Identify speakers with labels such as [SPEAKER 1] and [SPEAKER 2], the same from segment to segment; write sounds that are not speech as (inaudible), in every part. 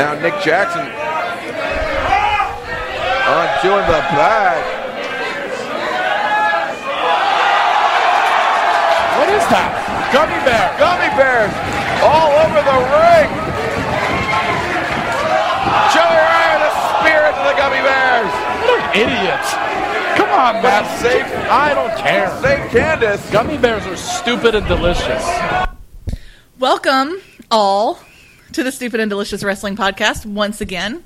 [SPEAKER 1] Now Nick Jackson undoing the back.
[SPEAKER 2] What is that? Gummy bear.
[SPEAKER 1] Gummy bears all over the ring. Joey Ryan, the spirit of the gummy bears.
[SPEAKER 2] What an idiot. Come
[SPEAKER 1] But
[SPEAKER 2] on, man.
[SPEAKER 1] it's safe.
[SPEAKER 2] I don't care.
[SPEAKER 1] St. Candace.
[SPEAKER 2] Gummy bears are stupid and delicious.
[SPEAKER 3] Welcome all to the Stupid and Delicious Wrestling Podcast once again.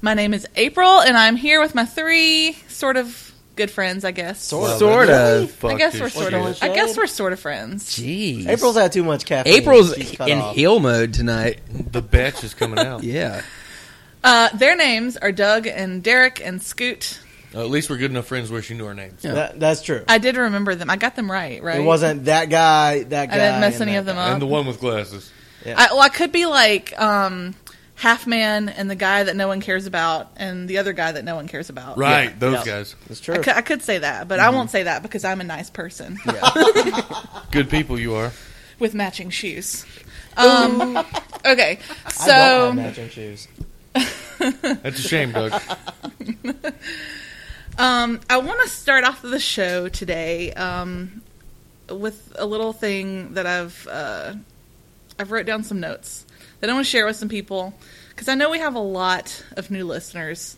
[SPEAKER 3] My name is April, and I'm here with my three sort of good friends, I guess. Sort
[SPEAKER 4] Sort of.
[SPEAKER 3] I guess we're sort of.
[SPEAKER 5] shit.
[SPEAKER 3] I guess we're sort of friends.
[SPEAKER 4] Jeez.
[SPEAKER 5] April's had too much caffeine.
[SPEAKER 4] April's
[SPEAKER 5] She's cut
[SPEAKER 4] in
[SPEAKER 5] off.
[SPEAKER 4] heel mode tonight.
[SPEAKER 6] The batch is coming
[SPEAKER 4] (laughs)
[SPEAKER 6] out.
[SPEAKER 4] Yeah.
[SPEAKER 3] Uh, their names are Doug and Derek and Scoot.
[SPEAKER 6] At least we're good enough friends where she knew our names.
[SPEAKER 5] That, that's true.
[SPEAKER 3] I did remember them. I got them right. Right?
[SPEAKER 5] It wasn't that guy. That guy.
[SPEAKER 3] I didn't mess
[SPEAKER 5] and
[SPEAKER 3] any
[SPEAKER 5] that
[SPEAKER 3] of them
[SPEAKER 5] guy.
[SPEAKER 3] up.
[SPEAKER 6] And the one with glasses.
[SPEAKER 3] I, well, I could be like um, half man and the guy that no one cares about, and the other guy that no one cares about.
[SPEAKER 6] Right, those
[SPEAKER 5] Yeah.
[SPEAKER 6] guys.
[SPEAKER 5] That's
[SPEAKER 3] I
[SPEAKER 5] true.
[SPEAKER 3] could, I could say that, but I
[SPEAKER 5] Mm-hmm.
[SPEAKER 3] won't say that because I'm a nice
[SPEAKER 5] (laughs)
[SPEAKER 3] person
[SPEAKER 6] Good people you are.
[SPEAKER 3] with matching shoes. Um, okay,
[SPEAKER 5] I don't have
[SPEAKER 3] so
[SPEAKER 5] matching shoes.
[SPEAKER 6] That's a shame, Doug.
[SPEAKER 3] um, I want to start off the show today um, with a little thing that I've uh, I've wrote down some notes that I want to share with some people because I know we have a lot of new listeners.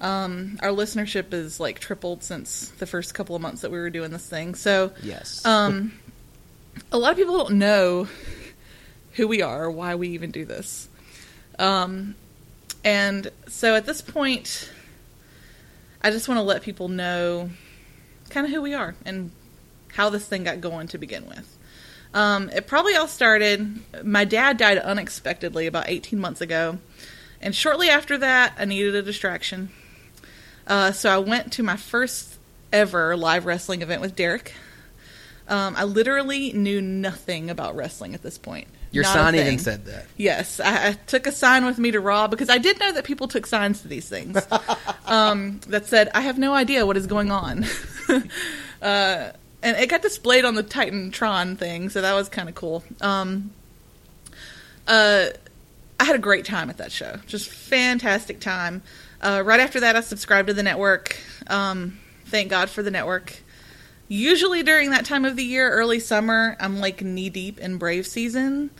[SPEAKER 3] Um, our listenership is like tripled since the first couple of months that we were doing this thing. So
[SPEAKER 5] Yes.
[SPEAKER 3] (laughs) Um, a lot of people don't know who we are or why we even do this. Um, and so at this point, I just want to let people know kind of who we are and how this thing got going to begin with. Um, it probably all started, my dad died unexpectedly about 18 months ago. And shortly after that, I needed a distraction. Uh, so I went to my first ever live wrestling event with Derek. Um, I literally knew nothing about wrestling at this point.
[SPEAKER 4] Your
[SPEAKER 3] Not a
[SPEAKER 4] sign even
[SPEAKER 3] thing.
[SPEAKER 4] said that.
[SPEAKER 3] Yes, I, I took a sign with me to Raw because I did know that people took signs to these things um, that said, "I have no idea what is going on," (laughs) uh, and it got displayed on the Titantron thing, so that was kind of cool. Um, uh, I had a great time at that show, just fantastic time. Uh, right after that, I subscribed to the network. Um, thank God for the network. Usually during that time of the year, early summer, I'm like knee deep in Brave season.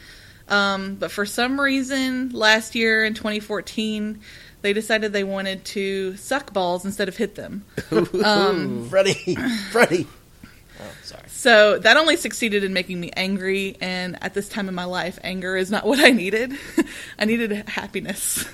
[SPEAKER 3] Um, but for some reason, last year in 2014, they decided they wanted to suck balls instead of hit them. (laughs)
[SPEAKER 5] Freddie. Freddie.
[SPEAKER 3] Um,
[SPEAKER 5] Oh,
[SPEAKER 3] So that only succeeded in making me angry. And at this time in my life, anger is not (laughs) what I needed. I needed happiness.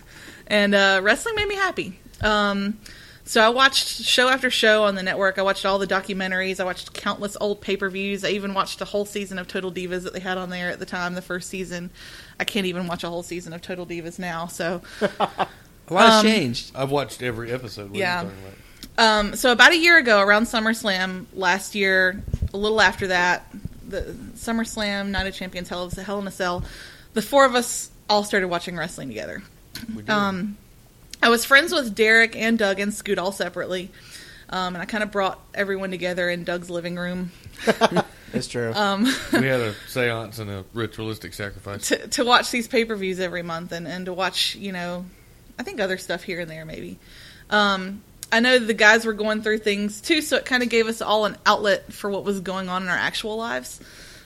[SPEAKER 3] And uh, wrestling made me happy. Um, so I watched show after show on the network. I watched all the documentaries. I watched countless old pay per views. I even watched a whole season of Total Divas that they had on there at the time, the first season. I can't even watch a whole season of Total Divas now. So
[SPEAKER 4] A lot has
[SPEAKER 3] Um,
[SPEAKER 4] changed.
[SPEAKER 6] I've watched every episode. What
[SPEAKER 3] Yeah.
[SPEAKER 6] Are you talking about?
[SPEAKER 3] Um, so about a year ago, around SummerSlam last year, a little after that, the SummerSlam Night of Champions Hell, of- Hell in a Cell, the four of us all started watching wrestling together. Um, I was friends with Derek and Doug and Scoot all separately, um, and I kind of brought everyone together in Doug's living room
[SPEAKER 5] It's true.
[SPEAKER 3] um,
[SPEAKER 6] We had a seance and a
[SPEAKER 3] (laughs)
[SPEAKER 6] ritualistic sacrifice.
[SPEAKER 3] to, to watch these pay per views every month and, and to watch, you know, I think other stuff here and there maybe. Um, I know the guys were going through things too, so it kind of gave us all an outlet for what was going on in our actual lives.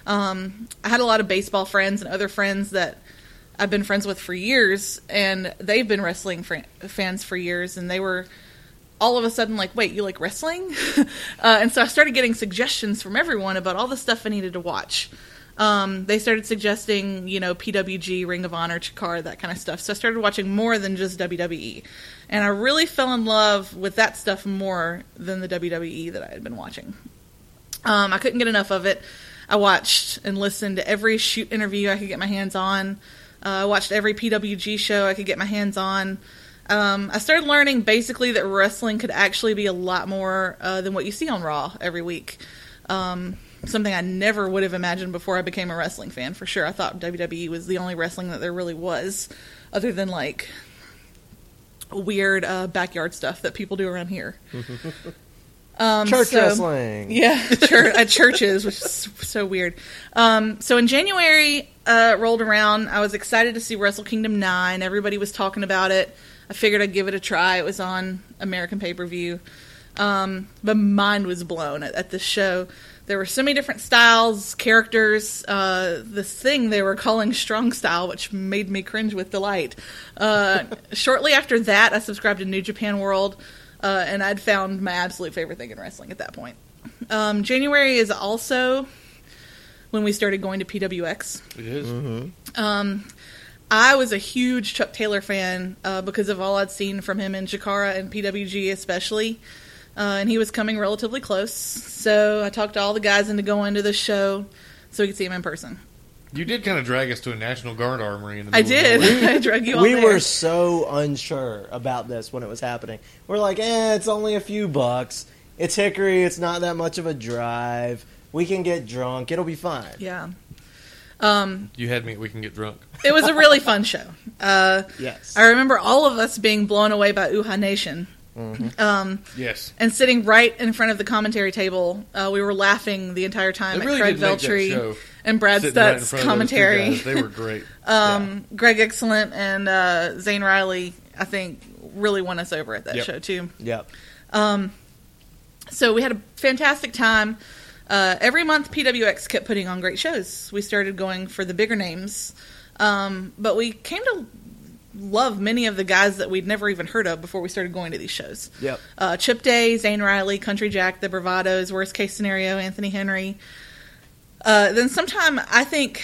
[SPEAKER 3] Um, I had a lot of baseball friends and other friends that I've been friends with for years, and they've been wrestling fr- fans for years, and they were all of a sudden like, wait, you like wrestling? (laughs) uh, and so I started getting suggestions from everyone about all the stuff I needed to watch. Um, they started suggesting, you know, PWG, Ring of Honor, Chikara, that kind of stuff. So I started watching more than just WWE. And I really fell in love with that stuff more than the WWE that I had been watching. Um, I couldn't get enough of it. I watched and listened to every shoot interview I could get my hands on. Uh, I watched every PWG show I could get my hands on. Um, I started learning basically that wrestling could actually be a lot more uh, than what you see on Raw every week. Um, something I never would have imagined before I became a wrestling fan, for sure. I thought WWE was the only wrestling that there really was, other than like
[SPEAKER 5] (laughs)
[SPEAKER 3] weird uh, backyard stuff that people do around here. Um,
[SPEAKER 5] Church
[SPEAKER 3] so-
[SPEAKER 5] wrestling.
[SPEAKER 3] Yeah, (laughs) chur- at churches, which is so weird. Um, so in January uh, rolled around, I was excited to see Wrestle Kingdom 9. Everybody was talking about it. I figured I'd give it a try. It was on American Pay Per View. Um, but mind was blown at, at this show. There were so many different styles, characters. Uh, this thing they were calling strong style, which made me cringe with delight. Uh, shortly after that, I subscribed to New Japan World, uh, and I'd found my absolute favorite thing in wrestling at that point. Um, January is also when we started going to PWX.
[SPEAKER 6] It is.
[SPEAKER 3] Um, I was a huge Chuck Taylor fan uh, because of all I'd seen from him in Jakara and PWG, especially. Uh, and he was coming relatively close. So I talked to all the guys into going to the show so we could see him in person.
[SPEAKER 6] You did kind of drag us to a National Guard armory in the
[SPEAKER 3] I
[SPEAKER 6] middle of
[SPEAKER 3] did. (laughs)
[SPEAKER 6] nowhere.
[SPEAKER 3] I drug you all
[SPEAKER 5] we
[SPEAKER 3] there.
[SPEAKER 5] were so unsure about this when it was happening. We're like, eh, it's only a few bucks. It's Hickory. It's not that much of a drive. We can get drunk. It'll be fine.
[SPEAKER 3] Yeah.
[SPEAKER 6] You had me. at We can get drunk.
[SPEAKER 3] It was a really fun show. Uh,
[SPEAKER 5] Yes.
[SPEAKER 3] I remember all of us being blown away by Uha Nation. Um,
[SPEAKER 6] Yes.
[SPEAKER 3] and sitting right in front of the commentary table, uh, we were laughing the entire time
[SPEAKER 6] It
[SPEAKER 3] at
[SPEAKER 6] really
[SPEAKER 3] Craig
[SPEAKER 6] did make that
[SPEAKER 3] Veltri
[SPEAKER 6] show.
[SPEAKER 3] and Brad
[SPEAKER 6] Sitting right in
[SPEAKER 3] Stutz's
[SPEAKER 6] front of those two
[SPEAKER 3] commentary.
[SPEAKER 6] guys, They were
[SPEAKER 3] (laughs)
[SPEAKER 6] great.
[SPEAKER 3] Um, Greg Excellent and uh, Zane Riley, I think, really won us over at that
[SPEAKER 6] Yep.
[SPEAKER 3] show too.
[SPEAKER 5] Yep.
[SPEAKER 3] So we had a fantastic time. Uh, every month, PWX kept putting on great shows. We started going for the bigger names, um, but we came to love many of the guys that we'd never even heard of before we started going to these shows.
[SPEAKER 5] Yep.
[SPEAKER 3] Uh, Chip Day, Zane Riley, Country Jack, The Bravados, Worst Case Scenario, Anthony Henry. Uh, then sometime, I think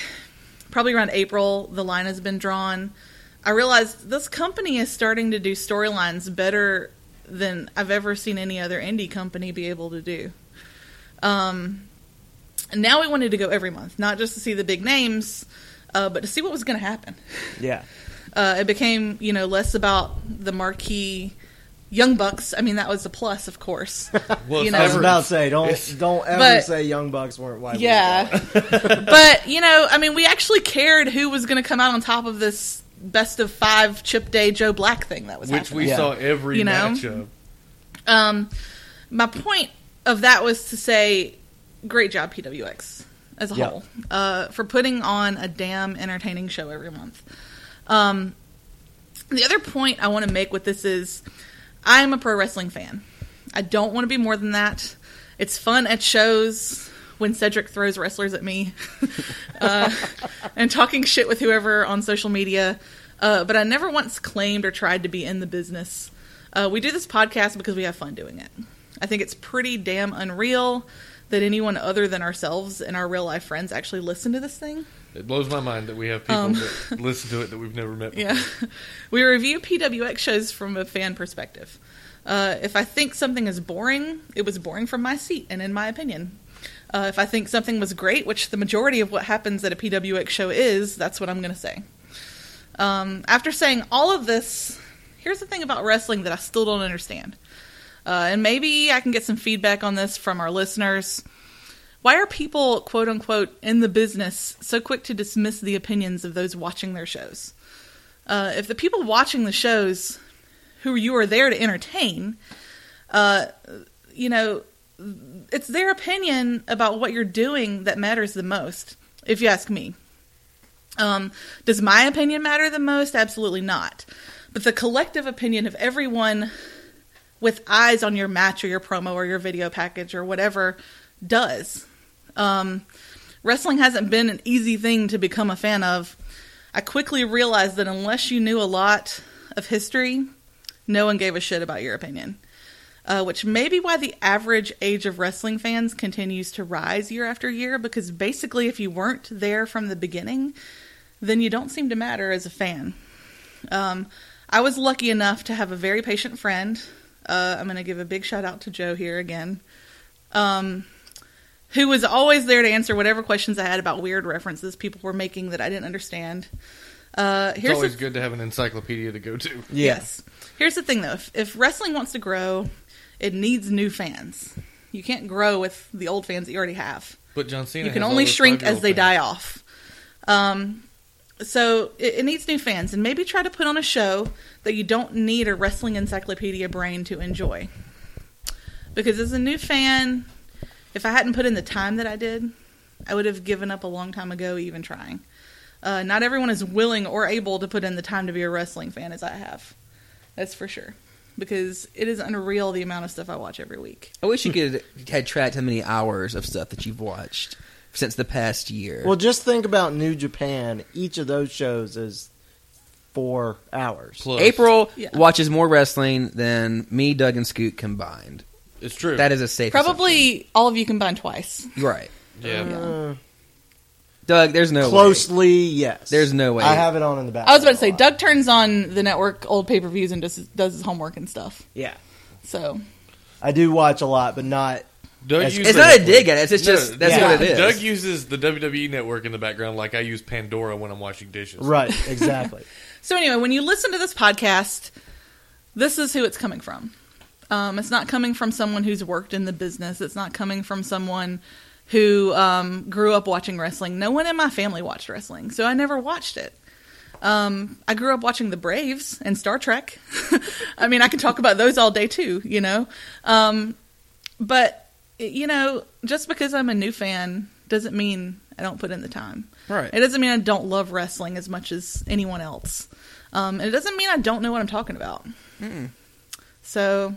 [SPEAKER 3] probably around April, the line has been drawn. I realized this company is starting to do storylines better than I've ever seen any other indie company be able to do. Um, and now we wanted to go every month, not just to see the big names, uh, but to see what was going to happen
[SPEAKER 5] Yeah.
[SPEAKER 3] uh, it became you know less about the marquee young bucks i mean that was a plus of
[SPEAKER 6] (laughs)
[SPEAKER 3] course
[SPEAKER 6] Well,
[SPEAKER 3] You
[SPEAKER 6] you
[SPEAKER 3] know.
[SPEAKER 5] I was
[SPEAKER 3] Ever-
[SPEAKER 5] about to say, don't don't ever
[SPEAKER 3] But-
[SPEAKER 5] say Young Bucks weren't white.
[SPEAKER 3] yeah
[SPEAKER 4] (laughs)
[SPEAKER 5] (laughs)
[SPEAKER 3] but you know i mean we actually cared who was going to come out on top of this best of five chip day joe black thing that was
[SPEAKER 6] which
[SPEAKER 3] happening.
[SPEAKER 6] we
[SPEAKER 5] Yeah.
[SPEAKER 6] saw every
[SPEAKER 3] You know?
[SPEAKER 6] match of.
[SPEAKER 3] Um, my point of that was to say, great job, PWX as a
[SPEAKER 5] Yeah.
[SPEAKER 3] whole, uh, for putting on a damn entertaining show every month. Um, the other point I want to make with this is, I am a pro wrestling fan. I don't want to be more than that. It's fun at shows when Cedric throws wrestlers at me uh, (laughs) and talking shit with whoever on social media. Uh, but I never once claimed or tried to be in the business. Uh, we do this podcast because we have fun doing it. I think it's pretty damn unreal that anyone other than ourselves and our real life friends actually listen to this thing.
[SPEAKER 6] It blows my mind that we have people that listen to it that we've never met. Before.
[SPEAKER 3] Um. (laughs) Yeah. We review PWX shows from a fan perspective. Uh, if I think something is boring, it was boring from my seat and in my opinion. Uh, if I think something was great, which the majority of what happens at a PWX show is, that's what I'm going to say. Um, after saying all of this, here's the thing about wrestling that I still don't understand. Uh, and maybe I can get some feedback on this from our listeners. Why are people, quote unquote, in the business so quick to dismiss the opinions of those watching their shows? uh, if the people watching the shows who you are there to entertain, uh, you know, it's their opinion about what you're doing that matters the most, if you ask me. Um, does my opinion matter the most? Absolutely not. But the collective opinion of everyone with eyes on your match or your promo or your video package or whatever does. Um, wrestling hasn't been an easy thing to become a fan of. I quickly realized that unless you knew a lot of history, no one gave a shit about your opinion. Uh, which may be why the average age of wrestling fans continues to rise year after year, because basically, if you weren't there from the beginning, then you don't seem to matter as a fan. Um, I was lucky enough to have a very patient friend. Uh, I'm going to give a big shout out to Joe here again, um, who was always there to answer whatever questions I had about weird references people were making that I didn't understand. Uh,
[SPEAKER 6] It's
[SPEAKER 3] here's the-
[SPEAKER 6] always good to have an encyclopedia to go to.
[SPEAKER 3] Yes.
[SPEAKER 5] Yes.
[SPEAKER 3] Here's the thing though, if, if wrestling wants to grow, it needs new fans. You can't grow with the old fans that you already have.
[SPEAKER 6] But John Cena.
[SPEAKER 3] You can
[SPEAKER 6] has all
[SPEAKER 3] only
[SPEAKER 6] those
[SPEAKER 3] shrink as
[SPEAKER 6] five-year-old
[SPEAKER 3] they
[SPEAKER 6] fans.
[SPEAKER 3] die off. Um, so it, it needs new fans, and maybe try to put on a show that you don't need a wrestling encyclopedia brain to enjoy. because as a new fan, if I hadn't put in the time that I did, I would have given up a long time ago, even trying. Uh, not everyone is willing or able to put in the time to be a wrestling fan as I have. That's for sure. Because it is unreal the amount of stuff I watch every week.
[SPEAKER 4] I wish you could had tracked how many hours of stuff that you've watched since the past year.
[SPEAKER 5] Well, just think about New Japan. Each of those shows is four hours.
[SPEAKER 6] Plus,
[SPEAKER 4] April
[SPEAKER 3] Yeah.
[SPEAKER 4] watches more wrestling than me, Doug, and Scoot combined.
[SPEAKER 6] It's true.
[SPEAKER 4] That is a safe. assumption.
[SPEAKER 3] Probably all of you combined twice.
[SPEAKER 4] You're right,
[SPEAKER 6] yeah.
[SPEAKER 5] Uh,
[SPEAKER 4] Doug. There's no way.
[SPEAKER 5] closely, yes.
[SPEAKER 4] There's no way.
[SPEAKER 5] I have it on in the back.
[SPEAKER 3] I was about to say,
[SPEAKER 5] Doug.
[SPEAKER 3] Doug turns on the network old pay per views and just does his homework and stuff.
[SPEAKER 5] Yeah,
[SPEAKER 3] So
[SPEAKER 5] I do watch a lot, but not.
[SPEAKER 6] Doug
[SPEAKER 5] It's-
[SPEAKER 6] uses,
[SPEAKER 4] It's not a dig at it. It's just, just that's
[SPEAKER 5] yeah.
[SPEAKER 4] what it is.
[SPEAKER 6] Doug uses the WWE network in the background like I use Pandora when I'm washing
[SPEAKER 3] (laughs)
[SPEAKER 6] dishes.
[SPEAKER 5] Right, exactly.
[SPEAKER 3] So anyway, when you listen to this podcast, this is who it's coming from. Um, it's not coming from someone who's worked in the business. It's not coming from someone who um, grew up watching wrestling. No one in my family watched wrestling, so I never watched it. Um, I grew up watching the Braves and Star Trek. (laughs) I mean, I could talk about those all day too, you know. Um, but you know, just because I'm a new fan doesn't mean I don't put in the time.
[SPEAKER 4] Right.
[SPEAKER 3] It doesn't mean I don't love wrestling as much as anyone else. Um, and it doesn't mean I don't know what I'm talking about. So,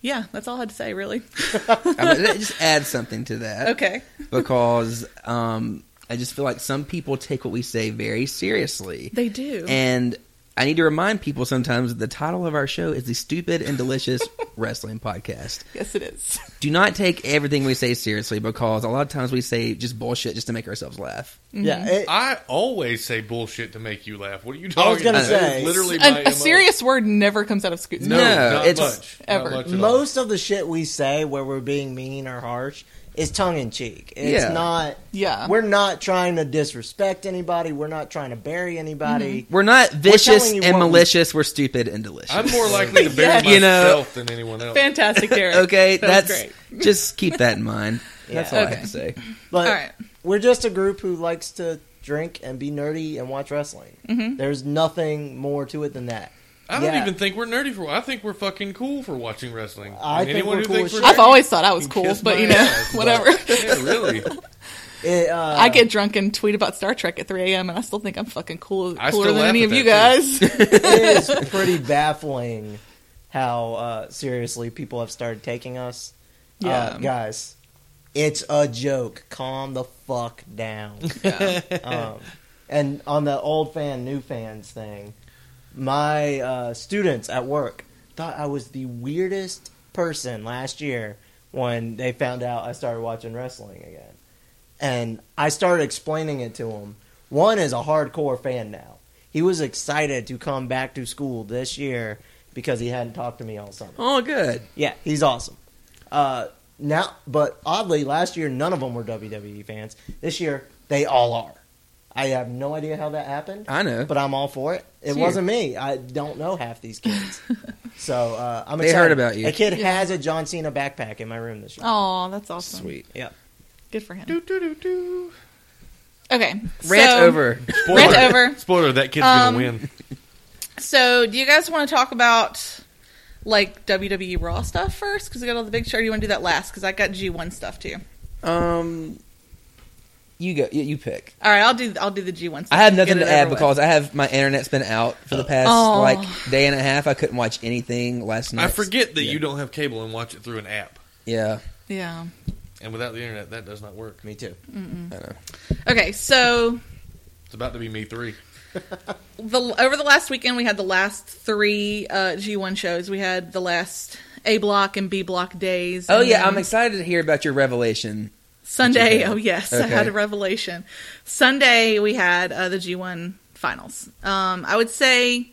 [SPEAKER 3] yeah, that's all I had to say, really. (laughs)
[SPEAKER 4] I mean, that- just add something to that.
[SPEAKER 3] okay.
[SPEAKER 4] because um, I just feel like some people take what we say very seriously.
[SPEAKER 3] They do.
[SPEAKER 4] And I need to remind people sometimes that the title of our show is the Stupid and Delicious Wrestling Podcast.
[SPEAKER 3] yes, it is.
[SPEAKER 4] Do not take everything we say seriously because a lot of times we say just bullshit just to make ourselves laugh.
[SPEAKER 3] Mm-hmm.
[SPEAKER 5] Yeah, it,
[SPEAKER 6] I always say bullshit to make you laugh. What are
[SPEAKER 5] I
[SPEAKER 6] you
[SPEAKER 5] was
[SPEAKER 6] talking
[SPEAKER 5] gonna
[SPEAKER 6] about? That
[SPEAKER 5] say,
[SPEAKER 6] is literally my
[SPEAKER 3] A,
[SPEAKER 6] MO.
[SPEAKER 3] a serious word never comes out of Scoot's
[SPEAKER 6] No,
[SPEAKER 3] mouth.
[SPEAKER 4] No,
[SPEAKER 6] not
[SPEAKER 4] it's-
[SPEAKER 6] much. Not
[SPEAKER 3] ever.
[SPEAKER 6] much at all.
[SPEAKER 5] most of the shit we say where we're being mean or harsh is tongue in cheek. It's
[SPEAKER 4] Yeah.
[SPEAKER 5] not.
[SPEAKER 3] Yeah.
[SPEAKER 5] We're not trying to disrespect anybody. We're not trying to bury anybody.
[SPEAKER 4] We're not vicious
[SPEAKER 5] telling you
[SPEAKER 4] and
[SPEAKER 5] what we-
[SPEAKER 4] malicious. We're stupid and delicious.
[SPEAKER 6] I'm more likely to bury
[SPEAKER 4] You know-
[SPEAKER 6] myself than anyone
[SPEAKER 4] (laughs)
[SPEAKER 6] else.
[SPEAKER 3] Fantastic, Derek.
[SPEAKER 4] okay,
[SPEAKER 3] That was
[SPEAKER 4] that's (laughs) just keep that in mind. That's all I
[SPEAKER 3] Okay.
[SPEAKER 4] have to say.
[SPEAKER 5] But
[SPEAKER 3] All right.
[SPEAKER 5] we're just a group who likes to drink and be nerdy and watch wrestling.
[SPEAKER 3] Mm-hmm.
[SPEAKER 5] There's nothing more to it than that.
[SPEAKER 6] I don't
[SPEAKER 5] Yeah.
[SPEAKER 6] even think we're nerdy for. I think we're fucking cool for watching wrestling.
[SPEAKER 5] I
[SPEAKER 6] And
[SPEAKER 5] think
[SPEAKER 6] anyone
[SPEAKER 5] we're
[SPEAKER 6] who
[SPEAKER 5] cool as
[SPEAKER 6] thinks we're
[SPEAKER 5] shit.
[SPEAKER 3] I've always thought I was
[SPEAKER 6] nerdy,
[SPEAKER 3] cool,
[SPEAKER 6] kiss
[SPEAKER 3] but
[SPEAKER 6] my
[SPEAKER 3] you know,
[SPEAKER 6] ass,
[SPEAKER 3] (laughs)
[SPEAKER 6] but-
[SPEAKER 3] whatever.
[SPEAKER 6] Yeah, really.
[SPEAKER 5] It, uh,
[SPEAKER 3] (laughs) I get drunk and tweet about Star Trek at 3 a.m. and I still think I'm fucking cool,
[SPEAKER 6] I
[SPEAKER 3] cooler
[SPEAKER 6] still
[SPEAKER 3] than
[SPEAKER 6] laugh
[SPEAKER 3] any
[SPEAKER 6] at
[SPEAKER 3] of you
[SPEAKER 6] that,
[SPEAKER 3] guys. (laughs)
[SPEAKER 6] (laughs)
[SPEAKER 5] it is pretty baffling how uh, seriously people have started taking us. Uh,
[SPEAKER 3] Yeah.
[SPEAKER 5] guys, it's a joke. Calm the fuck down. um, and on the old fan, new fans thing, my uh, students at work thought I was the weirdest person last year when they found out I started watching wrestling again. And I started explaining it to them. One is a hardcore fan now. He was excited to come back to school this year because he hadn't talked to me all summer.
[SPEAKER 4] Oh, good.
[SPEAKER 5] Yeah, he's awesome. Uh, now, but oddly, last year none of them were WWE fans. This year they all are. I have no idea how that happened,
[SPEAKER 4] I know.
[SPEAKER 5] but I'm all for it. It
[SPEAKER 4] Sure.
[SPEAKER 5] wasn't me. I don't know half
[SPEAKER 3] (laughs)
[SPEAKER 5] these kids, so uh, I'm.
[SPEAKER 4] They
[SPEAKER 5] excited.
[SPEAKER 4] heard about you.
[SPEAKER 5] A kid has a John Cena backpack in my room this year.
[SPEAKER 3] Oh, that's awesome.
[SPEAKER 4] Sweet.
[SPEAKER 5] Yeah,
[SPEAKER 3] Good for him.
[SPEAKER 6] Do, do, do, do.
[SPEAKER 3] Okay.
[SPEAKER 4] Rant
[SPEAKER 3] so-
[SPEAKER 4] over.
[SPEAKER 6] Spoiler.
[SPEAKER 3] Rant over.
[SPEAKER 6] Spoiler, that kid's
[SPEAKER 3] Um,
[SPEAKER 6] gonna win.
[SPEAKER 3] So, do you guys want to talk about like WWE Raw stuff first? Because we got all the big show. Or do you want to do that last? Because I got G1 stuff too.
[SPEAKER 4] Um, you go. You, you pick.
[SPEAKER 3] All right, I'll do. I'll do the G1. Stuff.
[SPEAKER 4] I have
[SPEAKER 3] Get
[SPEAKER 4] nothing
[SPEAKER 3] it
[SPEAKER 4] to add
[SPEAKER 3] over with.
[SPEAKER 4] because I have my internet's been out for the past
[SPEAKER 3] Oh.
[SPEAKER 4] like day and a half. I couldn't watch anything last night.
[SPEAKER 6] I forget that
[SPEAKER 4] yeah.
[SPEAKER 6] you don't have cable and watch it through an app.
[SPEAKER 4] Yeah,
[SPEAKER 3] yeah.
[SPEAKER 6] And without the internet, that does not work.
[SPEAKER 5] me too.
[SPEAKER 4] I know.
[SPEAKER 3] Okay, so
[SPEAKER 6] It's about to be me three.
[SPEAKER 3] the over the last weekend we had the last three uh, G1 shows. We had the last A block and B block days.
[SPEAKER 4] Oh
[SPEAKER 3] and
[SPEAKER 4] yeah,
[SPEAKER 3] then
[SPEAKER 4] I'm excited to hear about your revelation.
[SPEAKER 3] Sunday.
[SPEAKER 4] That you had.
[SPEAKER 3] Oh yes, I
[SPEAKER 4] Okay.
[SPEAKER 3] had a revelation. Sunday we had uh, the G1 finals. Um, I would say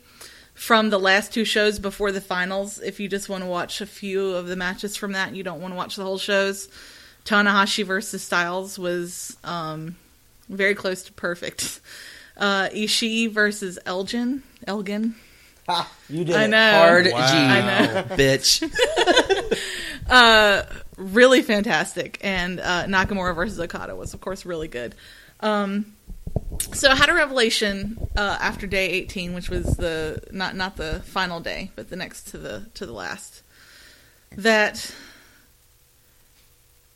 [SPEAKER 3] from the last two shows before the finals, if you just want to watch a few of the matches from that, you don't want to watch the whole shows. Tanahashi versus Styles was um, very close to perfect. Uh, Ishii versus Elgin. Elgin.
[SPEAKER 5] Ha, you did.
[SPEAKER 3] I
[SPEAKER 5] it.
[SPEAKER 3] know.
[SPEAKER 4] Hard
[SPEAKER 6] Oh, Wow.
[SPEAKER 4] G,
[SPEAKER 6] I
[SPEAKER 4] bitch.
[SPEAKER 3] really fantastic. And uh, Nakamura versus Okada was, of course, really good. Um, so I had a revelation uh, after day 18, which was the not not the final day, but the next to the to the last, that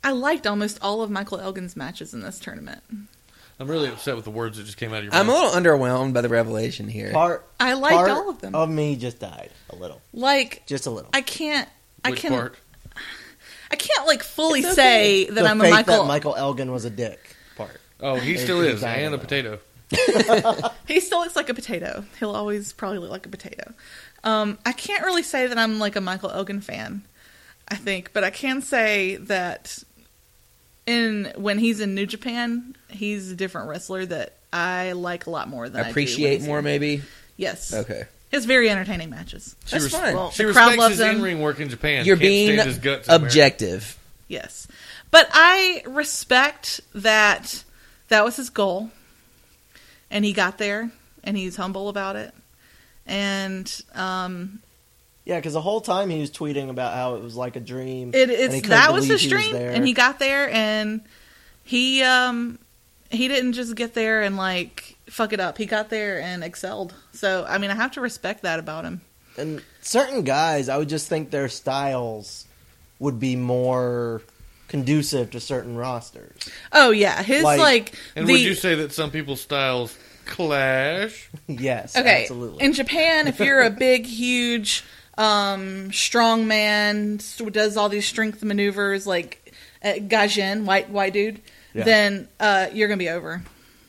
[SPEAKER 3] I liked almost all of Michael Elgin's matches in this tournament.
[SPEAKER 6] I'm really upset with the words that just came out of your
[SPEAKER 4] I'm a
[SPEAKER 6] mouth.
[SPEAKER 4] little underwhelmed by the revelation here.
[SPEAKER 5] Part
[SPEAKER 3] I liked
[SPEAKER 5] part
[SPEAKER 3] all of them.
[SPEAKER 5] Of me just died a little,
[SPEAKER 3] Like
[SPEAKER 5] just a little.
[SPEAKER 3] I can't, I
[SPEAKER 6] Which
[SPEAKER 3] can,
[SPEAKER 6] part?
[SPEAKER 3] I can't like fully
[SPEAKER 4] It's
[SPEAKER 3] say
[SPEAKER 4] okay.
[SPEAKER 3] that
[SPEAKER 5] The
[SPEAKER 3] I'm a
[SPEAKER 5] faith
[SPEAKER 3] Michael.
[SPEAKER 5] That Michael Elgin was a dick. Part.
[SPEAKER 6] Oh, he still
[SPEAKER 5] he's
[SPEAKER 6] is,
[SPEAKER 5] dying
[SPEAKER 6] and a
[SPEAKER 5] though.
[SPEAKER 6] potato.
[SPEAKER 3] He still looks like a potato. He'll always probably look like a potato. Um, I can't really say that I'm like a Michael Elgin fan. I think, but I can say that in when he's in New Japan, he's a different wrestler that I like a lot more than I do when
[SPEAKER 4] Appreciate
[SPEAKER 3] he's
[SPEAKER 4] more,
[SPEAKER 3] in-
[SPEAKER 4] maybe.
[SPEAKER 3] Yes,
[SPEAKER 4] Okay.
[SPEAKER 3] It's very entertaining matches.
[SPEAKER 4] She
[SPEAKER 6] She
[SPEAKER 4] That's fine.
[SPEAKER 6] Well, she
[SPEAKER 3] The crowd
[SPEAKER 6] respects
[SPEAKER 3] loves
[SPEAKER 6] his
[SPEAKER 3] him.
[SPEAKER 6] in-ring work in Japan.
[SPEAKER 4] You're
[SPEAKER 6] Can't
[SPEAKER 4] being
[SPEAKER 6] stand his guts in America.
[SPEAKER 4] objective.
[SPEAKER 3] Yes. But I respect that that was his goal and he got there and he's humble about it. And um
[SPEAKER 5] Yeah, because the whole time he was tweeting about how it was like a dream.
[SPEAKER 3] it
[SPEAKER 5] and he
[SPEAKER 3] it's
[SPEAKER 5] couldn't
[SPEAKER 3] that was
[SPEAKER 5] believe
[SPEAKER 3] his
[SPEAKER 5] he was
[SPEAKER 3] dream
[SPEAKER 5] there.
[SPEAKER 3] and he got there and he um he didn't just get there and like fuck it up. He got there and excelled. So I mean I have to respect that about him.
[SPEAKER 5] and certain guys, I would just think their styles would be more conducive to certain rosters.
[SPEAKER 3] Oh yeah. His
[SPEAKER 5] Like-
[SPEAKER 3] like,
[SPEAKER 6] And
[SPEAKER 3] the
[SPEAKER 6] would you say that some people's styles clash?
[SPEAKER 5] yes,
[SPEAKER 3] Okay.
[SPEAKER 5] absolutely.
[SPEAKER 3] In Japan, if you're a big, huge, um, strong man who does all these strength maneuvers like uh, Gaijin, white white dude,
[SPEAKER 5] Yeah.
[SPEAKER 3] then uh, you're gonna be over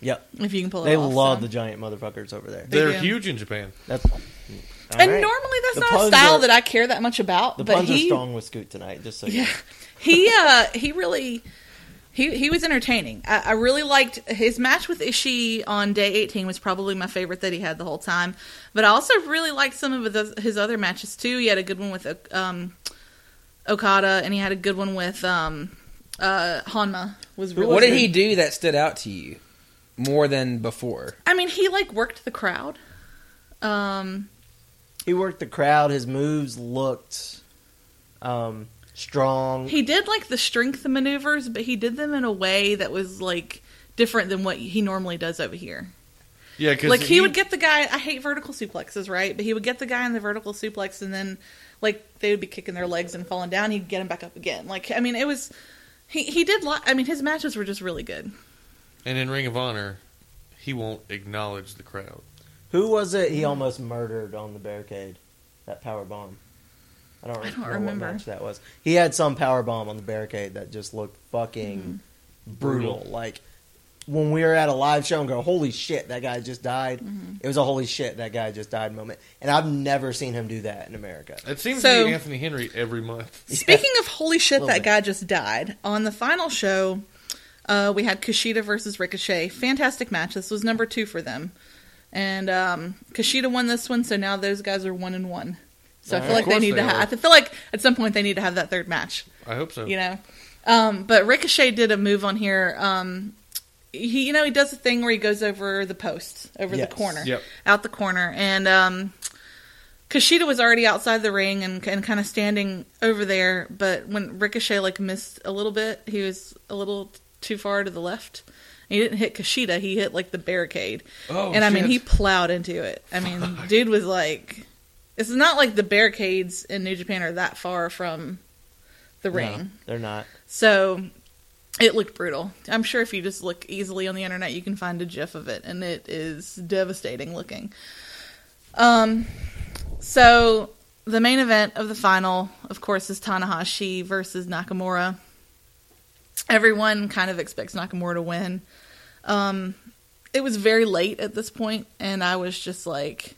[SPEAKER 5] yep,
[SPEAKER 3] if you can pull it
[SPEAKER 5] they
[SPEAKER 3] off.
[SPEAKER 5] love
[SPEAKER 3] so.
[SPEAKER 5] the giant motherfuckers over there.
[SPEAKER 6] They're
[SPEAKER 3] do.
[SPEAKER 6] huge in Japan.
[SPEAKER 5] That's
[SPEAKER 3] And
[SPEAKER 5] All right.
[SPEAKER 3] normally that's
[SPEAKER 5] The
[SPEAKER 3] not a
[SPEAKER 5] puns
[SPEAKER 3] style
[SPEAKER 5] are-
[SPEAKER 3] that I care that much about.
[SPEAKER 5] the
[SPEAKER 3] but
[SPEAKER 5] puns are
[SPEAKER 3] he,
[SPEAKER 5] strong with Scoot tonight. Just so you
[SPEAKER 3] yeah, he uh, he really. He, he was entertaining. I, I really liked his match with Ishii on day 18 was probably my favorite that he had the whole time. But I also really liked some of his, his other matches too. He had a good one with um, Okada, and he had a good one with um, uh, Hanma. Was really
[SPEAKER 4] What did
[SPEAKER 3] good.
[SPEAKER 4] he do that stood out to you more than before?
[SPEAKER 3] I mean, he like worked the crowd. Um,
[SPEAKER 5] He worked the crowd. His moves looked um, strong.
[SPEAKER 3] he did like the strength maneuvers, but he did them in a way that was like different than what he normally does over here.
[SPEAKER 6] Yeah, because
[SPEAKER 3] Like he would get the guy. I hate vertical suplexes, right? But he would get the guy in the vertical suplex, and then like they would be kicking their legs and falling down. He'd get him back up again. Like I mean, it was he he did. Lo- I mean, his matches were just really good.
[SPEAKER 6] and in Ring of Honor, he won't acknowledge the crowd.
[SPEAKER 5] Who was it? He almost murdered on the barricade. That power bomb. I don't,
[SPEAKER 3] I don't
[SPEAKER 5] know
[SPEAKER 3] remember.
[SPEAKER 5] what match that was. He had some power bomb on the barricade that just looked fucking
[SPEAKER 3] Mm-hmm.
[SPEAKER 5] brutal. Like when we were at a live show and go, "Holy shit, that guy just died!"
[SPEAKER 3] Mm-hmm.
[SPEAKER 5] It was a "Holy shit, that guy just died" moment, and I've never seen him do that in America.
[SPEAKER 6] It seems
[SPEAKER 3] So-
[SPEAKER 6] to be Anthony Henry every month.
[SPEAKER 3] Speaking of holy shit,
[SPEAKER 5] Little
[SPEAKER 3] that
[SPEAKER 5] bit.
[SPEAKER 3] guy just died. On the final show, uh, we had Kushida versus Ricochet. Fantastic match. This was number two for them, and um, Kushida won this one. So now those guys are one and one. So I
[SPEAKER 6] Of
[SPEAKER 3] feel like they
[SPEAKER 6] course
[SPEAKER 3] need
[SPEAKER 6] they
[SPEAKER 3] to.
[SPEAKER 6] are.
[SPEAKER 3] Ha- I feel like at some point they need to have that third match.
[SPEAKER 6] I hope so.
[SPEAKER 3] you know. Um, but Ricochet did a move on here. Um, he, you know, he does a thing where he goes over the post, over
[SPEAKER 5] Yes.
[SPEAKER 3] the corner,
[SPEAKER 6] Yep.
[SPEAKER 3] out the corner, and um, Kushida was already outside the ring and and kind of standing over there. But when Ricochet like missed a little bit, he was a little too far to the left. He didn't hit Kushida; he hit like the barricade,
[SPEAKER 6] Oh,
[SPEAKER 3] and I mean
[SPEAKER 6] shit.
[SPEAKER 3] he plowed into it. I mean, dude was like, it's not like the barricades in New Japan are that far from the
[SPEAKER 5] No,
[SPEAKER 3] ring.
[SPEAKER 5] they're not.
[SPEAKER 3] So it looked brutal. I'm sure if you just look easily on the internet, you can find a gif of it, and it is devastating looking. Um, so the main event of the final, of course, is Tanahashi versus Nakamura. Everyone kind of expects Nakamura to win. Um, it was very late at this point, and I was just like,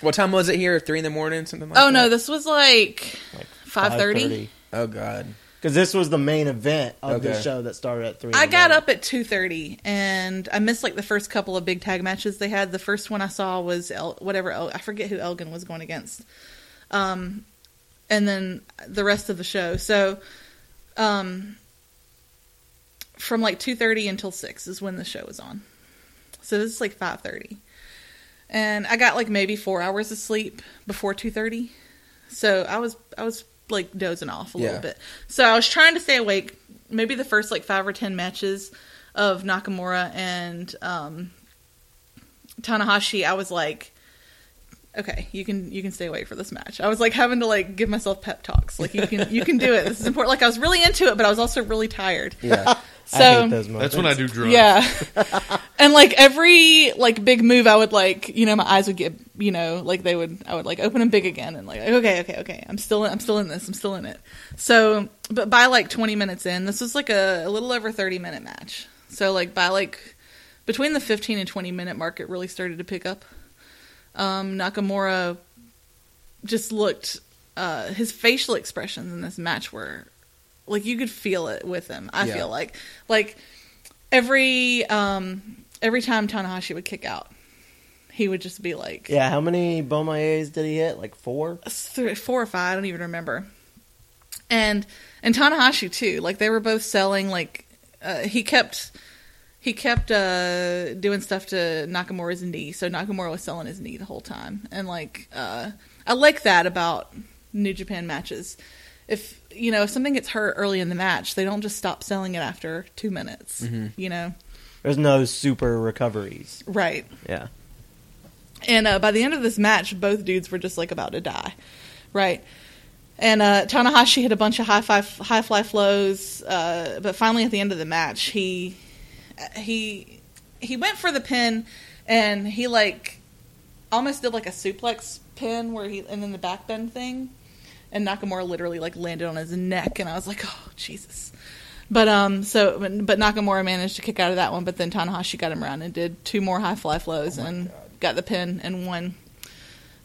[SPEAKER 4] What time was it here? Three in the morning, something like
[SPEAKER 3] "Oh
[SPEAKER 4] that?
[SPEAKER 3] no, this was like
[SPEAKER 5] Like
[SPEAKER 3] five thirty.
[SPEAKER 4] Oh god.
[SPEAKER 5] Because this was the main event of the
[SPEAKER 4] Okay.
[SPEAKER 5] show that started at three. in
[SPEAKER 3] I
[SPEAKER 5] the
[SPEAKER 3] got
[SPEAKER 5] morning.
[SPEAKER 3] up at two thirty, and I missed like the first couple of big tag matches they had. The first one I saw was El- whatever El- I forget who Elgin was going against, um, and then the rest of the show. So, um, from like two thirty until six is when the show was on. So this is like five thirty, and I got like maybe four hours of sleep before two thirty. So I was I was like dozing off a
[SPEAKER 4] Yeah.
[SPEAKER 3] little bit. So I was trying to stay awake. Maybe the first like five or ten matches of Nakamura and um, Tanahashi, I was like okay, you can you can stay away for this match. I was like having to like give myself pep talks. Like you can you can do it. This
[SPEAKER 5] (laughs)
[SPEAKER 3] is important. Like I was really into it, but I was also really tired.
[SPEAKER 5] Yeah. I
[SPEAKER 3] So
[SPEAKER 5] hate those moments.
[SPEAKER 6] That's when I do drugs.
[SPEAKER 3] yeah. and like every like big move I would like, you know, my eyes would get, you know, like they would I would like open them big again and like okay, okay, okay. I'm still in, I'm still in this. I'm still in it. So, but by like 20 minutes in, this was like a, a little over 30 minute match. So like by like between the 15 and 20 minute mark it really started to pick up. Um Nakamura just looked uh his facial expressions in this match were like you could feel it with him. I
[SPEAKER 5] Yeah.
[SPEAKER 3] feel like like every um every time Tanahashi would kick out, he would just be like
[SPEAKER 5] Yeah, how many Bomayes did he hit? Like four?
[SPEAKER 3] three, four or five, I don't even remember. And and Tanahashi too, like they were both selling like uh, he kept he kept uh doing stuff to Nakamura's knee, so Nakamura was selling his knee the whole time. And like uh I like that about New Japan matches. If you know, if something gets hurt early in the match, they don't just stop selling it after 2 minutes, you know.
[SPEAKER 5] There's no super recoveries.
[SPEAKER 3] Right.
[SPEAKER 5] Yeah.
[SPEAKER 3] And uh, by the end of this match, both dudes were just like about to die, right? And uh, Tanahashi hit a bunch of high five, high fly flows, uh, but finally at the end of the match, he he he went for the pin, and he like almost did like a suplex pin where he and then the back bend thing, and Nakamura literally like landed on his neck, and I was like, oh Jesus. But um, so but Nakamura managed to kick out of that one, but then Tanahashi got him around and did two more high fly flows
[SPEAKER 5] Oh
[SPEAKER 3] and got the pin and won.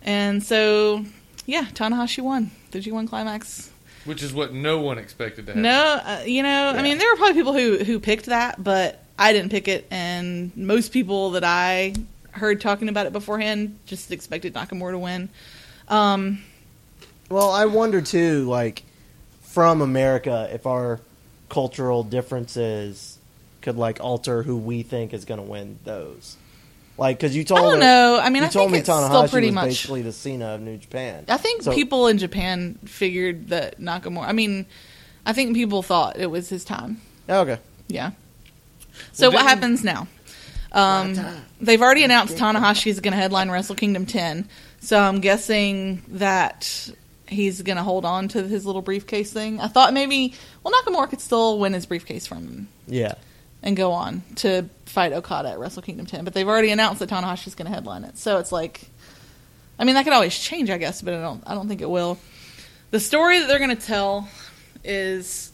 [SPEAKER 3] And so, yeah, Tanahashi won the G1 climax.
[SPEAKER 6] Which is what no one expected to happen.
[SPEAKER 3] No, uh, you know, I mean, there were probably people who who picked that, but I didn't pick it, and most people that I heard talking about it beforehand just expected Nakamura to win. Um,
[SPEAKER 5] Well, I wonder too, like from America, if our cultural differences could like alter who we think is going to win those. Like, because you told
[SPEAKER 3] don't
[SPEAKER 5] us-
[SPEAKER 3] know. I mean,
[SPEAKER 5] you
[SPEAKER 3] I think
[SPEAKER 5] told me
[SPEAKER 3] it's still
[SPEAKER 5] Tanahashi
[SPEAKER 3] pretty
[SPEAKER 5] was
[SPEAKER 3] much-
[SPEAKER 5] basically the Cena of New Japan.
[SPEAKER 3] I think
[SPEAKER 5] So-
[SPEAKER 3] people in Japan figured that Nakamura. I mean, I think people thought it was his time.
[SPEAKER 5] Okay,
[SPEAKER 3] Yeah. So what
[SPEAKER 6] didn't-
[SPEAKER 3] happens now? Um, they've already announced Tanahashi is going to headline Wrestle Kingdom 10. So I'm guessing that he's going to hold on to his little briefcase thing. I thought maybe, well, Nakamura could still win his briefcase from him
[SPEAKER 5] yeah,
[SPEAKER 3] and go on to fight Okada at Wrestle Kingdom 10. But they've already announced that Tanahashi's going to headline it. So it's like, I mean, that could always change, I guess, but I don't, I don't think it will. The story that they're going to tell is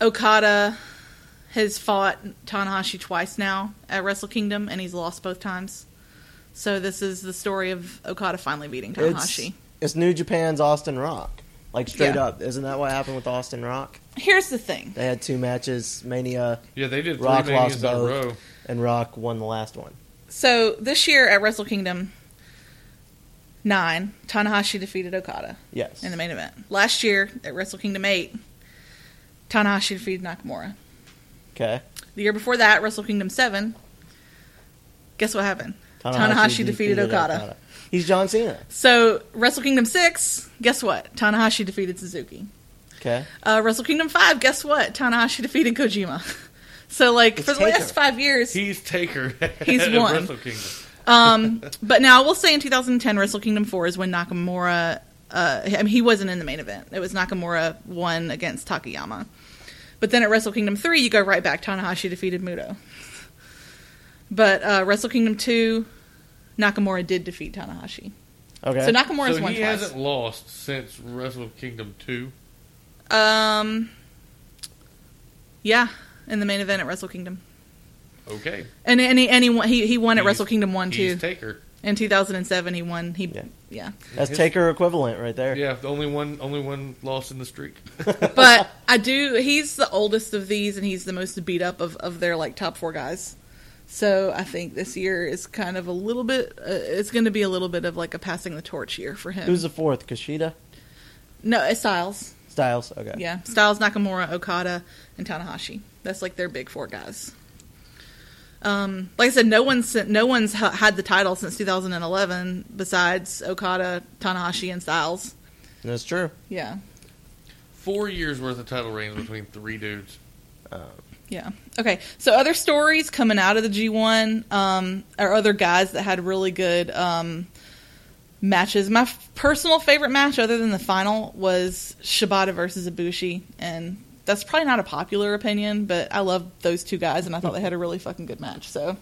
[SPEAKER 3] Okada has fought Tanahashi twice now at Wrestle Kingdom, and he's lost both times. So this is the story of Okada finally beating Tanahashi.
[SPEAKER 5] it's it's New Japan's Austin Rock. Like straight
[SPEAKER 3] Yeah.
[SPEAKER 5] up, isn't that what happened with Austin Rock?
[SPEAKER 3] Here's the thing.
[SPEAKER 5] They had two matches, Mania,
[SPEAKER 6] Yeah, they did three
[SPEAKER 5] Rock
[SPEAKER 6] manias
[SPEAKER 5] lost
[SPEAKER 6] in a
[SPEAKER 5] both.
[SPEAKER 6] row.
[SPEAKER 5] and Rock won the last one.
[SPEAKER 3] So this year at Wrestle Kingdom 9, Tanahashi defeated Okada.
[SPEAKER 5] Yes,
[SPEAKER 3] in the main event. Last year at Wrestle Kingdom 8, Tanahashi defeated Nakamura.
[SPEAKER 5] okay,
[SPEAKER 3] The year before that, Wrestle Kingdom 7, guess what happened? Tanahashi, defeated, Okada.
[SPEAKER 5] He's John Cena.
[SPEAKER 3] So, Wrestle Kingdom 6, guess what? Tanahashi defeated Suzuki.
[SPEAKER 5] Okay,
[SPEAKER 3] Uh, Wrestle Kingdom 5, guess what? Tanahashi defeated Kojima. (laughs) So, like, for the
[SPEAKER 5] Taker.
[SPEAKER 3] last five years,
[SPEAKER 6] He's Taker. (laughs)
[SPEAKER 3] He's
[SPEAKER 6] at
[SPEAKER 3] won.
[SPEAKER 6] Wrestle Kingdom.
[SPEAKER 3] Um, but now I will say in 2010, Wrestle Kingdom 4 is when Nakamura. Uh, I mean, he wasn't in the main event. It was Nakamura won against Takayama. But then at Wrestle Kingdom 3, you go right back. Tanahashi defeated Muto. But uh, Wrestle Kingdom 2, Nakamura did defeat Tanahashi.
[SPEAKER 5] okay.
[SPEAKER 3] So Nakamura's
[SPEAKER 6] So
[SPEAKER 3] won
[SPEAKER 6] he
[SPEAKER 3] twice.
[SPEAKER 6] hasn't lost since Wrestle Kingdom 2.
[SPEAKER 3] Um, yeah, in the main event at Wrestle Kingdom.
[SPEAKER 6] Okay.
[SPEAKER 3] And, and, he, and he, won, he, he won at
[SPEAKER 6] He's-
[SPEAKER 3] Wrestle Kingdom 1 too.
[SPEAKER 6] He's Taker.
[SPEAKER 3] in 2007, he won. He,
[SPEAKER 5] Yeah.
[SPEAKER 3] yeah.
[SPEAKER 5] That's
[SPEAKER 6] His-
[SPEAKER 5] Taker equivalent right there.
[SPEAKER 6] Yeah, the only one only one lost in the streak.
[SPEAKER 3] but
[SPEAKER 5] (laughs)
[SPEAKER 3] I do. He's the oldest of these, and he's the most beat up of of their like top four guys. So I think this year is kind of a little bit. Uh, it's going to be a little bit of like a passing the torch year for him.
[SPEAKER 5] Who's the fourth? Kushida,
[SPEAKER 3] no, it's Styles.
[SPEAKER 5] Styles. Okay.
[SPEAKER 3] Yeah, Styles, Nakamura, Okada, and Tanahashi. That's like their big four guys. Um, like I said, no one's no one's ha- had the title since 2011 besides Okada, Tanahashi, and Styles.
[SPEAKER 5] that's true.
[SPEAKER 3] Yeah,
[SPEAKER 6] Four years worth of title reigns between three dudes.
[SPEAKER 3] Yeah. Okay. So other stories coming out of the G1 um, are other guys that had really good um, matches. My f- personal favorite match, other than the final, was Shibata versus Ibushi, and that's probably not a popular opinion, but I love those two guys, and I thought they had a really fucking good match. So,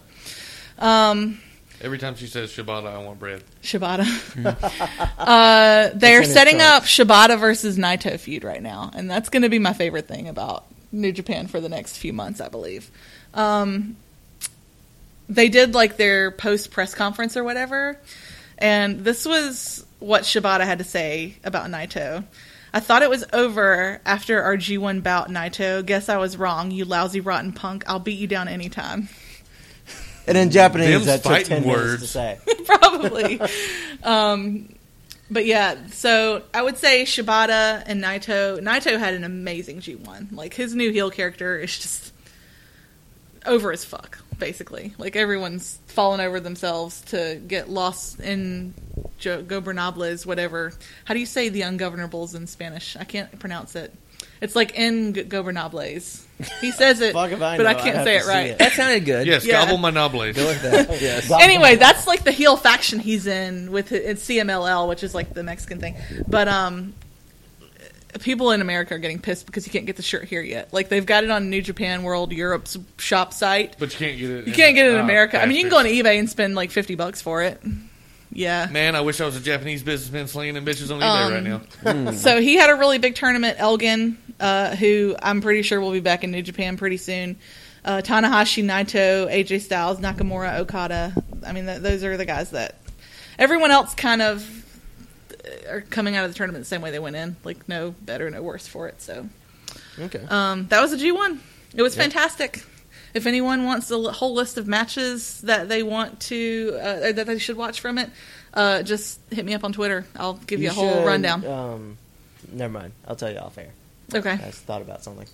[SPEAKER 3] um,
[SPEAKER 6] Every time she says Shibata, I want bread.
[SPEAKER 3] Shibata. (laughs) uh, they're
[SPEAKER 5] It's in its
[SPEAKER 3] setting up
[SPEAKER 5] trunks.
[SPEAKER 3] Shibata versus Naito feud right now, and that's going to be my favorite thing about New Japan for the next few months, I believe. Um, they did like their post press conference or whatever, and this was what Shibata had to say about Naito. I thought it was over after our G1 bout, Naito. Guess I was wrong, you lousy, rotten punk. I'll beat you down anytime.
[SPEAKER 5] And in Japanese,
[SPEAKER 6] Them's
[SPEAKER 5] that took
[SPEAKER 6] fighting
[SPEAKER 5] 10 minutes to
[SPEAKER 6] words.
[SPEAKER 5] say.
[SPEAKER 3] (laughs) probably. um, but yeah, so I would say Shibata and Naito. Naito had an amazing G1. Like his new heel character is just over as fuck, basically. Like everyone's fallen over themselves to get lost in jo- gobernables, whatever. How do you say the ungovernables in Spanish? I can't pronounce it. It's like in g- gobernables. He says it,
[SPEAKER 5] (laughs) Fuck if I
[SPEAKER 3] but
[SPEAKER 5] know.
[SPEAKER 3] I
[SPEAKER 5] I
[SPEAKER 3] can't
[SPEAKER 5] have
[SPEAKER 3] say
[SPEAKER 5] to
[SPEAKER 3] it
[SPEAKER 5] see
[SPEAKER 3] right.
[SPEAKER 5] it.
[SPEAKER 4] That sounded good.
[SPEAKER 6] Yes,
[SPEAKER 3] Yeah.
[SPEAKER 6] gobble my nobles.
[SPEAKER 4] Go with that. yes.
[SPEAKER 3] anyway, that's like the heel faction he's in with hi- it's CMLL, which is like the Mexican thing. But um, people in America are getting pissed because you can't get the shirt here yet. Like they've got it on New Japan World Europe's shop site.
[SPEAKER 6] But you can't get it.
[SPEAKER 3] You can't get it in
[SPEAKER 6] Ah,
[SPEAKER 3] America. I mean, you can go on
[SPEAKER 6] bastards.
[SPEAKER 3] eBay and spend like fifty bucks for it. Yeah.
[SPEAKER 6] Man, I wish I was a Japanese businessman slinging them bitches on eBay
[SPEAKER 3] Um,
[SPEAKER 6] right now.
[SPEAKER 5] Mm-hmm.
[SPEAKER 3] So he had a really big tournament. Elgin, uh, who I'm pretty sure will be back in New Japan pretty soon. Uh, Tanahashi, Naito, AJ Styles, Nakamura, Okada. I mean, th- those are the guys that everyone else kind of uh, are coming out of the tournament the same way they went in. Like, no better, no worse for it. So
[SPEAKER 5] Okay.
[SPEAKER 3] um, that was a G1. It was fantastic. If anyone wants a l- whole list of matches that they want to uh, that they should watch from it, uh, just hit me up on Twitter. I'll give you, a whole
[SPEAKER 5] should,
[SPEAKER 3] rundown.
[SPEAKER 5] Um, never mind. I'll tell you off air.
[SPEAKER 3] okay.
[SPEAKER 5] I just thought about something.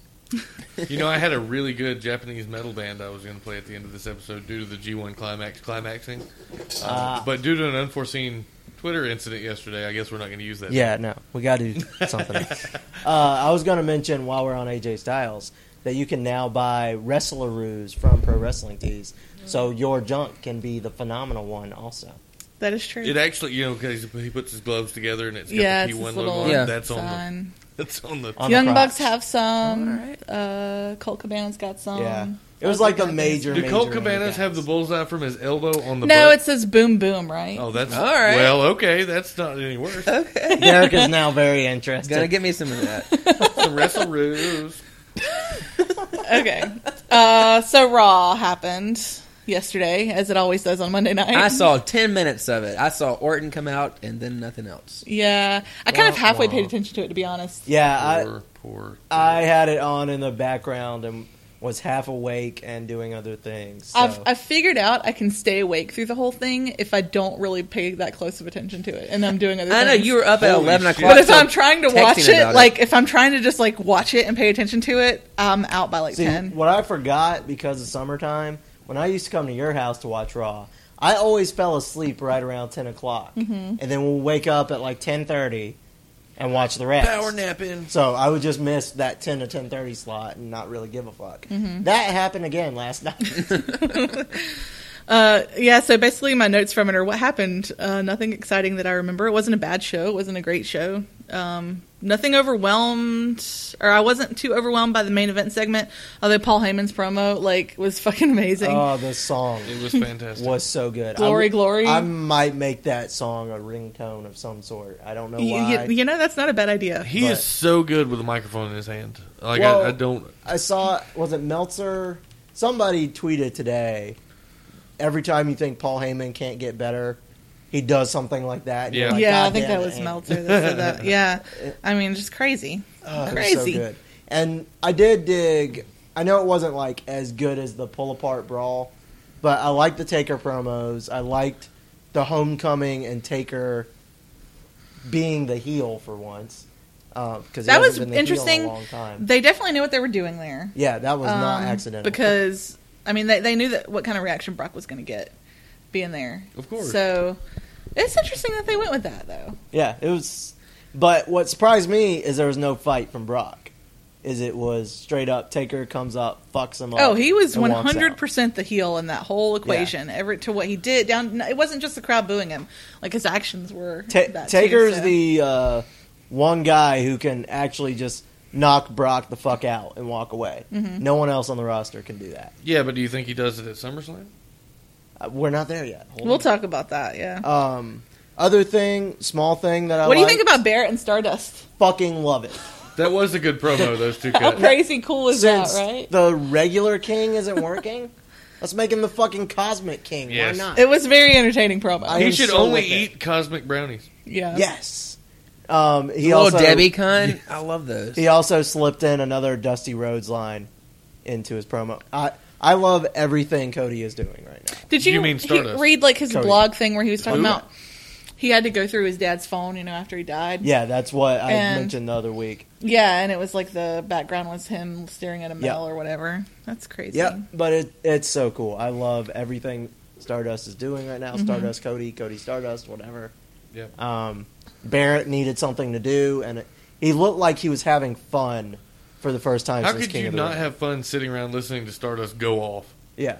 [SPEAKER 6] You know, I had a really good Japanese metal band I was going to play at the end of this episode due to the G1 climax climaxing, uh,
[SPEAKER 5] Ah.
[SPEAKER 6] but due to an unforeseen Twitter incident yesterday, I guess we're not going to use that.
[SPEAKER 5] Yeah, no, we got to do
[SPEAKER 6] (laughs)
[SPEAKER 5] something. else. uh, I was going to mention while we're on AJ Styles that you can now buy Wrestleroos from Pro Wrestling Tees, so your junk can be the phenomenal one also.
[SPEAKER 3] That is true.
[SPEAKER 6] It actually, you know, because he puts his gloves together and it's got
[SPEAKER 3] yeah,
[SPEAKER 6] the
[SPEAKER 3] it's
[SPEAKER 6] P1
[SPEAKER 3] this
[SPEAKER 6] logo
[SPEAKER 3] little
[SPEAKER 6] on. it.
[SPEAKER 4] Yeah.
[SPEAKER 6] That's on the.
[SPEAKER 3] sign.
[SPEAKER 6] That's on the.
[SPEAKER 5] On the
[SPEAKER 3] Young
[SPEAKER 5] crocs.
[SPEAKER 3] Bucks have some.
[SPEAKER 4] All right.
[SPEAKER 3] Uh, Colt Cabana's got some.
[SPEAKER 5] Yeah, it was like the major.
[SPEAKER 6] Do
[SPEAKER 5] major
[SPEAKER 6] Colt
[SPEAKER 5] indie
[SPEAKER 6] Cabanas
[SPEAKER 5] guys.
[SPEAKER 6] have the bullseye from his elbow on the?
[SPEAKER 3] No,
[SPEAKER 6] butt?
[SPEAKER 3] it says Boom Boom, right?
[SPEAKER 6] Oh, that's
[SPEAKER 4] All right.
[SPEAKER 6] Well, okay, that's not any worse.
[SPEAKER 5] Derek is now very interested.
[SPEAKER 4] Gonna get me some of that.
[SPEAKER 6] Some
[SPEAKER 5] (laughs)
[SPEAKER 6] wrestle ruse. (laughs)
[SPEAKER 3] Okay. uh, so Raw happened yesterday, as it always does on Monday night.
[SPEAKER 4] (laughs) I saw ten minutes of it. I saw Orton come out and then nothing else.
[SPEAKER 3] Yeah, I kind of
[SPEAKER 6] Wah,
[SPEAKER 3] halfway
[SPEAKER 6] wah.
[SPEAKER 3] paid attention to it, to be honest.
[SPEAKER 5] yeah,
[SPEAKER 6] Poor, poor.
[SPEAKER 5] I I had it on in the background and was half awake and doing other things. So.
[SPEAKER 3] I've, I've figured out I can stay awake through the whole thing if I don't really pay that close of attention to it, and I'm doing other.
[SPEAKER 4] I know
[SPEAKER 3] things.
[SPEAKER 4] you were up at
[SPEAKER 6] Holy
[SPEAKER 4] eleven
[SPEAKER 6] shit.
[SPEAKER 4] o'clock.
[SPEAKER 3] But if
[SPEAKER 4] so
[SPEAKER 3] I'm trying to
[SPEAKER 4] texting
[SPEAKER 3] watch it,
[SPEAKER 4] about
[SPEAKER 3] like if I'm trying to just like watch it and pay attention to it, I'm out by like
[SPEAKER 5] See,
[SPEAKER 3] ten.
[SPEAKER 5] what I forgot because of summertime, when I used to come to your house to watch Raw, I always fell asleep right around ten o'clock,
[SPEAKER 3] Mm-hmm.
[SPEAKER 5] and then we'll wake up at like ten thirty and watch the rest.
[SPEAKER 6] Power napping.
[SPEAKER 5] So I would just miss that ten to ten thirty slot and not really give a fuck.
[SPEAKER 3] Mm-hmm.
[SPEAKER 5] That happened again
[SPEAKER 3] (laughs)
[SPEAKER 5] last night.
[SPEAKER 3] Uh, yeah, so basically my notes from it are what happened. Uh, nothing exciting that I remember. It wasn't a bad show. It wasn't a great show. Um, nothing overwhelmed, or I wasn't too overwhelmed by the main event segment. Although Paul Heyman's promo like was (laughs) fucking amazing.
[SPEAKER 5] oh, the song (laughs)
[SPEAKER 6] It was fantastic.
[SPEAKER 5] was so good.
[SPEAKER 3] Glory,
[SPEAKER 5] I w-
[SPEAKER 3] glory.
[SPEAKER 5] I might make that song a ringtone of some sort. I don't know
[SPEAKER 3] Y-
[SPEAKER 5] why.
[SPEAKER 3] y- you know that's not a bad idea.
[SPEAKER 6] He
[SPEAKER 5] But-
[SPEAKER 6] is so good with a microphone in his hand. Like
[SPEAKER 5] Well-
[SPEAKER 6] I, I don't.
[SPEAKER 5] I saw was it Meltzer? Somebody tweeted today. Every time you think Paul Heyman can't get better, he does something like that. and you're
[SPEAKER 6] Yeah.
[SPEAKER 5] like,
[SPEAKER 3] yeah, I
[SPEAKER 5] "God
[SPEAKER 3] think
[SPEAKER 5] damn
[SPEAKER 3] that
[SPEAKER 5] it,
[SPEAKER 3] was
[SPEAKER 5] Heyman."
[SPEAKER 3] Meltzer that said
[SPEAKER 5] (laughs)
[SPEAKER 3] that. Yeah, I mean just crazy,
[SPEAKER 5] Oh, it was
[SPEAKER 3] crazy.
[SPEAKER 5] so good. And I did dig. I know it wasn't like as good as the pull apart brawl, but I liked the Taker promos. I liked the homecoming and Taker being the heel for once. uh, Because
[SPEAKER 3] That was interesting.
[SPEAKER 5] In a long time.
[SPEAKER 3] They definitely knew what they were doing there.
[SPEAKER 5] Yeah, that was not
[SPEAKER 3] Um,
[SPEAKER 5] accidental.
[SPEAKER 3] because I mean they they knew that what kind of reaction Brock was going to get being there.
[SPEAKER 6] Of course.
[SPEAKER 3] So it's interesting that they went with that though.
[SPEAKER 5] Yeah, it was. But what surprised me is there was no fight from Brock. is it was straight up Taker comes up, fucks him up.
[SPEAKER 3] Oh, he was
[SPEAKER 5] and
[SPEAKER 3] one
[SPEAKER 5] walks out.
[SPEAKER 3] hundred percent the heel in that whole equation. Every to what he did down, it wasn't just the crowd booing him; like his actions were.
[SPEAKER 5] Ta
[SPEAKER 3] that
[SPEAKER 5] Taker's
[SPEAKER 3] too, so.
[SPEAKER 5] the uh, one guy who can actually just knock Brock the fuck out and walk away.
[SPEAKER 3] Mm-hmm.
[SPEAKER 5] No one else on the roster can do that.
[SPEAKER 6] Yeah, but do you think he does it at SummerSlam?
[SPEAKER 5] Uh, we're not there yet. Hold
[SPEAKER 3] We'll talk about that. Yeah.
[SPEAKER 5] on. Um, other thing, small thing that I
[SPEAKER 3] what do you
[SPEAKER 5] Uh, like,
[SPEAKER 3] think about Barrett and Stardust?
[SPEAKER 5] Fucking love it.
[SPEAKER 6] That was a good promo. Those
[SPEAKER 5] (laughs)
[SPEAKER 6] two
[SPEAKER 3] How
[SPEAKER 6] cuts.
[SPEAKER 3] crazy cool is
[SPEAKER 5] Since
[SPEAKER 3] that, right?
[SPEAKER 5] the regular king
[SPEAKER 3] (laughs)
[SPEAKER 5] isn't working, let's make him the fucking cosmic king.
[SPEAKER 6] Yes.
[SPEAKER 5] Why not?
[SPEAKER 3] it was very entertaining promo.
[SPEAKER 5] I-
[SPEAKER 6] He
[SPEAKER 5] am
[SPEAKER 6] should
[SPEAKER 5] so
[SPEAKER 6] only
[SPEAKER 5] with it.
[SPEAKER 6] eat cosmic brownies.
[SPEAKER 3] yeah.
[SPEAKER 5] yes. Um, he
[SPEAKER 4] Little
[SPEAKER 5] also
[SPEAKER 4] Debbie con. I love those.
[SPEAKER 5] He also slipped in another Dusty Rhodes line into his promo. I I love everything Cody is doing right now.
[SPEAKER 3] Did you,
[SPEAKER 6] You mean
[SPEAKER 3] he-
[SPEAKER 6] Stardust.
[SPEAKER 3] read like his
[SPEAKER 5] Cody.
[SPEAKER 3] blog thing where he was talking
[SPEAKER 6] Who?
[SPEAKER 3] about he had to go through his dad's phone, you know, after he died.
[SPEAKER 5] Yeah, that's what I
[SPEAKER 3] And-
[SPEAKER 5] mentioned the other week.
[SPEAKER 3] Yeah, and it was like the background was him staring at a
[SPEAKER 5] Yeah.
[SPEAKER 3] mail or whatever. That's crazy.
[SPEAKER 5] Yep, but it it's so cool. I love everything Stardust is doing right now. Stardust Cody, Cody Stardust, whatever.
[SPEAKER 6] Yep.
[SPEAKER 5] Um, Barrett needed something to do, and it, he looked like he was having fun for the first time.
[SPEAKER 6] How
[SPEAKER 5] since
[SPEAKER 6] could
[SPEAKER 5] King
[SPEAKER 6] you
[SPEAKER 5] of the
[SPEAKER 6] not
[SPEAKER 5] Ring.
[SPEAKER 6] have fun sitting around listening to Stardust go off?
[SPEAKER 5] Yeah,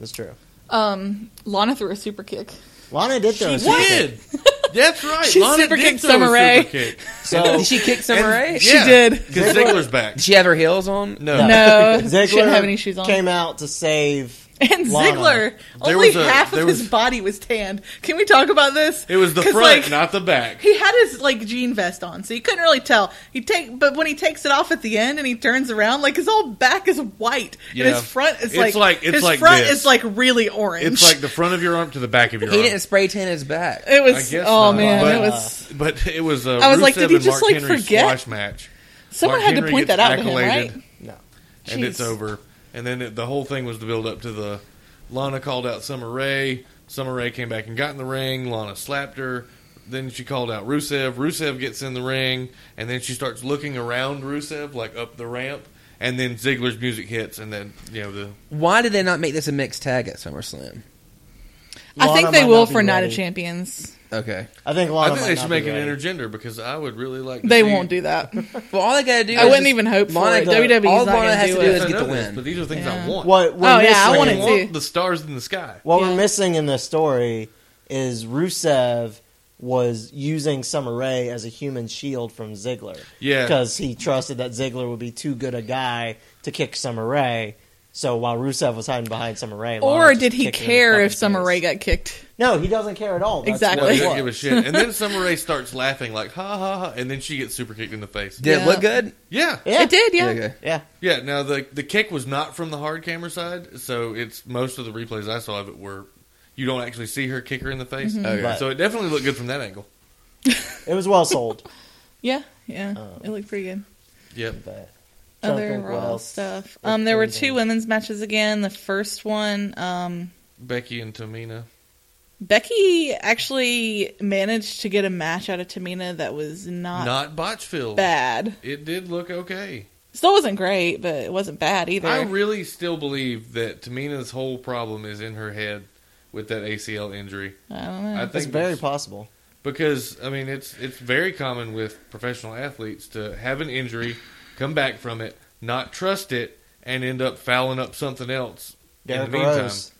[SPEAKER 5] that's true.
[SPEAKER 3] Um, Lana threw a super kick.
[SPEAKER 5] Lana did throw. a super kick.
[SPEAKER 6] (laughs) That's right.
[SPEAKER 3] She
[SPEAKER 6] Lana
[SPEAKER 3] super
[SPEAKER 6] did
[SPEAKER 3] kicked
[SPEAKER 6] throw a
[SPEAKER 3] Summer Rae.
[SPEAKER 6] super kick.
[SPEAKER 3] (laughs)
[SPEAKER 5] So
[SPEAKER 4] Did she kick Summer Rae?
[SPEAKER 6] She
[SPEAKER 3] did.
[SPEAKER 6] Because Ziggler's back.
[SPEAKER 4] Did she have her heels on?
[SPEAKER 6] No.
[SPEAKER 3] No, (laughs) Oh, she
[SPEAKER 5] Ziggler
[SPEAKER 3] didn't have any shoes on.
[SPEAKER 5] came out to save.
[SPEAKER 3] (laughs) and
[SPEAKER 5] Lana.
[SPEAKER 3] Ziggler,
[SPEAKER 6] There
[SPEAKER 3] only
[SPEAKER 6] was a-
[SPEAKER 3] half of
[SPEAKER 6] there
[SPEAKER 3] his
[SPEAKER 6] was-
[SPEAKER 3] body was tanned. Can we talk about this?
[SPEAKER 6] It was the
[SPEAKER 3] 'Cause,
[SPEAKER 6] front,
[SPEAKER 3] like,
[SPEAKER 6] not the back.
[SPEAKER 3] he had his like jean vest on, so you couldn't really tell. He take, but when he takes it off at the end and he turns around, like his whole back is white and
[SPEAKER 6] Yeah.
[SPEAKER 3] his front is
[SPEAKER 6] It's
[SPEAKER 3] like,
[SPEAKER 6] like- it's
[SPEAKER 3] his
[SPEAKER 6] like
[SPEAKER 3] front
[SPEAKER 6] this.
[SPEAKER 3] is like really orange.
[SPEAKER 6] It's like the front of your arm to the back of your
[SPEAKER 4] He
[SPEAKER 6] arm.
[SPEAKER 4] didn't spray tan his back.
[SPEAKER 3] it
[SPEAKER 6] I
[SPEAKER 3] was.
[SPEAKER 6] guess
[SPEAKER 3] Oh
[SPEAKER 6] not.
[SPEAKER 3] man,
[SPEAKER 6] But,
[SPEAKER 3] it was.
[SPEAKER 6] But it was. Uh,
[SPEAKER 3] I was like,
[SPEAKER 6] Rusev
[SPEAKER 3] did he
[SPEAKER 6] and
[SPEAKER 3] just,
[SPEAKER 6] Mark
[SPEAKER 3] like,
[SPEAKER 6] Henry's
[SPEAKER 3] forget?
[SPEAKER 6] Squash match.
[SPEAKER 3] Someone
[SPEAKER 6] Mark
[SPEAKER 3] had
[SPEAKER 6] Henry
[SPEAKER 3] to point
[SPEAKER 6] gets
[SPEAKER 3] that out to him, right?
[SPEAKER 6] accoladed.
[SPEAKER 5] No,
[SPEAKER 6] and it's
[SPEAKER 3] Jeez.
[SPEAKER 6] over. And then it, the whole thing was the build up to the Lana called out Summer Rae. Summer Rae came back and got in the ring. Lana slapped her. Then she called out Rusev. Rusev gets in the ring, and then she starts looking around Rusev, like up the ramp. And then Ziggler's music hits, and then you know the
[SPEAKER 4] Why did they not make this a mixed tag at SummerSlam?
[SPEAKER 3] I
[SPEAKER 5] Lana
[SPEAKER 3] think they
[SPEAKER 5] might
[SPEAKER 3] will
[SPEAKER 5] not be
[SPEAKER 3] for Night of
[SPEAKER 5] ready.
[SPEAKER 3] Champions.
[SPEAKER 4] Okay.
[SPEAKER 5] I think
[SPEAKER 6] I
[SPEAKER 5] Lana.
[SPEAKER 6] think
[SPEAKER 5] might
[SPEAKER 6] they
[SPEAKER 5] not
[SPEAKER 6] should
[SPEAKER 5] be
[SPEAKER 6] make it
[SPEAKER 5] ready.
[SPEAKER 6] intergender because I would really like. To
[SPEAKER 3] They
[SPEAKER 6] see-
[SPEAKER 3] won't do
[SPEAKER 5] (laughs)
[SPEAKER 3] that.
[SPEAKER 4] Well, all they gotta do.
[SPEAKER 3] I
[SPEAKER 4] is
[SPEAKER 3] wouldn't
[SPEAKER 4] just-
[SPEAKER 3] even hope for
[SPEAKER 4] Lana
[SPEAKER 3] it.
[SPEAKER 4] go-
[SPEAKER 3] WWE's
[SPEAKER 4] all
[SPEAKER 3] not
[SPEAKER 4] Lana
[SPEAKER 3] gonna
[SPEAKER 4] has
[SPEAKER 3] do
[SPEAKER 4] to do
[SPEAKER 3] it.
[SPEAKER 4] is
[SPEAKER 6] I
[SPEAKER 4] get
[SPEAKER 6] (laughs) know
[SPEAKER 4] the
[SPEAKER 6] this, but
[SPEAKER 4] win.
[SPEAKER 6] these are things
[SPEAKER 3] Yeah.
[SPEAKER 6] I want.
[SPEAKER 5] What we're
[SPEAKER 3] Oh, yeah, I
[SPEAKER 5] missing-
[SPEAKER 3] want it
[SPEAKER 6] I want
[SPEAKER 3] too.
[SPEAKER 6] the stars in the sky.
[SPEAKER 5] What we're
[SPEAKER 3] Yeah.
[SPEAKER 5] missing in this story is Rusev was using Summer Rae as a human shield from Ziggler.
[SPEAKER 6] Yeah.
[SPEAKER 5] Because he trusted that Ziggler would be too good a guy to kick Summer Rae. So while Rusev was hiding behind Summer Rae, Lana
[SPEAKER 3] Or
[SPEAKER 5] just
[SPEAKER 3] did he
[SPEAKER 5] kicked him in the
[SPEAKER 3] care
[SPEAKER 5] fucking
[SPEAKER 3] if Summer
[SPEAKER 5] face.
[SPEAKER 3] Rae got kicked?
[SPEAKER 5] No, he doesn't care at all. That's
[SPEAKER 6] No,
[SPEAKER 3] Exactly.
[SPEAKER 5] what
[SPEAKER 6] he
[SPEAKER 5] it
[SPEAKER 6] doesn't give a
[SPEAKER 5] was.
[SPEAKER 6] shit. And then Summer Rae starts laughing like ha ha ha, and then she gets super kicked in the face.
[SPEAKER 4] Did
[SPEAKER 3] Yeah.
[SPEAKER 4] it look good?
[SPEAKER 6] Yeah,
[SPEAKER 5] Yeah.
[SPEAKER 3] It did, yeah.
[SPEAKER 4] Okay.
[SPEAKER 5] Yeah.
[SPEAKER 6] Yeah, now the the kick was not from the hard camera side, so it's most of the replays I saw of it were you don't actually see her kick her in the face.
[SPEAKER 3] Mm-hmm.
[SPEAKER 5] But-
[SPEAKER 6] So it definitely looked good from that angle.
[SPEAKER 5] It was well sold.
[SPEAKER 3] Yeah, yeah.
[SPEAKER 5] Uh,
[SPEAKER 3] it looked pretty good.
[SPEAKER 6] Yep.
[SPEAKER 5] But trying to
[SPEAKER 3] (laughs) Other
[SPEAKER 5] think what
[SPEAKER 3] Raw
[SPEAKER 5] else.
[SPEAKER 3] stuff.
[SPEAKER 5] What
[SPEAKER 3] Um, there were
[SPEAKER 5] things
[SPEAKER 3] two
[SPEAKER 5] are-
[SPEAKER 3] women's matches again. The first one, um,
[SPEAKER 6] Becky and Tamina.
[SPEAKER 3] Becky actually managed to get a match out of Tamina that was not,
[SPEAKER 6] Not Botchfield.
[SPEAKER 3] bad.
[SPEAKER 6] It did look okay.
[SPEAKER 3] Still wasn't great, but it wasn't bad either.
[SPEAKER 6] I really still believe that Tamina's whole problem is in her head with that ACL injury.
[SPEAKER 3] I don't know.
[SPEAKER 6] I think
[SPEAKER 5] It's very
[SPEAKER 6] it's-
[SPEAKER 5] possible.
[SPEAKER 6] because I mean it's it's very common with professional athletes to have an injury, come back from it, not trust it, and end up fouling up something else.
[SPEAKER 5] Derek
[SPEAKER 6] in the meantime,
[SPEAKER 5] Rose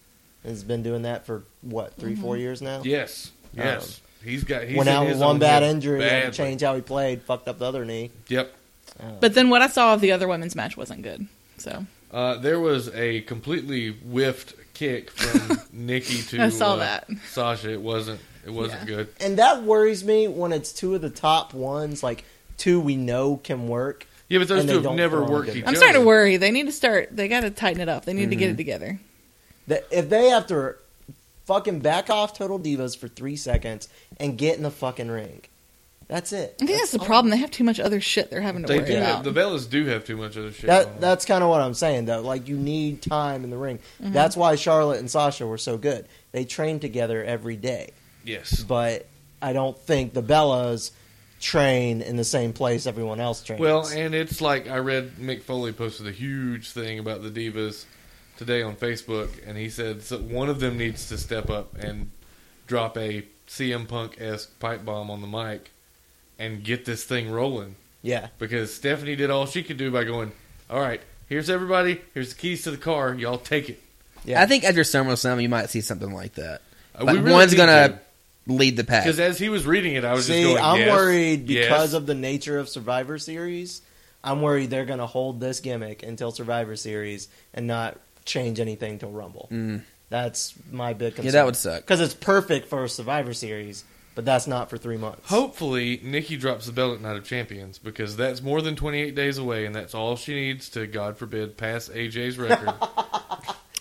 [SPEAKER 5] has been doing that for what 3
[SPEAKER 3] Mm-hmm.
[SPEAKER 5] four years now.
[SPEAKER 6] yes, yes, he's got he's
[SPEAKER 5] Um, Went
[SPEAKER 6] in
[SPEAKER 5] out
[SPEAKER 6] his
[SPEAKER 5] with one
[SPEAKER 6] own
[SPEAKER 5] bad
[SPEAKER 6] head
[SPEAKER 5] injury
[SPEAKER 6] badly.
[SPEAKER 5] and changed how he played. Fucked up the other knee.
[SPEAKER 6] Yep,
[SPEAKER 3] but then what I saw of the other women's match wasn't good. So
[SPEAKER 6] uh, there was a completely whiffed
[SPEAKER 5] (laughs)
[SPEAKER 6] kick from Nikki to
[SPEAKER 3] I saw
[SPEAKER 6] uh,
[SPEAKER 3] that.
[SPEAKER 6] Sasha. It wasn't it wasn't
[SPEAKER 3] Yeah.
[SPEAKER 6] good.
[SPEAKER 5] And that worries me when it's two of the top ones, like two we know can work.
[SPEAKER 6] Yeah, but those
[SPEAKER 5] And they
[SPEAKER 6] two have
[SPEAKER 5] don't
[SPEAKER 6] never
[SPEAKER 5] throw him
[SPEAKER 6] worked
[SPEAKER 5] good.
[SPEAKER 6] each
[SPEAKER 3] I'm
[SPEAKER 6] other.
[SPEAKER 3] starting to worry. They need to start. They got to tighten it up. They need to get it together.
[SPEAKER 5] That if they have to fucking back off Total Divas for three seconds and get in the fucking ring, that's it.
[SPEAKER 3] I think that's, the problem. They have too much other shit they're having to
[SPEAKER 6] They
[SPEAKER 3] worry
[SPEAKER 6] do
[SPEAKER 3] about.
[SPEAKER 6] have, the Bellas do have too much other shit. going
[SPEAKER 5] That
[SPEAKER 6] on.
[SPEAKER 5] that's kind of what I'm saying though. Like you need time in the ring.
[SPEAKER 3] Mm-hmm.
[SPEAKER 5] That's why Charlotte and Sasha were so good. They trained together every day,
[SPEAKER 6] yes.
[SPEAKER 5] but I don't think the Bellas train in the same place everyone else trains.
[SPEAKER 6] Well, and it's like I read Mick Foley posted a huge thing about the divas today on Facebook, and he said so one of them needs to step up and drop a CM Punk esque pipe bomb on the mic and get this thing rolling.
[SPEAKER 5] Yeah.
[SPEAKER 6] because Stephanie did all she could do by going, "All right, here's everybody. Here's the keys to the car. Y'all take it."
[SPEAKER 5] Yeah.
[SPEAKER 4] I think after SummerSlam, you might see something like that.
[SPEAKER 6] Uh,
[SPEAKER 4] Like,
[SPEAKER 6] we really
[SPEAKER 4] one's
[SPEAKER 6] need
[SPEAKER 4] gonna
[SPEAKER 6] to.
[SPEAKER 4] lead the pack.
[SPEAKER 6] Because as he was reading it, I was
[SPEAKER 5] See,
[SPEAKER 6] just going.
[SPEAKER 5] I'm
[SPEAKER 6] yes,
[SPEAKER 5] worried
[SPEAKER 6] yes.
[SPEAKER 5] because of the nature of Survivor Series. I'm worried they're going to hold this gimmick until Survivor Series and not change anything till Rumble. That's my big concern.
[SPEAKER 4] Yeah, that would suck.
[SPEAKER 5] Because it's perfect for Survivor Series, but that's not for three months.
[SPEAKER 6] Hopefully, Nikki drops the belt at Night of Champions because that's more than 28 days away, and that's all she needs to, God forbid, pass
[SPEAKER 3] (laughs)
[SPEAKER 6] AJ's record.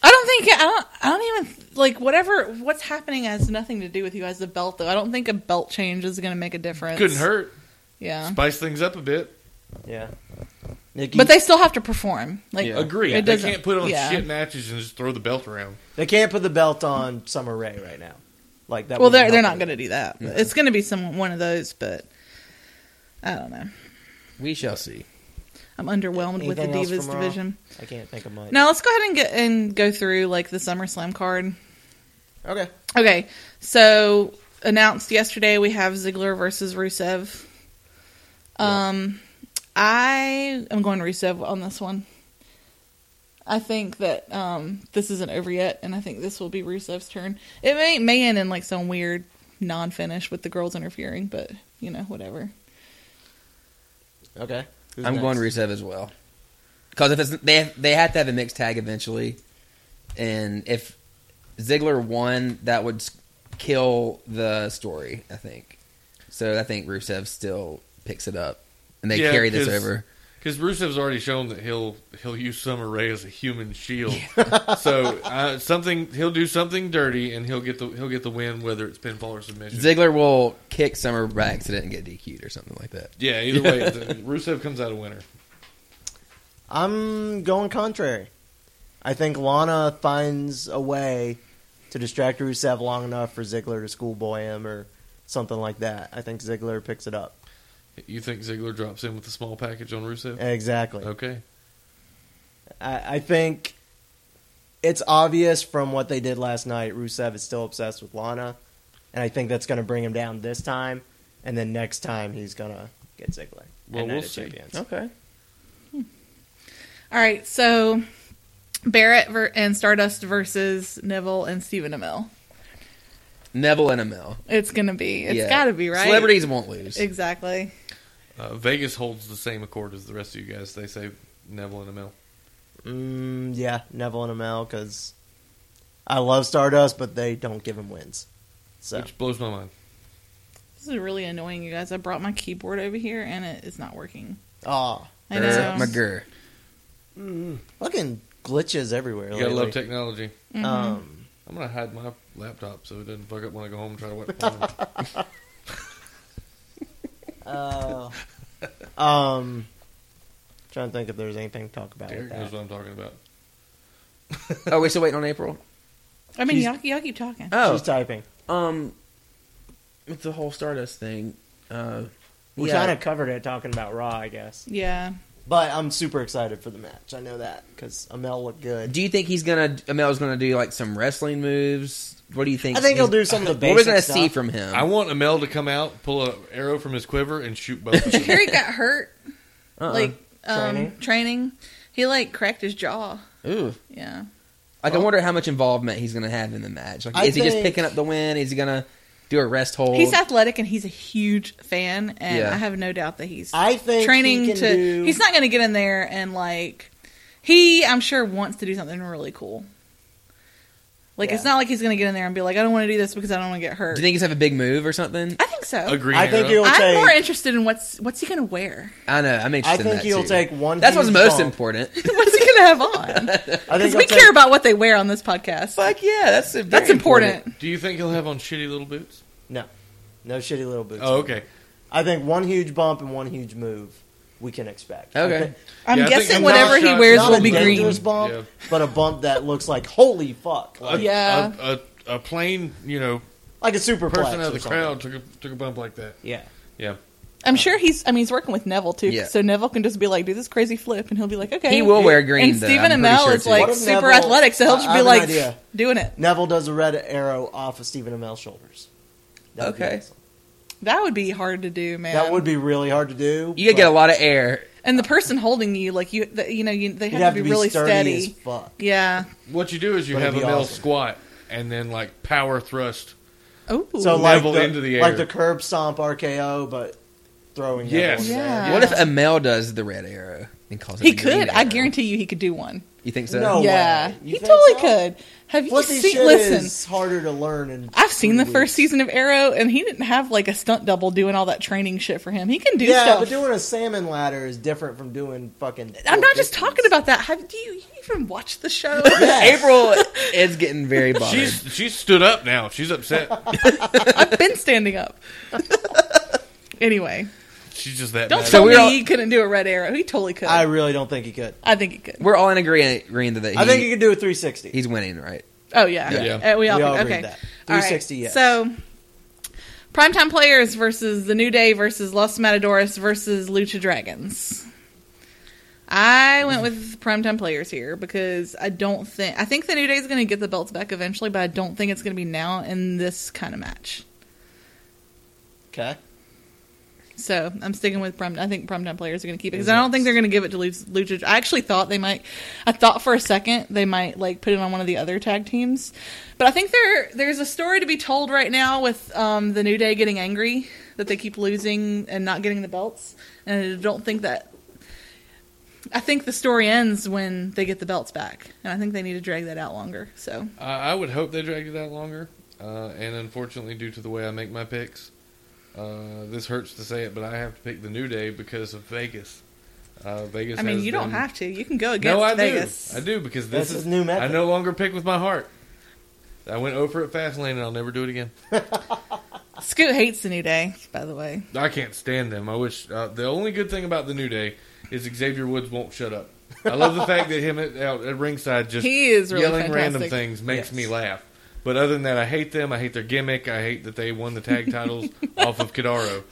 [SPEAKER 3] I don't think I don't. I don't even like whatever. What's happening has nothing to do with who has the belt, though. I don't think a belt change is going to make a difference.
[SPEAKER 6] Couldn't hurt.
[SPEAKER 3] Yeah,
[SPEAKER 6] Spice things up a bit.
[SPEAKER 5] Yeah. Nikki,
[SPEAKER 3] but they still have to perform. Like
[SPEAKER 4] Yeah.
[SPEAKER 6] Agree.
[SPEAKER 3] It
[SPEAKER 6] they
[SPEAKER 3] doesn't-
[SPEAKER 6] can't put on
[SPEAKER 3] yeah.
[SPEAKER 6] shit matches and just throw the belt around.
[SPEAKER 5] they can't put the belt on Summer Rae right now. Like that.
[SPEAKER 3] well,
[SPEAKER 5] wouldn't
[SPEAKER 3] they're they're not
[SPEAKER 5] help
[SPEAKER 3] going to
[SPEAKER 5] it.
[SPEAKER 3] do that. But It's going to be some one of those, but I don't know.
[SPEAKER 4] we shall see.
[SPEAKER 3] I'm underwhelmed with the
[SPEAKER 5] Anything
[SPEAKER 3] Divas
[SPEAKER 5] else from uh, Raw?
[SPEAKER 3] division.
[SPEAKER 5] I can't think of much.
[SPEAKER 3] Now let's go ahead and get and go through like the SummerSlam card.
[SPEAKER 5] Okay.
[SPEAKER 3] Okay, so announced yesterday we have Ziggler versus Rusev. Um, I am going Rusev on this one. I think that um, this isn't over yet, and I think this will be Rusev's turn. It may may end in like some weird non-finish with the girls interfering, but you know whatever.
[SPEAKER 5] Okay. Who's
[SPEAKER 4] I'm
[SPEAKER 5] next?
[SPEAKER 4] going Rusev as well. Because if it's they they have to have a mixed tag eventually, and if Ziggler won, that would s- kill the story. I think. So I think Rusev still picks it up, and they
[SPEAKER 6] Yeah,
[SPEAKER 4] carry this
[SPEAKER 6] 'cause-
[SPEAKER 4] over.
[SPEAKER 6] Because Rusev's already shown that he'll he'll use Summer Rae as a human shield,
[SPEAKER 3] (laughs)
[SPEAKER 6] so uh, something he'll do something dirty and he'll get the he'll get the win whether it's pinfall or submission.
[SPEAKER 4] Ziggler will kick Summer by accident and get DQ'd or something like that.
[SPEAKER 6] yeah, either way, the- Rusev comes out a winner.
[SPEAKER 5] I'm going contrary. I think Lana finds a way to distract Rusev long enough for Ziggler to schoolboy him or something like that. I think Ziggler picks it up.
[SPEAKER 6] You think Ziggler drops in with a small package on Rusev?
[SPEAKER 5] Exactly.
[SPEAKER 6] Okay,
[SPEAKER 5] I, I think it's obvious from what they did last night. Rusev is still obsessed with Lana, and I think that's going to bring him down this time. And then next time he's going to get Ziggler.
[SPEAKER 6] Well,
[SPEAKER 5] at Night
[SPEAKER 6] we'll
[SPEAKER 5] of
[SPEAKER 6] see.
[SPEAKER 5] Champions.
[SPEAKER 4] Okay.
[SPEAKER 3] All right, so Barrett ver- and Stardust versus Neville and Stephen Amell.
[SPEAKER 4] Neville and Amel.
[SPEAKER 3] It's gonna be. It's
[SPEAKER 4] It's
[SPEAKER 3] got to be right.
[SPEAKER 4] Celebrities won't lose.
[SPEAKER 3] Exactly.
[SPEAKER 6] uh, Vegas holds the same accord as the rest of you guys. They say Neville and Amel.
[SPEAKER 5] Mm, yeah, Neville and Amel, because I love Stardust, but they don't give him wins. So
[SPEAKER 6] Which blows my mind.
[SPEAKER 3] This is really annoying, you guys. I brought my keyboard over here and it is not working.
[SPEAKER 5] Ah,
[SPEAKER 3] I
[SPEAKER 4] Grr,
[SPEAKER 3] know.
[SPEAKER 4] Er, my grr.
[SPEAKER 5] fucking glitches everywhere.
[SPEAKER 6] You gotta love
[SPEAKER 5] lately.
[SPEAKER 6] technology.
[SPEAKER 4] Mm-hmm.
[SPEAKER 5] Um,
[SPEAKER 6] I'm gonna hide my laptop so it doesn't fuck up when I go home and try
[SPEAKER 5] (laughs)
[SPEAKER 6] to watch porn.
[SPEAKER 5] uh, um, trying to think if there's anything to talk about.
[SPEAKER 6] Derek
[SPEAKER 5] With
[SPEAKER 6] knows
[SPEAKER 5] that.
[SPEAKER 6] what I'm talking about.
[SPEAKER 4] Oh, we still waiting on April.
[SPEAKER 3] I mean,
[SPEAKER 5] She's-
[SPEAKER 3] y'all, y'all keep talking.
[SPEAKER 4] Oh,
[SPEAKER 5] She's typing.
[SPEAKER 4] um, with the whole Stardust thing. Uh,
[SPEAKER 5] We
[SPEAKER 4] yeah.
[SPEAKER 5] kind of covered it talking about Raw, I guess.
[SPEAKER 3] yeah.
[SPEAKER 5] But I'm super excited for the match. I know that because Amel looked good.
[SPEAKER 4] Do you think he's gonna Amel's gonna do like some wrestling moves? What do you think?
[SPEAKER 5] I think he'll
[SPEAKER 4] he's-
[SPEAKER 5] do some of the
[SPEAKER 4] What
[SPEAKER 5] basic
[SPEAKER 4] are we gonna
[SPEAKER 5] stuff.
[SPEAKER 4] see from
[SPEAKER 5] Um,
[SPEAKER 4] him?
[SPEAKER 6] I want Amel to come out, pull an arrow from his quiver, and shoot both. of them.
[SPEAKER 5] (laughs)
[SPEAKER 4] (laughs)
[SPEAKER 3] Jerry got hurt
[SPEAKER 4] Uh-uh.
[SPEAKER 3] like um,
[SPEAKER 5] Training?
[SPEAKER 3] training. He like cracked his jaw.
[SPEAKER 4] Ooh.
[SPEAKER 3] Yeah.
[SPEAKER 4] Like I wonder how much involvement he's gonna have in the match. Like,
[SPEAKER 5] I
[SPEAKER 4] is he just
[SPEAKER 5] think-
[SPEAKER 4] picking up the win? Is he gonna do a rest hold?
[SPEAKER 3] He's athletic and he's a huge fan, and
[SPEAKER 4] Yeah.
[SPEAKER 3] I have no doubt that he's
[SPEAKER 5] I think
[SPEAKER 3] training
[SPEAKER 5] he can
[SPEAKER 3] to.
[SPEAKER 5] do-
[SPEAKER 3] He's not going to get in there and like. He, I'm sure, wants to do something really cool. Like it's
[SPEAKER 5] Yeah.
[SPEAKER 3] not like he's going to get in there and be like, I don't want to do this because I don't want to get hurt.
[SPEAKER 4] do you think he's gonna have a big move or something?
[SPEAKER 3] I think so.
[SPEAKER 6] A green
[SPEAKER 5] I think he'll
[SPEAKER 6] arrow.
[SPEAKER 3] I'm
[SPEAKER 5] take.
[SPEAKER 3] more interested in what's what's he gonna wear. (laughs)
[SPEAKER 4] I know. I'm
[SPEAKER 5] I
[SPEAKER 4] interested. in
[SPEAKER 5] think
[SPEAKER 4] that
[SPEAKER 5] he'll
[SPEAKER 4] too.
[SPEAKER 5] take one.
[SPEAKER 4] That's what's
[SPEAKER 5] huge
[SPEAKER 4] most
[SPEAKER 5] bump.
[SPEAKER 4] important. (laughs)
[SPEAKER 3] what's he gonna have on?
[SPEAKER 5] I think
[SPEAKER 3] Because
[SPEAKER 5] he'll
[SPEAKER 3] we
[SPEAKER 5] take-
[SPEAKER 3] care about what they wear on this podcast.
[SPEAKER 4] Fuck yeah, that's a-
[SPEAKER 3] That's
[SPEAKER 4] very
[SPEAKER 3] important.
[SPEAKER 6] Do you think he'll have on shitty little boots?
[SPEAKER 5] No, no shitty little boots.
[SPEAKER 6] Oh, okay.
[SPEAKER 5] I think one huge bump and one huge move we can expect.
[SPEAKER 4] Okay.
[SPEAKER 5] I think-
[SPEAKER 3] I'm
[SPEAKER 6] Yeah, I think
[SPEAKER 3] guessing
[SPEAKER 6] I'm
[SPEAKER 3] whatever
[SPEAKER 6] not
[SPEAKER 3] he
[SPEAKER 6] sure-
[SPEAKER 3] wears
[SPEAKER 5] not
[SPEAKER 3] will
[SPEAKER 5] a
[SPEAKER 3] be green.
[SPEAKER 5] dangerous bump,
[SPEAKER 6] Yeah.
[SPEAKER 5] but a bump that looks like holy fuck,
[SPEAKER 6] A,
[SPEAKER 5] like,
[SPEAKER 3] Yeah.
[SPEAKER 6] A, a, a plain, you know,
[SPEAKER 5] like a super
[SPEAKER 6] person out of the crowd took a, took a bump like that.
[SPEAKER 5] Yeah,
[SPEAKER 6] Yeah.
[SPEAKER 3] I'm sure he's. I mean, he's working with Neville too,
[SPEAKER 4] Yeah.
[SPEAKER 3] so Neville can just be like, "Do this crazy flip," and he'll be like, "Okay."
[SPEAKER 4] He will wear green,
[SPEAKER 3] And
[SPEAKER 4] though,
[SPEAKER 3] Stephen
[SPEAKER 4] I'm pretty
[SPEAKER 3] Amell
[SPEAKER 4] sure,
[SPEAKER 3] is
[SPEAKER 4] too.
[SPEAKER 5] What
[SPEAKER 3] like
[SPEAKER 5] if
[SPEAKER 3] super
[SPEAKER 5] Neville-
[SPEAKER 3] athletic, so he'll
[SPEAKER 5] I- I
[SPEAKER 3] just be
[SPEAKER 5] have an
[SPEAKER 3] like,
[SPEAKER 5] idea.
[SPEAKER 3] "Doing it."
[SPEAKER 5] Neville does a red arrow off of Stephen Amell's shoulders. That would be
[SPEAKER 4] Okay.
[SPEAKER 5] awesome.
[SPEAKER 3] That would be hard to do, man.
[SPEAKER 5] That would be really hard to do.
[SPEAKER 4] You could get a lot of air.
[SPEAKER 3] And the person holding you, like you, the, you know, you, they
[SPEAKER 5] You'd
[SPEAKER 3] have to be, really
[SPEAKER 5] sturdy
[SPEAKER 3] steady.
[SPEAKER 5] as fuck.
[SPEAKER 3] Yeah.
[SPEAKER 6] What you do is you
[SPEAKER 5] But it'd
[SPEAKER 6] have a
[SPEAKER 5] be
[SPEAKER 6] middle
[SPEAKER 5] awesome.
[SPEAKER 6] squat and then like power thrust.
[SPEAKER 3] Oh.
[SPEAKER 5] So like
[SPEAKER 6] Level
[SPEAKER 5] the,
[SPEAKER 6] into the
[SPEAKER 5] like
[SPEAKER 6] air.
[SPEAKER 5] the curb stomp RKO, but throwing.
[SPEAKER 6] Yes.
[SPEAKER 5] everyone down.
[SPEAKER 3] yeah.
[SPEAKER 4] What if Amel does the red arrow and calls it
[SPEAKER 3] Uh. he
[SPEAKER 4] the green
[SPEAKER 3] could? I
[SPEAKER 4] arrow?
[SPEAKER 3] guarantee you, he could do one.
[SPEAKER 4] You think so?
[SPEAKER 5] No. Oh,
[SPEAKER 3] yeah,
[SPEAKER 5] wow. You
[SPEAKER 3] he
[SPEAKER 5] think
[SPEAKER 3] totally
[SPEAKER 5] so?
[SPEAKER 3] could. Have you
[SPEAKER 5] Flippy
[SPEAKER 3] seen?
[SPEAKER 5] shit
[SPEAKER 3] Listen,
[SPEAKER 5] is harder to learn. And
[SPEAKER 3] I've seen the first season of Arrow, and he didn't have like a stunt double doing all that training shit for him. He can do
[SPEAKER 5] Yeah,
[SPEAKER 3] stuff.
[SPEAKER 5] but Oh, doing a salmon ladder is different from doing fucking.
[SPEAKER 3] I'm not just
[SPEAKER 5] 450s.
[SPEAKER 3] talking about that. Have do you, you even watch the
[SPEAKER 5] (laughs)
[SPEAKER 3] show?
[SPEAKER 4] April is getting very bothered.
[SPEAKER 6] She's she's stood up now.
[SPEAKER 5] (laughs)
[SPEAKER 6] She's upset.
[SPEAKER 3] I've been standing up. anyway,
[SPEAKER 6] She's just that.
[SPEAKER 3] don't
[SPEAKER 6] mad.
[SPEAKER 3] tell
[SPEAKER 4] we're
[SPEAKER 3] me
[SPEAKER 4] all-
[SPEAKER 3] he couldn't do a red arrow. He totally could.
[SPEAKER 5] I
[SPEAKER 3] I,
[SPEAKER 5] really don't think he could.
[SPEAKER 3] think he could.
[SPEAKER 4] We're all in agreeing, agreeing that he,
[SPEAKER 5] I think he could do a 360.
[SPEAKER 4] he's winning, right?
[SPEAKER 3] Oh yeah,
[SPEAKER 6] Yeah.
[SPEAKER 3] Uh, we all,
[SPEAKER 5] We
[SPEAKER 3] think-
[SPEAKER 5] all agree
[SPEAKER 3] okay.
[SPEAKER 5] with that.
[SPEAKER 3] All right.
[SPEAKER 5] 360, yes.
[SPEAKER 3] So, primetime players versus the New Day versus Los Matadores versus Lucha Dragons. I went with primetime players here because I don't think I think the New Day is going to get the belts back eventually, but I don't think it's going to be now in this kind of match.
[SPEAKER 5] okay.
[SPEAKER 3] So I'm sticking with prom. I think primetime players are going to keep it because I don't think they're going to give it to Lu- Lucha. I actually thought they might. I thought for a second they might like put it on one of the other tag teams, but I think there there's a story to be told right now with um, the New Day getting angry that they keep losing and not getting the belts, and I don't think that. I think the story ends when they get the belts back, and I think they need to drag that out longer. So
[SPEAKER 6] I, I would hope they dragged it out longer. Uh, and unfortunately, due to the way I make my picks, uh, this hurts to say it, but I have to pick the New Day because of Vegas. Uh, Vegas.
[SPEAKER 3] I mean,
[SPEAKER 6] has
[SPEAKER 3] you
[SPEAKER 6] them-
[SPEAKER 3] don't have to. You can go against
[SPEAKER 6] No, I
[SPEAKER 3] Vegas.
[SPEAKER 6] do. I do because
[SPEAKER 5] That's
[SPEAKER 6] this is
[SPEAKER 5] his new method.
[SPEAKER 6] I no longer pick with my heart. I went over at Fastlane, and I'll never do it again.
[SPEAKER 3] Scoot hates the New Day, by the way.
[SPEAKER 6] I can't stand them. I wish uh, the only good thing about the New Day is Xavier Woods won't shut up. I love the fact that him at, out at ringside just
[SPEAKER 3] He is really
[SPEAKER 6] yelling
[SPEAKER 3] fantastic.
[SPEAKER 6] random things makes
[SPEAKER 5] Yes.
[SPEAKER 6] me laugh. But other than that, I hate them. I hate their gimmick. I hate that they won the tag titles
[SPEAKER 3] (laughs)
[SPEAKER 6] off of Kidaro.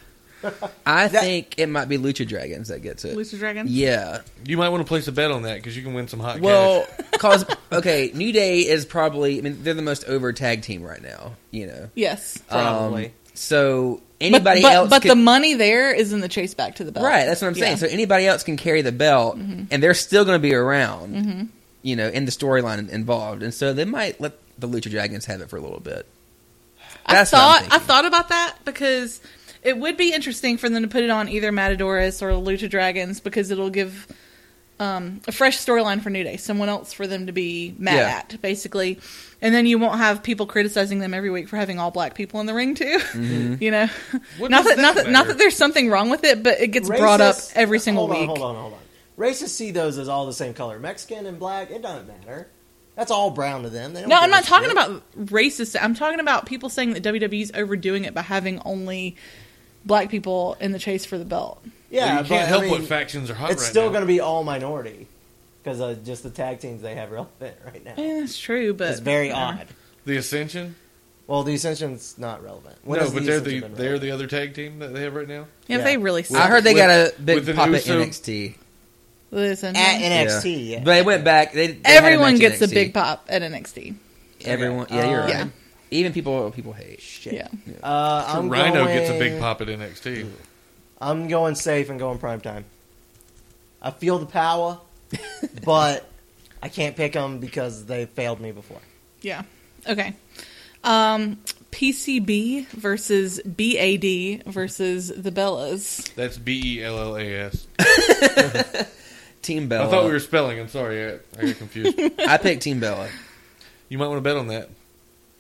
[SPEAKER 4] I think it might be Lucha Dragons that gets it.
[SPEAKER 3] Lucha Dragon.
[SPEAKER 4] Yeah.
[SPEAKER 6] You might want to place a bet on that because you can win some hot
[SPEAKER 4] Well,
[SPEAKER 6] (laughs) cash.
[SPEAKER 4] cause okay, New Day is probably. I mean, they're the most over tag team right now. You know,
[SPEAKER 3] Yes.
[SPEAKER 4] Um,
[SPEAKER 5] Probably.
[SPEAKER 4] so anybody
[SPEAKER 3] but, but,
[SPEAKER 4] else,
[SPEAKER 3] But
[SPEAKER 4] could-
[SPEAKER 3] the money there is in the chase back to the belt.
[SPEAKER 4] right? That's what I'm saying.
[SPEAKER 3] Yeah. Mm-hmm.
[SPEAKER 4] So anybody else can carry the belt, and they're still going to be around. You know, in the storyline involved, and so they might let the Lucha Dragons have it for a little bit.
[SPEAKER 3] I
[SPEAKER 4] That's what I'm
[SPEAKER 3] thought I
[SPEAKER 4] thinking.
[SPEAKER 3] thought about that because it would be interesting for them to put it on either Matadores or Lucha Dragons because it'll give um, a fresh storyline for New Day, someone else for them to be mad
[SPEAKER 4] Yeah.
[SPEAKER 3] at, basically. And then you won't have people criticizing them every week for having all black people in the ring too.
[SPEAKER 4] Mm-hmm.
[SPEAKER 3] (laughs) You know,
[SPEAKER 6] What
[SPEAKER 3] not that,
[SPEAKER 6] does that
[SPEAKER 3] not that not
[SPEAKER 6] matter?
[SPEAKER 3] that there's something wrong with it, but it gets brought up
[SPEAKER 5] Racists-
[SPEAKER 3] every single
[SPEAKER 5] hold
[SPEAKER 3] week.
[SPEAKER 5] On, hold on, hold on. Racists see those as all the same color. Mexican and black, it doesn't matter. That's all brown to them. They don't
[SPEAKER 3] No,
[SPEAKER 5] give
[SPEAKER 3] I'm
[SPEAKER 5] a
[SPEAKER 3] not talking
[SPEAKER 5] shit.
[SPEAKER 3] about racist. I'm talking about people saying that WWE's overdoing it by having only black people in the chase for the belt.
[SPEAKER 5] Yeah,
[SPEAKER 6] you can't
[SPEAKER 5] but,
[SPEAKER 6] help
[SPEAKER 5] I mean,
[SPEAKER 6] what factions are hot
[SPEAKER 5] It's
[SPEAKER 6] right
[SPEAKER 5] still
[SPEAKER 6] now.
[SPEAKER 5] going to be all minority because uh, just the tag teams they have relevant right now.
[SPEAKER 3] Yeah, Eh, that's true, but
[SPEAKER 5] It's very
[SPEAKER 3] Yeah.
[SPEAKER 5] odd.
[SPEAKER 6] the Ascension.
[SPEAKER 5] Well, the Ascension's not relevant. When
[SPEAKER 6] no,
[SPEAKER 5] has
[SPEAKER 6] but they're the
[SPEAKER 5] Ascension been
[SPEAKER 6] they're
[SPEAKER 5] relevant?
[SPEAKER 6] the other tag team that they have right now.
[SPEAKER 3] Yeah,
[SPEAKER 5] Yeah.
[SPEAKER 3] they really
[SPEAKER 4] I
[SPEAKER 3] suck.
[SPEAKER 4] heard they got
[SPEAKER 6] with-
[SPEAKER 4] a big
[SPEAKER 6] with an
[SPEAKER 4] pop at
[SPEAKER 6] Uso-
[SPEAKER 4] NXT.
[SPEAKER 3] Listen,
[SPEAKER 5] at NXT. Yeah.
[SPEAKER 4] But they went back. They, they had a
[SPEAKER 3] everyone
[SPEAKER 4] match at
[SPEAKER 3] gets a
[SPEAKER 4] NXT.
[SPEAKER 3] big pop at NXT.
[SPEAKER 4] Everyone, yeah, you're right.
[SPEAKER 3] Yeah.
[SPEAKER 4] Even people, people hate shit.
[SPEAKER 3] Yeah,
[SPEAKER 5] Uh, I'm
[SPEAKER 6] Rhino
[SPEAKER 5] going,
[SPEAKER 6] gets a big pop at NXT.
[SPEAKER 5] I'm going safe and going prime time. I feel the power, but I can't pick them because they failed me before.
[SPEAKER 3] yeah. Okay. Um, PCB versus BAD versus the Bellas.
[SPEAKER 6] That's B E L L A S.
[SPEAKER 4] Team
[SPEAKER 6] I
[SPEAKER 4] Bella. I,
[SPEAKER 6] thought we were spelling. I'm sorry. I, I got
[SPEAKER 5] (laughs)
[SPEAKER 6] confused.
[SPEAKER 4] picked Team Bella.
[SPEAKER 6] You might want to bet on that.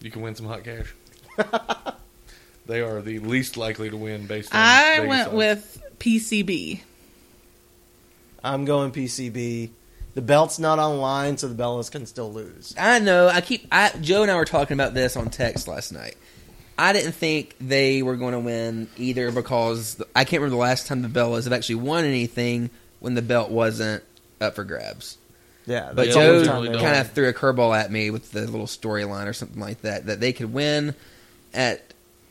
[SPEAKER 6] You can win some
[SPEAKER 4] (laughs)
[SPEAKER 6] hot cash. they are the least likely to win based on.
[SPEAKER 3] I
[SPEAKER 6] Vegas
[SPEAKER 3] went
[SPEAKER 6] odds.
[SPEAKER 3] with PCB.
[SPEAKER 5] I'm going PCB. The belt's not online, so the Bellas can still lose.
[SPEAKER 4] I know. I keep. I Joe and I were talking about this on text last night. I didn't think they were going to win either because the- I can't remember the last time the Bellas have actually won anything when the belt wasn't up for grabs.
[SPEAKER 5] Yeah,
[SPEAKER 4] But
[SPEAKER 5] that's the
[SPEAKER 4] Joe
[SPEAKER 5] only time they
[SPEAKER 6] don't.
[SPEAKER 4] kind
[SPEAKER 5] win.
[SPEAKER 4] of threw a curveball at me with the little storyline or something like that that they could win at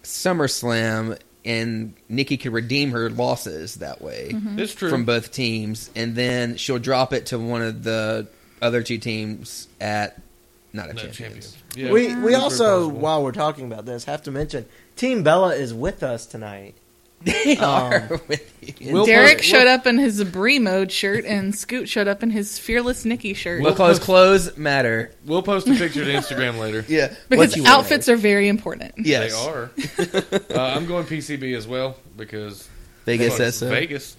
[SPEAKER 4] SummerSlam and Nikki could redeem her losses that way.
[SPEAKER 3] mm-hmm.
[SPEAKER 6] It's true.
[SPEAKER 4] from both teams, and then she'll drop it to one of the other two teams at not a
[SPEAKER 6] No,
[SPEAKER 4] champions.
[SPEAKER 6] champions. Yeah.
[SPEAKER 5] we we
[SPEAKER 6] These are
[SPEAKER 5] also,
[SPEAKER 6] possible.
[SPEAKER 5] while we're talking about this, have to mention Team Bella is with us tonight.
[SPEAKER 4] (laughs)
[SPEAKER 3] Oh.
[SPEAKER 4] They are
[SPEAKER 5] Um,
[SPEAKER 4] with you.
[SPEAKER 6] Will-
[SPEAKER 3] Derek
[SPEAKER 6] Will-
[SPEAKER 3] showed up in his Bree mode shirt, and Scoot showed up in his Fearless Nikki shirt.
[SPEAKER 4] Look, clothes, clothes matter.
[SPEAKER 6] We'll post a picture to
[SPEAKER 5] (laughs)
[SPEAKER 6] Instagram later.
[SPEAKER 4] Yeah,
[SPEAKER 3] because
[SPEAKER 4] What you wear.
[SPEAKER 3] outfits are very important.
[SPEAKER 4] Yes, (laughs)
[SPEAKER 6] They are. uh, I'm going PCB as well because
[SPEAKER 4] Vegas
[SPEAKER 6] fuck,
[SPEAKER 4] says so.
[SPEAKER 6] Vegas.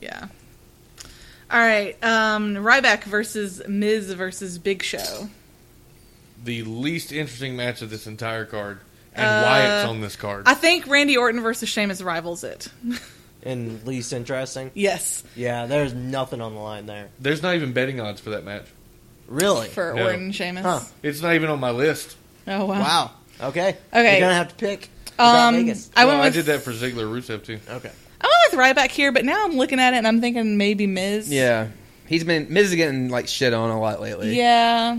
[SPEAKER 3] Yeah. All right. Um, Ryback versus Miz versus Big Show.
[SPEAKER 6] The least interesting match of this entire card, and why it's
[SPEAKER 3] Uh,
[SPEAKER 6] on this card.
[SPEAKER 3] I think Randy Orton versus Sheamus rivals it.
[SPEAKER 5] And least interesting.
[SPEAKER 3] Yes,
[SPEAKER 5] Yeah, there's nothing on the line there.
[SPEAKER 6] There's not even betting odds for that match.
[SPEAKER 5] Really?
[SPEAKER 3] for
[SPEAKER 6] No.
[SPEAKER 3] Orton Sheamus.
[SPEAKER 5] Huh.
[SPEAKER 6] It's not even on my list.
[SPEAKER 3] Oh wow.
[SPEAKER 5] Wow. Okay.
[SPEAKER 3] Okay.
[SPEAKER 5] You're gonna have to pick. about
[SPEAKER 3] Um,
[SPEAKER 5] Vegas.
[SPEAKER 3] I
[SPEAKER 6] Well,
[SPEAKER 3] went
[SPEAKER 6] I
[SPEAKER 3] with
[SPEAKER 6] did that for Ziggler Rusev too.
[SPEAKER 5] Okay.
[SPEAKER 3] I went with Ryback here, but now I'm looking at it and I'm thinking maybe Miz.
[SPEAKER 4] Yeah, he's been Miz is getting like shit on a lot lately.
[SPEAKER 3] Yeah.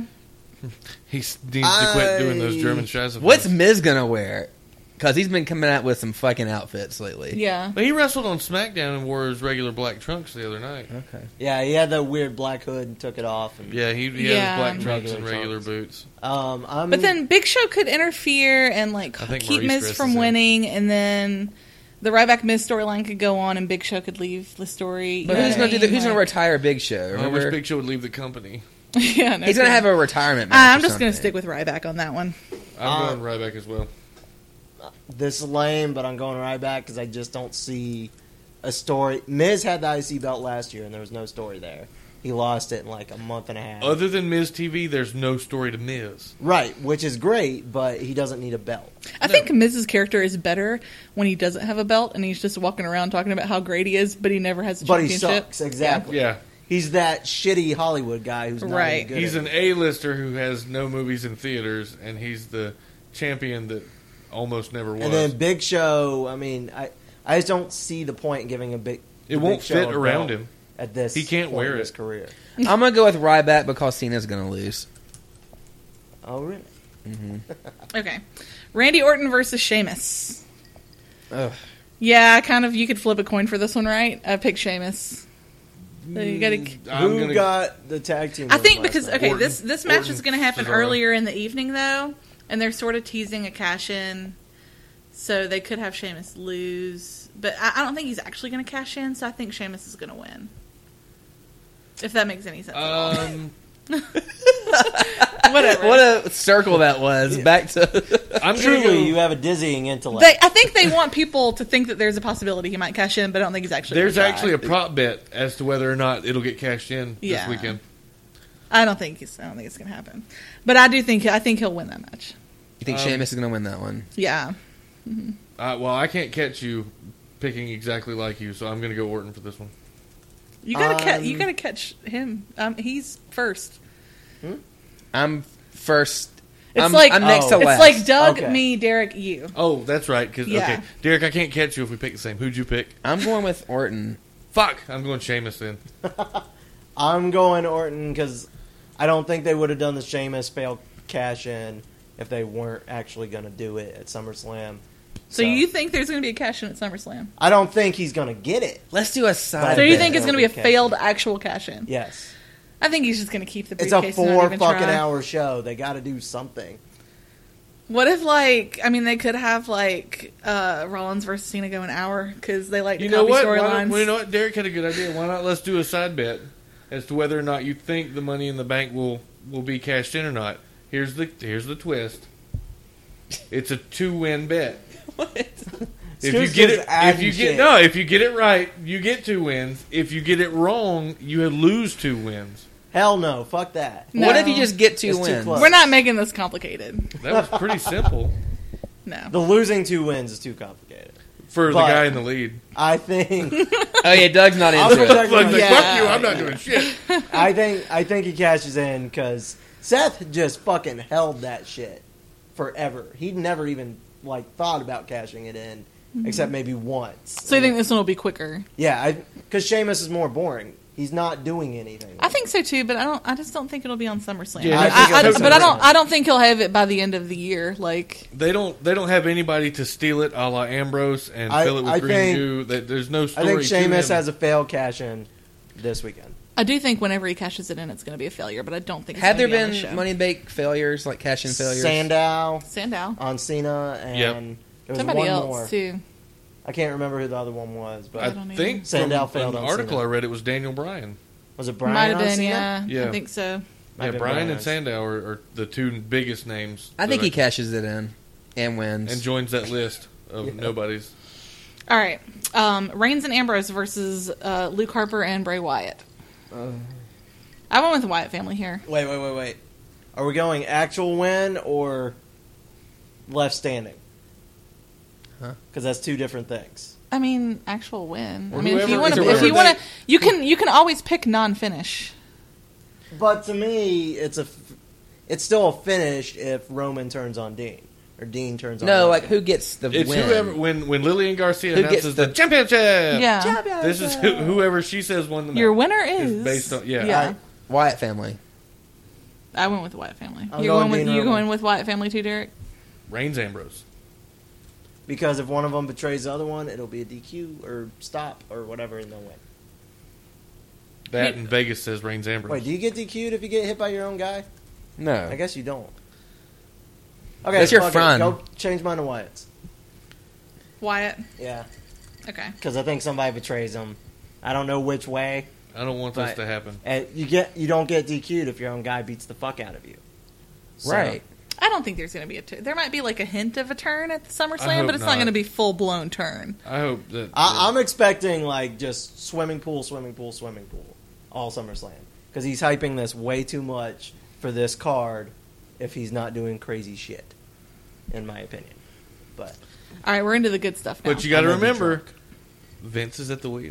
[SPEAKER 6] He s- needs to quit doing those
[SPEAKER 5] I-
[SPEAKER 6] German shots.
[SPEAKER 4] What's Miz gonna wear? Because he's been coming out with some fucking outfits lately.
[SPEAKER 3] Yeah.
[SPEAKER 6] But he wrestled on SmackDown and wore his regular black trunks the other night.
[SPEAKER 4] Okay.
[SPEAKER 5] Yeah, he had that weird black hood and took it off. And,
[SPEAKER 6] Yeah, he, he
[SPEAKER 3] Yeah.
[SPEAKER 6] had his black trunks and
[SPEAKER 5] Regular
[SPEAKER 6] regular
[SPEAKER 5] trunks.
[SPEAKER 6] boots.
[SPEAKER 5] Um, I'm,
[SPEAKER 3] But then Big Show could interfere and like
[SPEAKER 6] I think
[SPEAKER 3] keep
[SPEAKER 6] Maurice
[SPEAKER 3] Miz from
[SPEAKER 6] dresses him.
[SPEAKER 3] winning, and then the Ryback Miz storyline could go on, and Big Show could leave the story.
[SPEAKER 4] But
[SPEAKER 3] you know
[SPEAKER 4] who's
[SPEAKER 3] what I
[SPEAKER 4] gonna do the,
[SPEAKER 3] mean?
[SPEAKER 4] Who's gonna
[SPEAKER 3] Like-
[SPEAKER 4] retire Big Show?
[SPEAKER 6] I wish
[SPEAKER 4] Remember?
[SPEAKER 6] Big Show would leave the company.
[SPEAKER 3] (laughs) yeah, no
[SPEAKER 4] he's gonna
[SPEAKER 3] kidding.
[SPEAKER 4] have a retirement. Match
[SPEAKER 3] Uh, I'm
[SPEAKER 4] or
[SPEAKER 3] just gonna
[SPEAKER 4] something.
[SPEAKER 3] stick with Ryback on that one.
[SPEAKER 6] I'm
[SPEAKER 5] Uh,
[SPEAKER 6] going Ryback as well.
[SPEAKER 5] this is lame, but I'm going right back because I just don't see a story. Miz had the IC belt last year, and there was no story there. He lost it in like a month and a half.
[SPEAKER 6] Other than Miz TV, there's no story to Miz.
[SPEAKER 5] right, which is great, but he doesn't need a belt.
[SPEAKER 3] I think Miz's character is better when he doesn't have a belt and he's just walking around talking about how great he is, but he never has a
[SPEAKER 5] But he
[SPEAKER 3] championship.
[SPEAKER 5] sucks. Exactly.
[SPEAKER 6] Yeah.
[SPEAKER 5] He's that shitty Hollywood guy who's not
[SPEAKER 3] Right.
[SPEAKER 5] any good.
[SPEAKER 6] He's
[SPEAKER 5] at
[SPEAKER 6] an
[SPEAKER 5] it.
[SPEAKER 6] A-lister who has no movies in theaters, and he's the champion that almost never was.
[SPEAKER 5] and then Big Show. I mean, I I just don't see the point in giving a big. the
[SPEAKER 6] it won't
[SPEAKER 5] Big Show
[SPEAKER 6] fit
[SPEAKER 5] a
[SPEAKER 6] around
[SPEAKER 5] belt
[SPEAKER 6] him.
[SPEAKER 5] at this.
[SPEAKER 6] He can't
[SPEAKER 5] point
[SPEAKER 6] wear
[SPEAKER 5] in
[SPEAKER 6] it.
[SPEAKER 5] His career.
[SPEAKER 4] I'm gonna go with Ryback because Cena's gonna lose.
[SPEAKER 5] Oh really?
[SPEAKER 3] Okay, Randy Orton versus Sheamus.
[SPEAKER 4] Ugh.
[SPEAKER 3] Yeah, I kind of. You could flip a coin for this one, right? I picked Sheamus. So you gotta.
[SPEAKER 6] I'm
[SPEAKER 5] Who
[SPEAKER 6] gonna-
[SPEAKER 5] got the tag team?
[SPEAKER 3] I
[SPEAKER 5] win
[SPEAKER 3] think
[SPEAKER 5] last
[SPEAKER 3] because
[SPEAKER 5] night?
[SPEAKER 3] okay,
[SPEAKER 6] Orton-
[SPEAKER 3] this this match
[SPEAKER 6] Orton,
[SPEAKER 3] is going to happen
[SPEAKER 6] Cesaro.
[SPEAKER 3] earlier in the evening though, and they're sort of teasing a cash in, so they could have Sheamus lose, but I, I don't think he's actually going to cash in, so I think Sheamus is going to win. If that makes any sense at
[SPEAKER 6] Um,
[SPEAKER 3] all, (laughs) whatever.
[SPEAKER 4] What a circle that was. Back to
[SPEAKER 6] I'm gonna go-
[SPEAKER 5] Truly, you have a dizzying intellect.
[SPEAKER 3] (laughs) they, I think they want people to think that there's a possibility he might cash in, but I don't think he's actually.
[SPEAKER 6] There's
[SPEAKER 3] gonna try.
[SPEAKER 6] actually a prop bet as to whether or not it'll get cashed in
[SPEAKER 3] Yeah.
[SPEAKER 6] this weekend.
[SPEAKER 3] I don't think he's. I don't think it's going to happen, but I do think I think he'll win that match.
[SPEAKER 4] you think
[SPEAKER 6] Um,
[SPEAKER 4] Sheamus is gonna win that one?
[SPEAKER 3] Yeah.
[SPEAKER 6] Uh, well, I can't catch you picking exactly like you, so I'm going to go Orton for this one.
[SPEAKER 3] You gotta catch.
[SPEAKER 5] Um,
[SPEAKER 3] You gotta catch him. Um, he's first.
[SPEAKER 4] I'm first.
[SPEAKER 3] It's
[SPEAKER 4] I'm,
[SPEAKER 3] like
[SPEAKER 4] I'm next
[SPEAKER 5] oh.
[SPEAKER 4] to
[SPEAKER 3] It's
[SPEAKER 4] last.
[SPEAKER 3] like Doug,
[SPEAKER 5] Okay.
[SPEAKER 3] me, Derek, you.
[SPEAKER 6] Oh, that's right. Because
[SPEAKER 3] Yeah.
[SPEAKER 6] okay, Derek, I can't catch you if we pick the same. Who'd you pick?
[SPEAKER 4] I'm going with Orton.
[SPEAKER 6] Fuck, I'm going Sheamus then.
[SPEAKER 5] I'm going Orton because I don't think they would have done the Sheamus fail cash in if they weren't actually going to do it at SummerSlam.
[SPEAKER 3] So you think there's going to be a cash in at SummerSlam?
[SPEAKER 5] I don't think he's going to get it.
[SPEAKER 4] Let's do a side.
[SPEAKER 3] So
[SPEAKER 5] I
[SPEAKER 3] you
[SPEAKER 5] bet
[SPEAKER 3] think it's
[SPEAKER 5] there'll
[SPEAKER 3] going to be a
[SPEAKER 5] be cash
[SPEAKER 3] failed actual cash in?
[SPEAKER 5] Yes,
[SPEAKER 3] I think he's just going to keep the
[SPEAKER 5] it's
[SPEAKER 3] briefcase.
[SPEAKER 5] a
[SPEAKER 3] and not
[SPEAKER 5] four
[SPEAKER 3] even
[SPEAKER 5] fucking
[SPEAKER 3] try.
[SPEAKER 5] hour show. They got to do something.
[SPEAKER 3] What if like I mean they could have like uh Rollins versus Cena go an hour because they like
[SPEAKER 6] You
[SPEAKER 3] to
[SPEAKER 6] know
[SPEAKER 3] copy
[SPEAKER 6] what? Why don't-
[SPEAKER 3] storylines.
[SPEAKER 6] well, you know what? Derek had a good idea. Why not? Let's do a side bet as to whether or not you think the money in the bank will will be cashed in or not. Here's the here's the twist. It's a two
[SPEAKER 3] (laughs)
[SPEAKER 6] win bet. If you
[SPEAKER 5] Scoot's
[SPEAKER 6] get
[SPEAKER 5] just
[SPEAKER 6] it, if
[SPEAKER 5] adding
[SPEAKER 6] you get
[SPEAKER 5] shit.
[SPEAKER 6] no, if you get it right, you get two wins. If you get it wrong, you lose two wins.
[SPEAKER 5] Hell no, fuck that.
[SPEAKER 3] No.
[SPEAKER 4] What if you just get two
[SPEAKER 5] It's too
[SPEAKER 4] wins?
[SPEAKER 5] close.
[SPEAKER 3] We're not making this complicated.
[SPEAKER 6] That was pretty simple
[SPEAKER 3] No.
[SPEAKER 5] The losing two wins is too complicated.
[SPEAKER 6] for the
[SPEAKER 5] But-
[SPEAKER 6] guy in the lead.
[SPEAKER 5] I
[SPEAKER 6] (laughs)
[SPEAKER 5] think.
[SPEAKER 4] oh yeah, Doug's not
[SPEAKER 5] I'll
[SPEAKER 4] into it.
[SPEAKER 5] protect
[SPEAKER 6] Like,
[SPEAKER 5] my-
[SPEAKER 3] Yeah.
[SPEAKER 6] fuck you! I'm not doing shit.
[SPEAKER 5] I think. I think he cashes in because Seth just fucking held that shit forever. He never even like thought about cashing it in, except maybe once.
[SPEAKER 3] Mm-hmm. So you think this one will be quicker?
[SPEAKER 5] Yeah, because Sheamus is more boring. He's not doing anything.
[SPEAKER 3] I think so too, but I don't. I just don't think it'll be on SummerSlam.
[SPEAKER 6] Yeah,
[SPEAKER 3] I,
[SPEAKER 5] I think
[SPEAKER 3] I-
[SPEAKER 5] it'll be
[SPEAKER 3] but I don't.
[SPEAKER 5] SummerSlam.
[SPEAKER 3] I don't think he'll have it by the end of the year. Like
[SPEAKER 6] They don't. They don't have anybody to steal it, a la Ambrose, and
[SPEAKER 5] I-
[SPEAKER 6] fill it with
[SPEAKER 5] I
[SPEAKER 6] green
[SPEAKER 5] think-
[SPEAKER 6] goo. That there's no
[SPEAKER 5] I
[SPEAKER 6] story.
[SPEAKER 5] think
[SPEAKER 6] to
[SPEAKER 5] Sheamus
[SPEAKER 6] him.
[SPEAKER 5] has a failed cash in this weekend.
[SPEAKER 3] I do think whenever he cashes it in, it's going to be a failure. But I don't think. it's
[SPEAKER 4] Have there
[SPEAKER 3] gonna be on this show.
[SPEAKER 4] been money bank failures, like cash in failures?
[SPEAKER 5] Sandow
[SPEAKER 3] Sandow.
[SPEAKER 5] on Cena and
[SPEAKER 6] Yep.
[SPEAKER 5] There was
[SPEAKER 3] Somebody
[SPEAKER 5] one
[SPEAKER 3] else
[SPEAKER 5] more.
[SPEAKER 3] too.
[SPEAKER 5] I can't remember who the other one was, but
[SPEAKER 6] I,
[SPEAKER 3] don't either.
[SPEAKER 6] think from
[SPEAKER 5] Sandow failed
[SPEAKER 6] an
[SPEAKER 5] on
[SPEAKER 6] article
[SPEAKER 5] Cena.
[SPEAKER 6] I read, it was Daniel Bryan.
[SPEAKER 5] was it Brian?
[SPEAKER 3] Might have
[SPEAKER 5] on
[SPEAKER 3] been,
[SPEAKER 5] Cena?
[SPEAKER 3] yeah,
[SPEAKER 6] Yeah.
[SPEAKER 3] I think so.
[SPEAKER 5] Might
[SPEAKER 6] yeah,
[SPEAKER 5] have been
[SPEAKER 6] Bryan and
[SPEAKER 5] Cena.
[SPEAKER 6] Sandow are, are the two biggest names.
[SPEAKER 4] I think
[SPEAKER 6] that
[SPEAKER 4] he cashes it in and wins.
[SPEAKER 6] and joins that list of
[SPEAKER 5] Yeah.
[SPEAKER 6] nobodies.
[SPEAKER 3] All right, um, Reigns and Ambrose versus uh, Luke Harper and Bray Wyatt. I went with the Wyatt family here.
[SPEAKER 5] Wait, wait, wait, wait. Are we going actual win or left standing?
[SPEAKER 4] Huh?
[SPEAKER 5] Because that's two different things.
[SPEAKER 3] I mean, actual win.
[SPEAKER 6] Or
[SPEAKER 3] I mean, if you
[SPEAKER 6] whoever-
[SPEAKER 3] want to,
[SPEAKER 4] either
[SPEAKER 3] if you
[SPEAKER 4] whatever
[SPEAKER 3] want to, you can you can always pick non-finish.
[SPEAKER 5] But to me, it's a, f- it's still a finish if Roman turns on Dean or Dean turns on.
[SPEAKER 4] no,
[SPEAKER 5] Roman.
[SPEAKER 4] like who gets the
[SPEAKER 6] It's
[SPEAKER 4] win?
[SPEAKER 6] whoever when when Lillian Garcia
[SPEAKER 4] Who
[SPEAKER 6] announces
[SPEAKER 4] gets
[SPEAKER 6] the,
[SPEAKER 4] the-
[SPEAKER 6] championship.
[SPEAKER 3] Yeah.
[SPEAKER 6] this is who, whoever she says won the match.
[SPEAKER 3] Your winner
[SPEAKER 6] It's
[SPEAKER 3] is,
[SPEAKER 6] based on- yeah.
[SPEAKER 4] Wyatt family.
[SPEAKER 3] I, went with the Wyatt family.
[SPEAKER 5] I'm
[SPEAKER 3] you going
[SPEAKER 5] going
[SPEAKER 3] with
[SPEAKER 5] Dean
[SPEAKER 3] you
[SPEAKER 5] Roman.
[SPEAKER 3] going with Wyatt family too, Derek?
[SPEAKER 6] Reigns Ambrose.
[SPEAKER 5] because if one of them betrays the other one, it'll be a DQ or stop or whatever, and they'll win.
[SPEAKER 6] That and Vegas says Reigns Ambrose.
[SPEAKER 5] Wait, do you get DQ'd if you get hit by your own guy?
[SPEAKER 4] No,
[SPEAKER 5] I guess you don't. Okay,
[SPEAKER 4] That's your
[SPEAKER 5] fuck it.
[SPEAKER 4] friend.
[SPEAKER 5] Go change mine to Wyatt's.
[SPEAKER 3] Wyatt.
[SPEAKER 5] Yeah,
[SPEAKER 3] Okay.
[SPEAKER 5] because I think somebody betrays him. I don't know which way.
[SPEAKER 6] I don't want this
[SPEAKER 5] Right.
[SPEAKER 6] to happen.
[SPEAKER 5] And you get you don't get DQ'd if your own guy beats the fuck out of you. So-
[SPEAKER 4] right?
[SPEAKER 3] I don't think there's going to be a turn. There might be like a hint of a turn at the
[SPEAKER 6] I
[SPEAKER 3] SummerSlam,
[SPEAKER 6] hope
[SPEAKER 3] but it's not,
[SPEAKER 6] not.
[SPEAKER 3] going to be full blown turn.
[SPEAKER 6] I hope that
[SPEAKER 5] I, I'm expecting like just swimming pool, swimming pool, swimming pool, all SummerSlam because he's hyping this way too much for this card. If he's not doing crazy shit, in my opinion, but
[SPEAKER 3] All right, we're into the good stuff now.
[SPEAKER 6] But you got to
[SPEAKER 5] I'm gonna be
[SPEAKER 6] remember, Vince is at the wheel.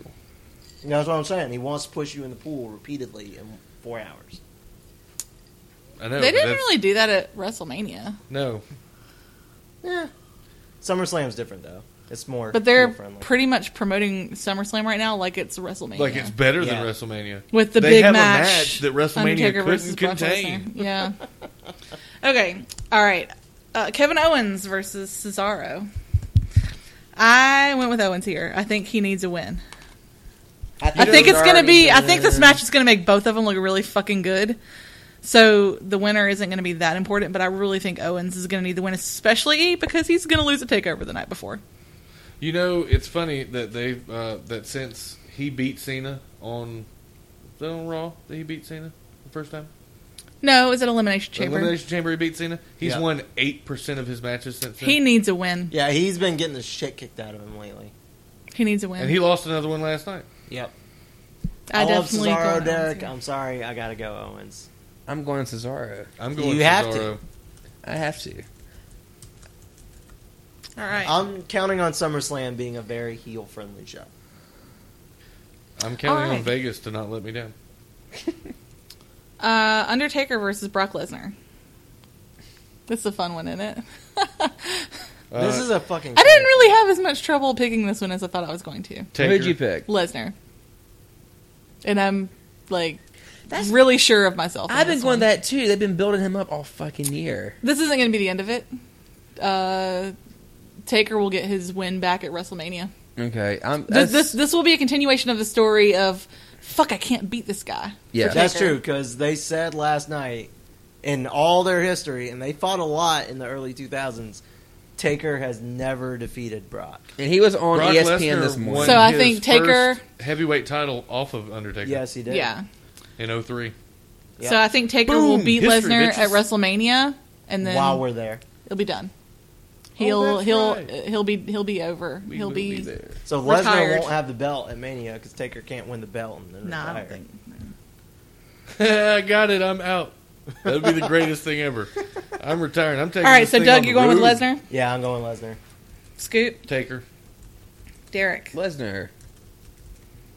[SPEAKER 5] you know, that's what I'm saying. He wants to push you in the pool repeatedly in four hours.
[SPEAKER 6] I know
[SPEAKER 3] they didn't
[SPEAKER 6] that's-
[SPEAKER 3] really do that at WrestleMania,
[SPEAKER 6] No,
[SPEAKER 5] Yeah, SummerSlam's different though. It's more,
[SPEAKER 3] but they're
[SPEAKER 5] friendly.
[SPEAKER 3] pretty much promoting SummerSlam right now like it's WrestleMania,
[SPEAKER 6] like it's better
[SPEAKER 5] Yeah.
[SPEAKER 6] than WrestleMania.
[SPEAKER 3] with the
[SPEAKER 6] they
[SPEAKER 3] big
[SPEAKER 6] have a
[SPEAKER 3] match,
[SPEAKER 6] match that WrestleMania
[SPEAKER 3] Undertaker
[SPEAKER 6] couldn't
[SPEAKER 3] versus Brock
[SPEAKER 6] contain.
[SPEAKER 3] Lesnar. (laughs) Yeah. okay. All right. Uh, Kevin Owens versus Cesaro. I went with Owens here. I think he needs a win. I think it's going to be. I think this match is going to make both of them look really fucking good. So the winner isn't going to be that important, but I really think Owens is going to need the win, especially because he's going to lose a takeover the night before.
[SPEAKER 6] You know, it's funny that they uh, that since he beat Cena on was that on Raw that he beat Cena the first time.
[SPEAKER 3] No, is it Elimination
[SPEAKER 6] The
[SPEAKER 3] Chamber?
[SPEAKER 6] Elimination Chamber he beat Cena. He's
[SPEAKER 5] Yeah.
[SPEAKER 6] won eight percent of his matches since then.
[SPEAKER 3] He needs a win.
[SPEAKER 5] Yeah, he's been getting the shit kicked out of him lately.
[SPEAKER 3] He needs a win.
[SPEAKER 6] and he lost another one last night.
[SPEAKER 5] Yep.
[SPEAKER 3] I,
[SPEAKER 5] I, love
[SPEAKER 3] definitely go
[SPEAKER 5] Cesaro,
[SPEAKER 3] Owens
[SPEAKER 5] Derek.
[SPEAKER 3] here.
[SPEAKER 5] I'm sorry, I gotta go Owens.
[SPEAKER 4] I'm going Cesaro.
[SPEAKER 6] I'm going.
[SPEAKER 5] You have
[SPEAKER 6] Cesaro.
[SPEAKER 4] I have to.
[SPEAKER 3] All right.
[SPEAKER 5] I'm counting on SummerSlam being a very heel-friendly show.
[SPEAKER 6] I'm counting
[SPEAKER 3] All right.
[SPEAKER 6] on Vegas to not let me down.
[SPEAKER 3] Uh, Undertaker versus Brock Lesnar. This is a fun one, isn't it? (laughs)
[SPEAKER 6] Uh,
[SPEAKER 5] this is a fucking.
[SPEAKER 3] I didn't really have as much trouble picking this one as I thought I was going to.
[SPEAKER 6] Taker.
[SPEAKER 4] Who'd you pick?
[SPEAKER 3] Lesnar. And I'm like really sure of myself. on
[SPEAKER 4] I've been
[SPEAKER 3] this
[SPEAKER 4] going
[SPEAKER 3] one.
[SPEAKER 4] that too. They've been building him up all fucking year.
[SPEAKER 3] This isn't going to be the end of it. Uh, Taker will get his win back at WrestleMania.
[SPEAKER 4] Okay, I'm.
[SPEAKER 3] This,
[SPEAKER 4] that's-
[SPEAKER 3] this this will be a continuation of the story of fuck. I can't beat this guy.
[SPEAKER 4] yeah,
[SPEAKER 5] That's true because they said last night in all their history, and they fought a lot in the early 2000s. Taker has never defeated Brock.
[SPEAKER 4] and he was on
[SPEAKER 5] E
[SPEAKER 4] E
[SPEAKER 6] Brock
[SPEAKER 4] ESPN
[SPEAKER 6] Lesnar
[SPEAKER 4] this morning.
[SPEAKER 6] won
[SPEAKER 3] So I
[SPEAKER 6] his
[SPEAKER 3] think Taker-
[SPEAKER 6] first heavyweight title off of Undertaker.
[SPEAKER 5] Yes, he did.
[SPEAKER 3] Yeah.
[SPEAKER 6] in 03.
[SPEAKER 5] Yeah.
[SPEAKER 3] So I think Taker will
[SPEAKER 6] Boom,
[SPEAKER 3] beat
[SPEAKER 6] history,
[SPEAKER 3] Lesnar
[SPEAKER 6] bitches.
[SPEAKER 3] at WrestleMania, and then
[SPEAKER 5] While we're there,
[SPEAKER 3] he'll be done. He'll
[SPEAKER 6] that's
[SPEAKER 3] he'll
[SPEAKER 6] right.
[SPEAKER 3] uh, he'll be he'll be over.
[SPEAKER 6] We
[SPEAKER 3] he'll
[SPEAKER 6] will
[SPEAKER 3] be.
[SPEAKER 6] there.
[SPEAKER 5] so
[SPEAKER 3] Retired.
[SPEAKER 5] Lesnar won't have the belt at Mania because Taker can't win the belt. And then
[SPEAKER 3] Nah, I don't
[SPEAKER 5] retire.
[SPEAKER 3] think.
[SPEAKER 6] I (laughs) got it. I'm out. That'd be the greatest thing ever. I'm retiring. I'm
[SPEAKER 3] All
[SPEAKER 6] taking.
[SPEAKER 3] right,
[SPEAKER 6] this
[SPEAKER 3] so
[SPEAKER 6] thing on
[SPEAKER 3] Doug, you're
[SPEAKER 6] the
[SPEAKER 3] going with
[SPEAKER 6] road.
[SPEAKER 3] Lesnar,
[SPEAKER 5] Yeah, I'm going Lesnar.
[SPEAKER 3] Scoot,
[SPEAKER 6] Taker.
[SPEAKER 3] Derek.
[SPEAKER 4] Lesnar.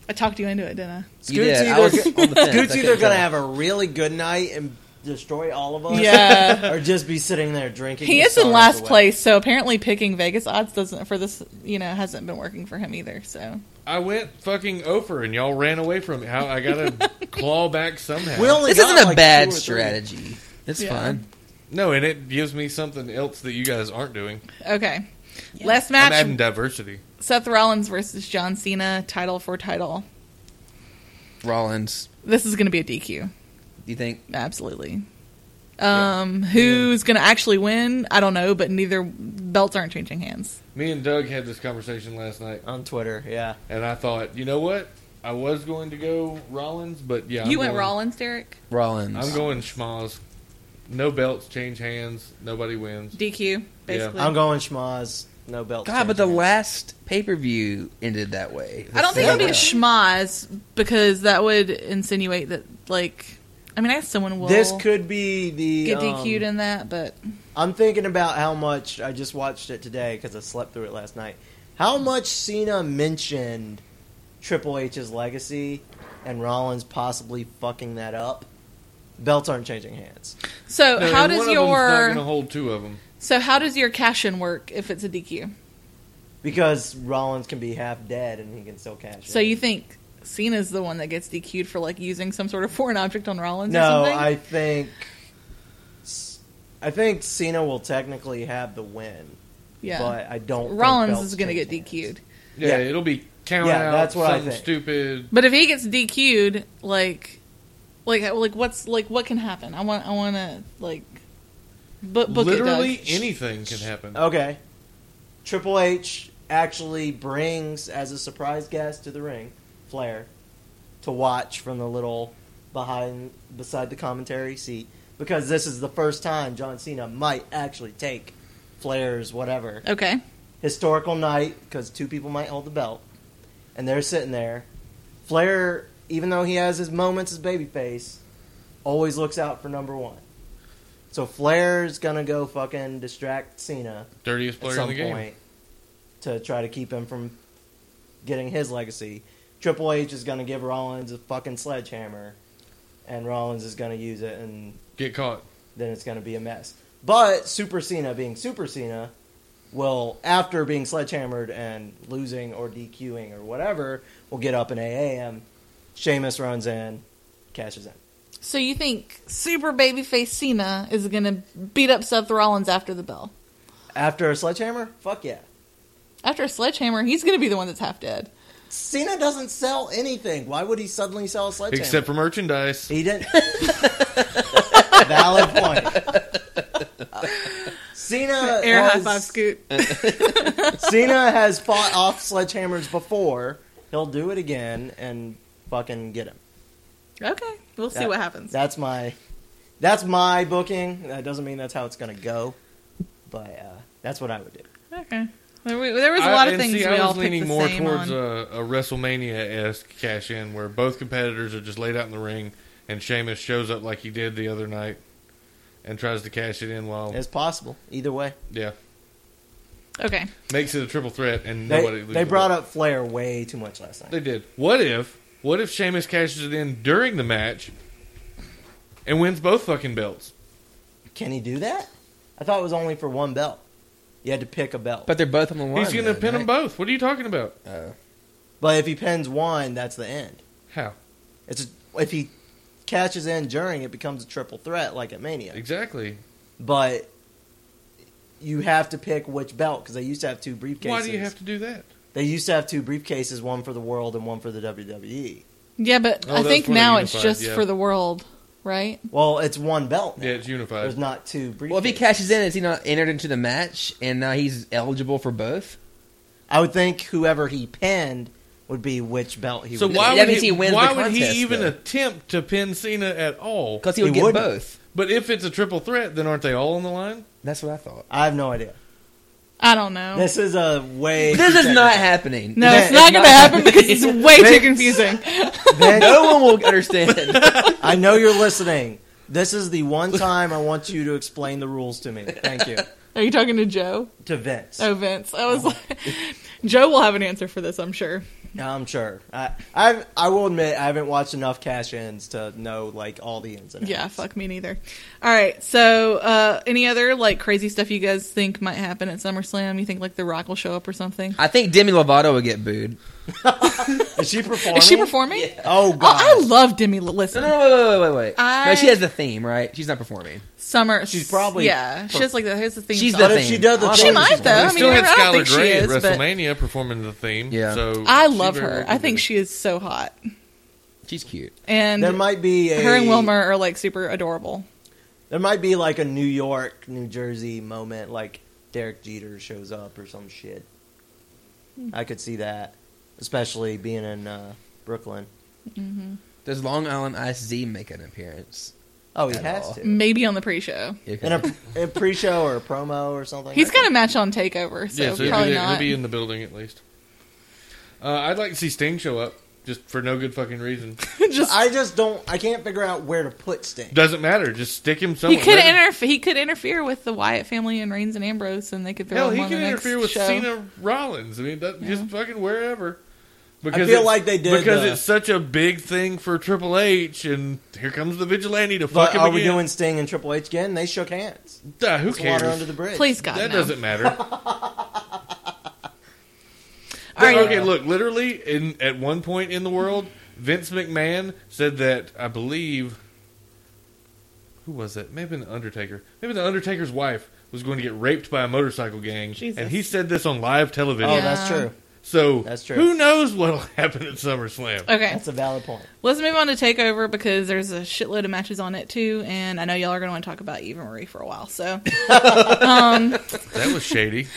[SPEAKER 3] I talked you into it, didn't I?
[SPEAKER 4] You did. I was on the fence. I
[SPEAKER 5] Scoot's
[SPEAKER 4] couldn't
[SPEAKER 5] either going
[SPEAKER 4] tell.
[SPEAKER 5] to have a really good night and destroy all of us,
[SPEAKER 3] Yeah.
[SPEAKER 5] (laughs) or just be sitting there drinking.
[SPEAKER 3] He
[SPEAKER 5] his
[SPEAKER 3] is in
[SPEAKER 5] sorrows
[SPEAKER 3] last
[SPEAKER 5] away.
[SPEAKER 3] place, so apparently picking Vegas odds doesn't for this, you know, hasn't been working for him either. So
[SPEAKER 6] I went fucking over and y'all ran away from me. How I gotta
[SPEAKER 3] (laughs)
[SPEAKER 6] claw back somehow.
[SPEAKER 5] We only
[SPEAKER 4] This
[SPEAKER 5] got,
[SPEAKER 4] isn't a
[SPEAKER 5] like,
[SPEAKER 4] bad
[SPEAKER 5] two or three.
[SPEAKER 4] strategy. It's
[SPEAKER 3] Yeah.
[SPEAKER 4] fine.
[SPEAKER 6] no, and it gives me something else that you guys aren't doing.
[SPEAKER 3] okay, last
[SPEAKER 6] I'm
[SPEAKER 3] match:
[SPEAKER 6] adding diversity.
[SPEAKER 3] Seth Rollins versus John Cena, title for title.
[SPEAKER 4] Rollins,
[SPEAKER 3] This is going to be a DQ,
[SPEAKER 4] you think?
[SPEAKER 3] absolutely. Um, Who's going to actually win? I don't know, but neither belts aren't changing hands.
[SPEAKER 6] Me and Doug had this conversation last night,
[SPEAKER 5] on Twitter. Yeah,
[SPEAKER 6] and I thought, you know what? I was going to go Rollins, but yeah,
[SPEAKER 3] you
[SPEAKER 6] I'm
[SPEAKER 3] went
[SPEAKER 6] going-
[SPEAKER 3] Rollins, Derek?
[SPEAKER 4] Rollins.
[SPEAKER 6] I'm going Schmaz. No belts, change hands. Nobody wins.
[SPEAKER 3] DQ, basically.
[SPEAKER 5] I'm going schmaz. No belt.
[SPEAKER 4] God, but the
[SPEAKER 5] changes.
[SPEAKER 4] last pay per view ended that way.
[SPEAKER 3] I don't think it would be a
[SPEAKER 4] Yeah.
[SPEAKER 3] schmaz because that would insinuate that, like, I mean, I guess someone will
[SPEAKER 5] This could be the
[SPEAKER 3] get
[SPEAKER 5] um,
[SPEAKER 3] DQ'd in that, but
[SPEAKER 5] I'm thinking about how much I just watched it today because I slept through it last night. How much Cena mentioned Triple H's legacy and Rollins possibly fucking that up. Belts aren't changing hands.
[SPEAKER 3] so
[SPEAKER 6] No,
[SPEAKER 3] how
[SPEAKER 6] and
[SPEAKER 3] does
[SPEAKER 6] one of them's not
[SPEAKER 3] your
[SPEAKER 6] going to hold two of them?
[SPEAKER 3] so how does your cash in work if it's a DQ?
[SPEAKER 5] Because Rollins can be half dead and he can still cash.
[SPEAKER 3] So
[SPEAKER 5] in.
[SPEAKER 3] you think Cena's the one that gets DQ'd for like using some sort of foreign object on Rollins? or
[SPEAKER 5] No,
[SPEAKER 3] something?
[SPEAKER 5] I think I think Cena will technically have the win,
[SPEAKER 3] yeah.
[SPEAKER 5] but I don't. think
[SPEAKER 3] Rollins
[SPEAKER 5] belts
[SPEAKER 3] is going to get
[SPEAKER 5] change hands.
[SPEAKER 3] DQ'd.
[SPEAKER 6] Yeah,
[SPEAKER 5] Yeah.
[SPEAKER 6] it'll be count
[SPEAKER 5] Yeah,
[SPEAKER 6] out.
[SPEAKER 5] that's what I
[SPEAKER 6] something
[SPEAKER 5] think.
[SPEAKER 6] Stupid.
[SPEAKER 3] But if he gets DQ'd, like, like, like, what's like, what can happen? I want, I want to like, but book
[SPEAKER 6] Literally
[SPEAKER 3] it, Doug.
[SPEAKER 6] anything can happen.
[SPEAKER 5] Okay. Triple H actually brings as a surprise guest to the ring Flair to watch from the little behind beside the commentary seat because this is the first time John Cena might actually take Flair's whatever
[SPEAKER 3] Okay.
[SPEAKER 5] historical night because two people might hold the belt, and they're sitting there. Flair, even though he has his moments as babyface, always looks out for number one. So Flair's gonna go fucking distract Cena
[SPEAKER 6] Dirtiest
[SPEAKER 5] at
[SPEAKER 6] player in
[SPEAKER 5] some
[SPEAKER 6] the game.
[SPEAKER 5] point to try to keep him from getting his legacy. Triple H is gonna give Rollins a fucking sledgehammer, and Rollins is gonna use it and
[SPEAKER 6] Get caught.
[SPEAKER 5] then it's going to be a mess. But Super Cena being Super Cena will, after being sledgehammered and losing or DQing or whatever, will get up in 8 a.m. Sheamus runs in, cashes in.
[SPEAKER 3] So you think super babyface Cena is going to beat up Seth Rollins after the bell?
[SPEAKER 5] After a sledgehammer? Fuck yeah.
[SPEAKER 3] After a sledgehammer, he's going to be the one that's half dead.
[SPEAKER 5] Cena doesn't sell anything. Why would he suddenly sell a sledgehammer?
[SPEAKER 6] Except for merchandise.
[SPEAKER 5] He didn't. (laughs) Valid
[SPEAKER 3] (laughs)
[SPEAKER 5] point. Cena
[SPEAKER 3] Air high
[SPEAKER 5] has-
[SPEAKER 3] five, Scoot.
[SPEAKER 5] Cena has fought off sledgehammers before. He'll do it again and fucking get him.
[SPEAKER 3] Okay, we'll see
[SPEAKER 5] That-
[SPEAKER 3] what happens.
[SPEAKER 5] That's my that's my booking. That doesn't mean that's how it's going to go, but uh, that's what I would do.
[SPEAKER 3] okay. There, we, there was a
[SPEAKER 6] I-
[SPEAKER 3] lot of
[SPEAKER 6] and
[SPEAKER 3] things
[SPEAKER 6] see,
[SPEAKER 3] we
[SPEAKER 6] I
[SPEAKER 3] all
[SPEAKER 6] was leaning
[SPEAKER 3] picked the
[SPEAKER 6] more
[SPEAKER 3] same
[SPEAKER 6] towards uh,
[SPEAKER 3] on.
[SPEAKER 6] A, a WrestleMania esque cash in where both competitors are just laid out in the ring and Sheamus shows up like he did the other night and tries to cash it in while
[SPEAKER 5] It's possible either way.
[SPEAKER 6] yeah
[SPEAKER 3] okay,
[SPEAKER 6] makes it a triple threat and nobody
[SPEAKER 5] They,
[SPEAKER 6] loses
[SPEAKER 5] they
[SPEAKER 6] it.
[SPEAKER 5] brought up Flair way too much last night.
[SPEAKER 6] They did. What if? What if Sheamus cashes it in during the match and wins both fucking belts?
[SPEAKER 5] Can he do that? I thought it was only for one belt. You had to pick a belt. But,
[SPEAKER 4] But they're both on the line.
[SPEAKER 6] He's going to
[SPEAKER 4] then,
[SPEAKER 6] pin them
[SPEAKER 4] right?
[SPEAKER 6] both. What are you talking about?
[SPEAKER 4] Oh.
[SPEAKER 5] if he pins one, that's the end.
[SPEAKER 6] How
[SPEAKER 5] It's a, if he catches in during, it becomes a triple threat like at Mania.
[SPEAKER 6] exactly?
[SPEAKER 5] But you have to pick which belt because they used to have two briefcases.
[SPEAKER 6] Why do you have to do that?
[SPEAKER 5] They used to have two briefcases, one for the world and one for the E. WWE.
[SPEAKER 3] yeah, but
[SPEAKER 6] Oh,
[SPEAKER 3] I
[SPEAKER 6] that's
[SPEAKER 3] think
[SPEAKER 6] when they're
[SPEAKER 3] now it's
[SPEAKER 6] unified,
[SPEAKER 3] just
[SPEAKER 6] yeah.
[SPEAKER 3] for the world, right?
[SPEAKER 5] Well, it's one belt. Now.
[SPEAKER 6] Yeah, it's
[SPEAKER 5] There's
[SPEAKER 6] unified.
[SPEAKER 5] not two briefcases.
[SPEAKER 4] Well, if he cashes in, is he not entered into the match, and now he's eligible for both?
[SPEAKER 5] I would think whoever he pinned would be which belt he
[SPEAKER 6] so
[SPEAKER 5] would.
[SPEAKER 6] why
[SPEAKER 4] That
[SPEAKER 6] would
[SPEAKER 4] means
[SPEAKER 6] he,
[SPEAKER 4] he wins
[SPEAKER 6] why
[SPEAKER 4] the
[SPEAKER 6] would
[SPEAKER 4] contest,
[SPEAKER 6] he even
[SPEAKER 4] though.
[SPEAKER 6] attempt to pin Cena at all?
[SPEAKER 4] Because he would
[SPEAKER 5] He
[SPEAKER 4] get
[SPEAKER 5] wouldn't.
[SPEAKER 4] both.
[SPEAKER 6] But if it's a triple threat, then aren't they all on the line?
[SPEAKER 4] That's what I thought.
[SPEAKER 5] I have no idea.
[SPEAKER 3] I don't know.
[SPEAKER 5] This is a way.
[SPEAKER 4] This is not happening.
[SPEAKER 3] no,
[SPEAKER 5] that
[SPEAKER 3] it's
[SPEAKER 5] is
[SPEAKER 3] not going
[SPEAKER 4] not-
[SPEAKER 3] to happen because
[SPEAKER 5] (laughs)
[SPEAKER 3] it's way too
[SPEAKER 5] Vince-
[SPEAKER 3] confusing.
[SPEAKER 6] (laughs)
[SPEAKER 5] Vince,
[SPEAKER 4] No one will understand.
[SPEAKER 5] I know you're listening. This is the one time I want you to explain the rules to me. Thank
[SPEAKER 6] (laughs)
[SPEAKER 5] you.
[SPEAKER 3] Are you talking to Joe?
[SPEAKER 5] To Vince.
[SPEAKER 3] Oh, Vince. I was like, (laughs) Joe will have an answer for this, I'm sure.
[SPEAKER 5] Yeah, I'm sure. I, I I will admit I haven't watched enough cash ins to know like all the ins and outs.
[SPEAKER 3] Yeah, fuck me neither. All right. So, uh, any other like crazy stuff you guys think might happen at SummerSlam? You think like The Rock will show up or something?
[SPEAKER 4] I think Demi Lovato would get booed.
[SPEAKER 5] Is she performing?
[SPEAKER 3] Is she performing? Oh,
[SPEAKER 5] Oh god.
[SPEAKER 3] I love Demi. L-
[SPEAKER 4] No,
[SPEAKER 3] Listen,
[SPEAKER 4] no, no, wait, wait, wait, wait.
[SPEAKER 3] I-
[SPEAKER 4] No, she has the theme, right? She's not performing.
[SPEAKER 3] Summer.
[SPEAKER 5] She's probably-
[SPEAKER 3] yeah. She has like the here's the theme.
[SPEAKER 4] She's
[SPEAKER 3] She's
[SPEAKER 4] the
[SPEAKER 5] What
[SPEAKER 3] song.
[SPEAKER 5] if
[SPEAKER 4] thing.
[SPEAKER 5] she does the
[SPEAKER 4] Oh,
[SPEAKER 5] thing?
[SPEAKER 3] She might,
[SPEAKER 5] She's
[SPEAKER 3] though.
[SPEAKER 6] They
[SPEAKER 3] I mean,
[SPEAKER 6] still
[SPEAKER 3] I
[SPEAKER 6] had
[SPEAKER 3] don't
[SPEAKER 6] Skylar
[SPEAKER 3] think she
[SPEAKER 6] Gray at
[SPEAKER 3] is, but-
[SPEAKER 6] WrestleMania performing the theme.
[SPEAKER 4] Yeah.
[SPEAKER 6] So
[SPEAKER 3] I
[SPEAKER 6] she
[SPEAKER 3] love
[SPEAKER 6] very
[SPEAKER 3] her.
[SPEAKER 6] well
[SPEAKER 3] I
[SPEAKER 6] could
[SPEAKER 3] think
[SPEAKER 6] do it.
[SPEAKER 3] she is so hot,
[SPEAKER 4] She's cute.
[SPEAKER 3] and
[SPEAKER 5] There might be a
[SPEAKER 3] her and Wilmer are like super adorable.
[SPEAKER 5] There might be like a New York, New Jersey moment, like Derek Jeter shows up or some shit. I could see that, especially being in uh, Brooklyn.
[SPEAKER 4] Does Long Island Ice Z make an appearance?
[SPEAKER 5] Oh, he
[SPEAKER 4] At
[SPEAKER 5] has
[SPEAKER 4] all.
[SPEAKER 5] to
[SPEAKER 3] Maybe on the pre-show.
[SPEAKER 5] in a, a pre-show or a promo or something.
[SPEAKER 3] He's
[SPEAKER 5] I
[SPEAKER 3] got a match on Takeover, so
[SPEAKER 6] yeah, so he'll be,
[SPEAKER 3] probably
[SPEAKER 6] there- he'll
[SPEAKER 3] not. (laughs)
[SPEAKER 6] be in the building at least. Uh, I'd like to see Sting show up just for no good fucking reason.
[SPEAKER 3] Just-
[SPEAKER 5] I just don't. I can't figure out where to put Sting.
[SPEAKER 6] Doesn't matter. Just stick him
[SPEAKER 3] he
[SPEAKER 6] somewhere.
[SPEAKER 3] could
[SPEAKER 6] Let him-
[SPEAKER 3] interfere. He could interfere with the Wyatt family and Reigns and Ambrose, and they could throw
[SPEAKER 6] Hell,
[SPEAKER 3] him
[SPEAKER 6] he
[SPEAKER 3] on
[SPEAKER 6] can
[SPEAKER 3] the next
[SPEAKER 6] interfere with
[SPEAKER 3] show.
[SPEAKER 6] Cena Rollins. I mean, that, just fucking wherever. Because
[SPEAKER 5] feel
[SPEAKER 6] it-
[SPEAKER 5] like they did,
[SPEAKER 6] because
[SPEAKER 5] uh,
[SPEAKER 6] it's such a big thing for Triple H, and here comes the vigilante to fuck
[SPEAKER 5] But
[SPEAKER 6] him
[SPEAKER 5] are
[SPEAKER 6] again.
[SPEAKER 5] we doing Sting and Triple H again? They shook hands.
[SPEAKER 6] Ah, who
[SPEAKER 5] It's water under
[SPEAKER 6] cares?
[SPEAKER 5] the bridge.
[SPEAKER 3] Please God,
[SPEAKER 6] That
[SPEAKER 3] no.
[SPEAKER 6] doesn't matter.
[SPEAKER 3] All right.
[SPEAKER 6] okay, look, literally, in at one point in the world, Vince McMahon said that I believe who was it? Maybe the Undertaker. Maybe the Undertaker's wife was going to get raped by a motorcycle gang,
[SPEAKER 3] Jesus.
[SPEAKER 6] and he said this on live television.
[SPEAKER 5] Oh,
[SPEAKER 3] Yeah.
[SPEAKER 5] that's true.
[SPEAKER 6] So
[SPEAKER 5] That's true.
[SPEAKER 6] Who knows what'll (laughs) happen at SummerSlam?
[SPEAKER 3] Okay,
[SPEAKER 5] That's a valid point.
[SPEAKER 3] let's move on to Takeover because there's a shitload of matches on it too, and I know y'all are going to want to talk about Eva Marie for a while. So,
[SPEAKER 6] that was shady.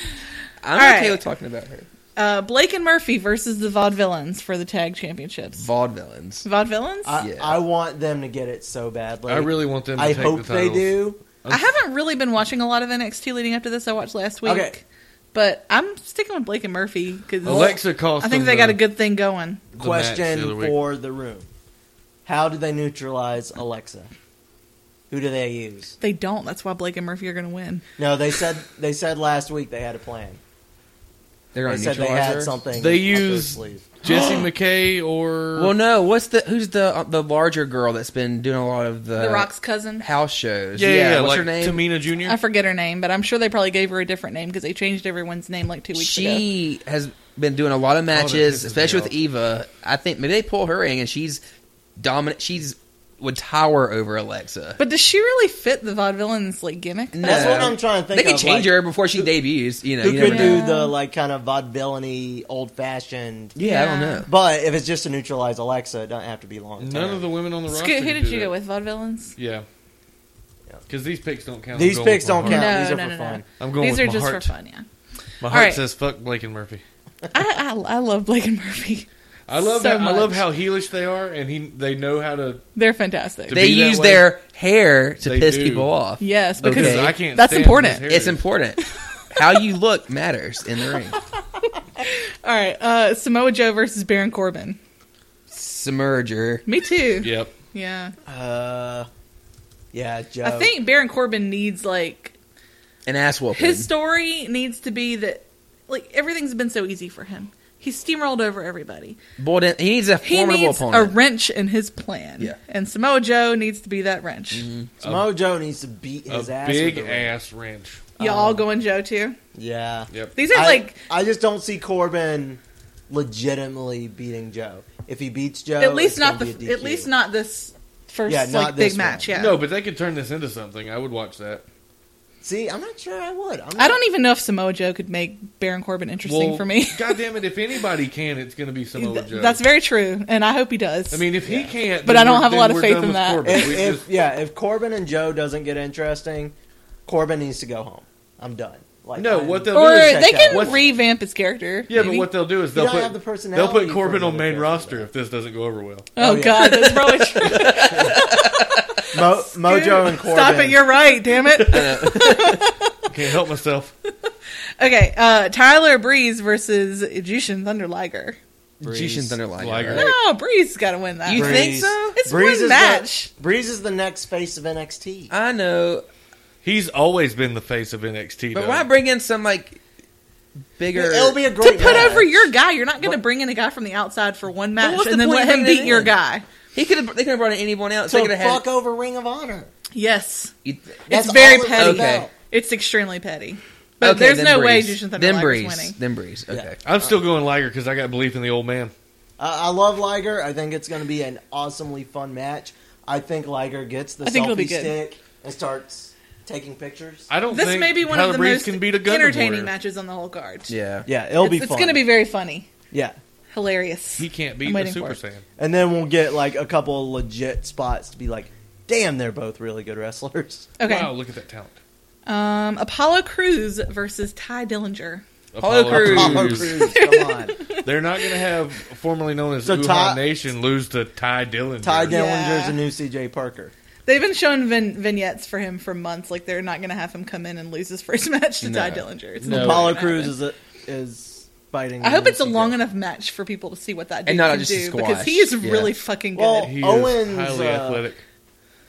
[SPEAKER 4] I'm
[SPEAKER 3] All
[SPEAKER 4] okay
[SPEAKER 3] right.
[SPEAKER 4] with talking about her.
[SPEAKER 3] uh, Blake and Murphy versus the Vaudevillains for the tag championships.
[SPEAKER 4] Vaudevillains.
[SPEAKER 3] Vaudevillains.
[SPEAKER 6] Uh,
[SPEAKER 5] I,
[SPEAKER 4] Yeah.
[SPEAKER 5] I want them to get it so badly.
[SPEAKER 6] I really want them. to
[SPEAKER 5] I
[SPEAKER 6] take
[SPEAKER 5] hope
[SPEAKER 6] the
[SPEAKER 5] they
[SPEAKER 6] titles.
[SPEAKER 5] do.
[SPEAKER 3] I haven't really been watching a lot of NXT leading up to this. I watched last week,
[SPEAKER 5] Okay.
[SPEAKER 3] but I'm sticking with Blake and Murphy because
[SPEAKER 6] Alexa cost.
[SPEAKER 3] I think
[SPEAKER 6] them
[SPEAKER 3] they
[SPEAKER 6] the-
[SPEAKER 3] got a good thing going.
[SPEAKER 6] the match the other
[SPEAKER 5] Question
[SPEAKER 6] week.
[SPEAKER 5] for the room: How do they neutralize Alexa? Who do they use?
[SPEAKER 3] They don't. That's why Blake and Murphy are going to win.
[SPEAKER 5] No, they said they said last week they had a plan.
[SPEAKER 4] They're
[SPEAKER 5] They
[SPEAKER 4] on
[SPEAKER 5] said they had
[SPEAKER 4] neutralizer.
[SPEAKER 5] something.
[SPEAKER 6] They
[SPEAKER 5] up their
[SPEAKER 6] use-
[SPEAKER 5] sleeve.
[SPEAKER 6] Jesse McKay or
[SPEAKER 4] Well, no. What's the who's the uh, the larger girl that's been doing a lot of the,
[SPEAKER 6] Uh,
[SPEAKER 3] the Rock's cousin.
[SPEAKER 4] house shows?
[SPEAKER 6] yeah, yeah, yeah,
[SPEAKER 4] what's
[SPEAKER 6] like
[SPEAKER 4] her name?
[SPEAKER 6] Tamina Junior.
[SPEAKER 3] I forget her name, but I'm sure they probably gave her a different name because they changed everyone's name like two weeks ago.
[SPEAKER 4] she has been doing a lot
[SPEAKER 6] Oh,
[SPEAKER 4] of matches,
[SPEAKER 6] pisses
[SPEAKER 4] especially
[SPEAKER 6] me
[SPEAKER 4] with
[SPEAKER 6] off.
[SPEAKER 4] Eva. I think maybe they pull her in, and she's dominant. She's would tower over Alexa.
[SPEAKER 3] But does she really fit the vaudevillains like gimmick?
[SPEAKER 4] No.
[SPEAKER 5] That's what I'm trying to think.
[SPEAKER 4] they could
[SPEAKER 5] of,
[SPEAKER 4] change
[SPEAKER 5] like,
[SPEAKER 4] her before she debuts. You know,
[SPEAKER 5] Who
[SPEAKER 4] you
[SPEAKER 5] could
[SPEAKER 4] never know.
[SPEAKER 5] do the like kind of vaudevillainy, old fashioned?
[SPEAKER 4] Yeah, I don't
[SPEAKER 3] Yeah.
[SPEAKER 4] know.
[SPEAKER 5] But if it's just to neutralize Alexa, it doesn't have to be long.
[SPEAKER 6] None of the women on the roster.
[SPEAKER 3] Scoot, who
[SPEAKER 6] can
[SPEAKER 3] did
[SPEAKER 6] do
[SPEAKER 3] you
[SPEAKER 6] that.
[SPEAKER 3] go with? Vaudevillains.
[SPEAKER 6] Yeah.
[SPEAKER 5] Yeah.
[SPEAKER 6] Because these picks don't count.
[SPEAKER 5] These
[SPEAKER 6] I'm going
[SPEAKER 5] picks
[SPEAKER 6] with my
[SPEAKER 5] don't count.
[SPEAKER 6] heart.
[SPEAKER 3] No,
[SPEAKER 5] These are
[SPEAKER 3] no,
[SPEAKER 5] for
[SPEAKER 3] no, no.
[SPEAKER 5] fun.
[SPEAKER 6] I'm going
[SPEAKER 3] These
[SPEAKER 6] with
[SPEAKER 3] are
[SPEAKER 6] my
[SPEAKER 3] just
[SPEAKER 6] heart.
[SPEAKER 3] for fun. Yeah,
[SPEAKER 6] My heart
[SPEAKER 3] right.
[SPEAKER 6] says fuck Blake and Murphy.
[SPEAKER 3] I, I I love Blake and Murphy. (laughs)
[SPEAKER 6] I love
[SPEAKER 3] So
[SPEAKER 6] how, I love
[SPEAKER 3] much.
[SPEAKER 6] how heelish they are, and he they know how to.
[SPEAKER 3] They're fantastic.
[SPEAKER 6] To
[SPEAKER 4] They
[SPEAKER 6] be that
[SPEAKER 4] use
[SPEAKER 6] way?
[SPEAKER 4] their hair to
[SPEAKER 6] They
[SPEAKER 4] piss
[SPEAKER 6] do.
[SPEAKER 4] people off.
[SPEAKER 3] yes, because
[SPEAKER 6] Because
[SPEAKER 4] Okay.
[SPEAKER 6] I can't.
[SPEAKER 3] That's
[SPEAKER 6] stand
[SPEAKER 3] important.
[SPEAKER 6] his hair.
[SPEAKER 4] It's important. How you look matters in the ring.
[SPEAKER 3] all right, uh, Samoa Joe versus Baron Corbin.
[SPEAKER 4] Submerger.
[SPEAKER 3] Me too.
[SPEAKER 6] Yep.
[SPEAKER 3] yeah.
[SPEAKER 5] Uh, yeah, Joe.
[SPEAKER 3] I think Baron Corbin needs like
[SPEAKER 4] An ass whooping.
[SPEAKER 3] his story needs to be that like everything's been so easy for him. He's steamrolled over everybody.
[SPEAKER 4] Boy, then- he needs a
[SPEAKER 3] He
[SPEAKER 4] formidable
[SPEAKER 3] needs a
[SPEAKER 4] opponent.
[SPEAKER 3] wrench in his plan.
[SPEAKER 4] Yeah.
[SPEAKER 3] And Samoa Joe needs to be that wrench.
[SPEAKER 6] Mm-hmm.
[SPEAKER 5] Samoa Joe needs to beat his
[SPEAKER 6] a
[SPEAKER 5] ass. with
[SPEAKER 6] big
[SPEAKER 5] the ring.
[SPEAKER 6] ass wrench.
[SPEAKER 3] Y'all going Joe too?
[SPEAKER 5] Yeah.
[SPEAKER 6] Yep.
[SPEAKER 3] These are
[SPEAKER 5] Um, I,
[SPEAKER 3] like
[SPEAKER 5] I just don't see Corbin legitimately beating Joe. If he beats Joe,
[SPEAKER 3] at least
[SPEAKER 5] it's
[SPEAKER 3] not
[SPEAKER 5] gonna be
[SPEAKER 3] the
[SPEAKER 5] a
[SPEAKER 3] at
[SPEAKER 5] DQ.
[SPEAKER 3] least not this first
[SPEAKER 5] Yeah,
[SPEAKER 3] like
[SPEAKER 5] not
[SPEAKER 3] big
[SPEAKER 5] this
[SPEAKER 3] match.
[SPEAKER 5] one.
[SPEAKER 3] Yeah.
[SPEAKER 6] No, but they could turn this into something. I would watch that.
[SPEAKER 5] See, I'm not sure I would. I'm
[SPEAKER 3] I
[SPEAKER 5] not-
[SPEAKER 3] don't even know if Samoa Joe could make Baron Corbin interesting
[SPEAKER 6] Well,
[SPEAKER 3] for me. (laughs)
[SPEAKER 6] God damn it! If anybody can, it's going to be Samoa Joe.
[SPEAKER 3] That's very true, and I hope he does.
[SPEAKER 6] I mean, if he can't,
[SPEAKER 3] But
[SPEAKER 6] then
[SPEAKER 3] I don't
[SPEAKER 6] we're-
[SPEAKER 3] have a
[SPEAKER 6] then
[SPEAKER 3] lot of
[SPEAKER 6] we're
[SPEAKER 3] faith
[SPEAKER 6] done
[SPEAKER 3] in
[SPEAKER 6] with
[SPEAKER 3] that.
[SPEAKER 6] Corbin.
[SPEAKER 5] If,
[SPEAKER 6] We
[SPEAKER 5] if
[SPEAKER 6] just-
[SPEAKER 5] yeah, if Corbin and Joe doesn't get interesting, Corbin needs to go home. I'm done. Like
[SPEAKER 6] No,
[SPEAKER 5] I'm-
[SPEAKER 6] what they'll
[SPEAKER 3] or
[SPEAKER 6] do is
[SPEAKER 5] check
[SPEAKER 3] they can
[SPEAKER 5] out. What's-
[SPEAKER 3] revamp his character.
[SPEAKER 6] yeah, but
[SPEAKER 3] maybe.
[SPEAKER 6] what they'll do is they'll
[SPEAKER 5] don't
[SPEAKER 6] put
[SPEAKER 5] have the
[SPEAKER 6] they'll
[SPEAKER 5] personality
[SPEAKER 6] put
[SPEAKER 5] for
[SPEAKER 6] Corbin on
[SPEAKER 5] another
[SPEAKER 6] main
[SPEAKER 5] character,
[SPEAKER 6] roster
[SPEAKER 5] though.
[SPEAKER 6] if this doesn't go over well.
[SPEAKER 3] Oh,
[SPEAKER 5] Oh, yeah.
[SPEAKER 3] God, that's probably true.
[SPEAKER 5] Mo, Mojo and Corbin.
[SPEAKER 3] Stop it! You're right. Damn it.
[SPEAKER 6] Can't help myself.
[SPEAKER 3] okay, uh, Tyler Breeze versus Jushin Thunder Liger.
[SPEAKER 4] Jushin Thunder Liger.
[SPEAKER 6] Liger.
[SPEAKER 4] right?
[SPEAKER 3] No, Breeze got to win that.
[SPEAKER 4] You
[SPEAKER 3] one.
[SPEAKER 4] think so?
[SPEAKER 3] It's
[SPEAKER 5] Breeze
[SPEAKER 3] one
[SPEAKER 5] is
[SPEAKER 3] match.
[SPEAKER 5] The, Breeze is the next face of NXT.
[SPEAKER 4] I know,
[SPEAKER 6] He's always been the face of NXT.
[SPEAKER 4] but
[SPEAKER 6] though.
[SPEAKER 4] why bring in some like bigger?
[SPEAKER 5] It'll be a
[SPEAKER 3] To
[SPEAKER 5] great
[SPEAKER 3] put
[SPEAKER 5] match.
[SPEAKER 3] over your guy, you're not going to bring in a guy from the outside for one match
[SPEAKER 4] what's the
[SPEAKER 3] and then
[SPEAKER 4] point
[SPEAKER 3] let
[SPEAKER 4] of
[SPEAKER 3] him
[SPEAKER 4] bringing
[SPEAKER 3] beat
[SPEAKER 4] it
[SPEAKER 3] your
[SPEAKER 4] in?
[SPEAKER 3] guy.
[SPEAKER 4] he could have. They could have brought in anyone else. they
[SPEAKER 5] So
[SPEAKER 4] could have
[SPEAKER 5] fuck
[SPEAKER 4] had.
[SPEAKER 5] over Ring of Honor.
[SPEAKER 3] Yes,
[SPEAKER 4] You,
[SPEAKER 5] That's
[SPEAKER 3] it's very
[SPEAKER 5] all it's
[SPEAKER 3] petty.
[SPEAKER 4] about.
[SPEAKER 3] It's extremely petty. But
[SPEAKER 4] okay,
[SPEAKER 3] there's
[SPEAKER 4] then
[SPEAKER 3] no way
[SPEAKER 4] Breeze.
[SPEAKER 3] Jushin Thunder
[SPEAKER 4] Then
[SPEAKER 3] Liger's
[SPEAKER 4] Breeze.
[SPEAKER 3] winning.
[SPEAKER 4] Then Breeze. Okay.
[SPEAKER 5] Yeah.
[SPEAKER 6] I'm still going Liger because I got belief in the old man.
[SPEAKER 5] I I love Liger. I think it's going to be an awesomely fun match. I think Liger gets the
[SPEAKER 3] I think it'll be
[SPEAKER 5] selfie
[SPEAKER 3] good.
[SPEAKER 5] stick and starts taking pictures.
[SPEAKER 6] I don't.
[SPEAKER 3] This
[SPEAKER 6] think
[SPEAKER 3] may be one
[SPEAKER 6] Tyler
[SPEAKER 3] of the
[SPEAKER 6] Breeze
[SPEAKER 3] most
[SPEAKER 6] can beat a Gundam
[SPEAKER 3] entertaining
[SPEAKER 6] warrior.
[SPEAKER 3] matches on the whole card.
[SPEAKER 4] Yeah.
[SPEAKER 5] Yeah, it'll be
[SPEAKER 3] it's,
[SPEAKER 5] fun.
[SPEAKER 3] going to be very funny,
[SPEAKER 5] yeah.
[SPEAKER 3] hilarious.
[SPEAKER 6] He can't
[SPEAKER 3] I'm
[SPEAKER 6] beat the
[SPEAKER 3] waiting for
[SPEAKER 6] Super
[SPEAKER 3] it.
[SPEAKER 6] Saiyan.
[SPEAKER 5] And then we'll get like a couple legit spots to be like, damn, they're both really good wrestlers.
[SPEAKER 3] Okay.
[SPEAKER 6] Wow, look at that talent.
[SPEAKER 3] Um, Apollo Cruz versus Ty Dillinger.
[SPEAKER 4] Apollo
[SPEAKER 5] (laughs)
[SPEAKER 4] Crews.
[SPEAKER 5] Apollo Crews, come
[SPEAKER 3] (laughs)
[SPEAKER 5] on.
[SPEAKER 6] They're not going to have formerly known as
[SPEAKER 5] So
[SPEAKER 6] Wuhan
[SPEAKER 5] Ty-
[SPEAKER 6] Nation lose to Ty Dillinger.
[SPEAKER 5] Ty Dillinger's
[SPEAKER 3] Yeah.
[SPEAKER 5] a new CJ Parker.
[SPEAKER 3] They've been showing vin- vignettes for him for months. Like they're not going to have him come in and lose his first (laughs) match to
[SPEAKER 4] No.
[SPEAKER 3] Ty Dillinger. It's
[SPEAKER 2] No.
[SPEAKER 3] not
[SPEAKER 5] Apollo
[SPEAKER 3] gonna
[SPEAKER 5] Cruz
[SPEAKER 3] happen.
[SPEAKER 5] is a, is fighting.
[SPEAKER 3] I hope
[SPEAKER 5] new
[SPEAKER 3] it's a
[SPEAKER 5] CJ.
[SPEAKER 3] long enough match for people to see what that dude
[SPEAKER 4] And not
[SPEAKER 3] can
[SPEAKER 4] just a
[SPEAKER 3] do
[SPEAKER 4] squash.
[SPEAKER 3] because he is
[SPEAKER 4] Yeah.
[SPEAKER 3] really fucking good.
[SPEAKER 5] Well,
[SPEAKER 6] He is
[SPEAKER 5] Owens,
[SPEAKER 6] highly
[SPEAKER 5] uh,
[SPEAKER 6] athletic.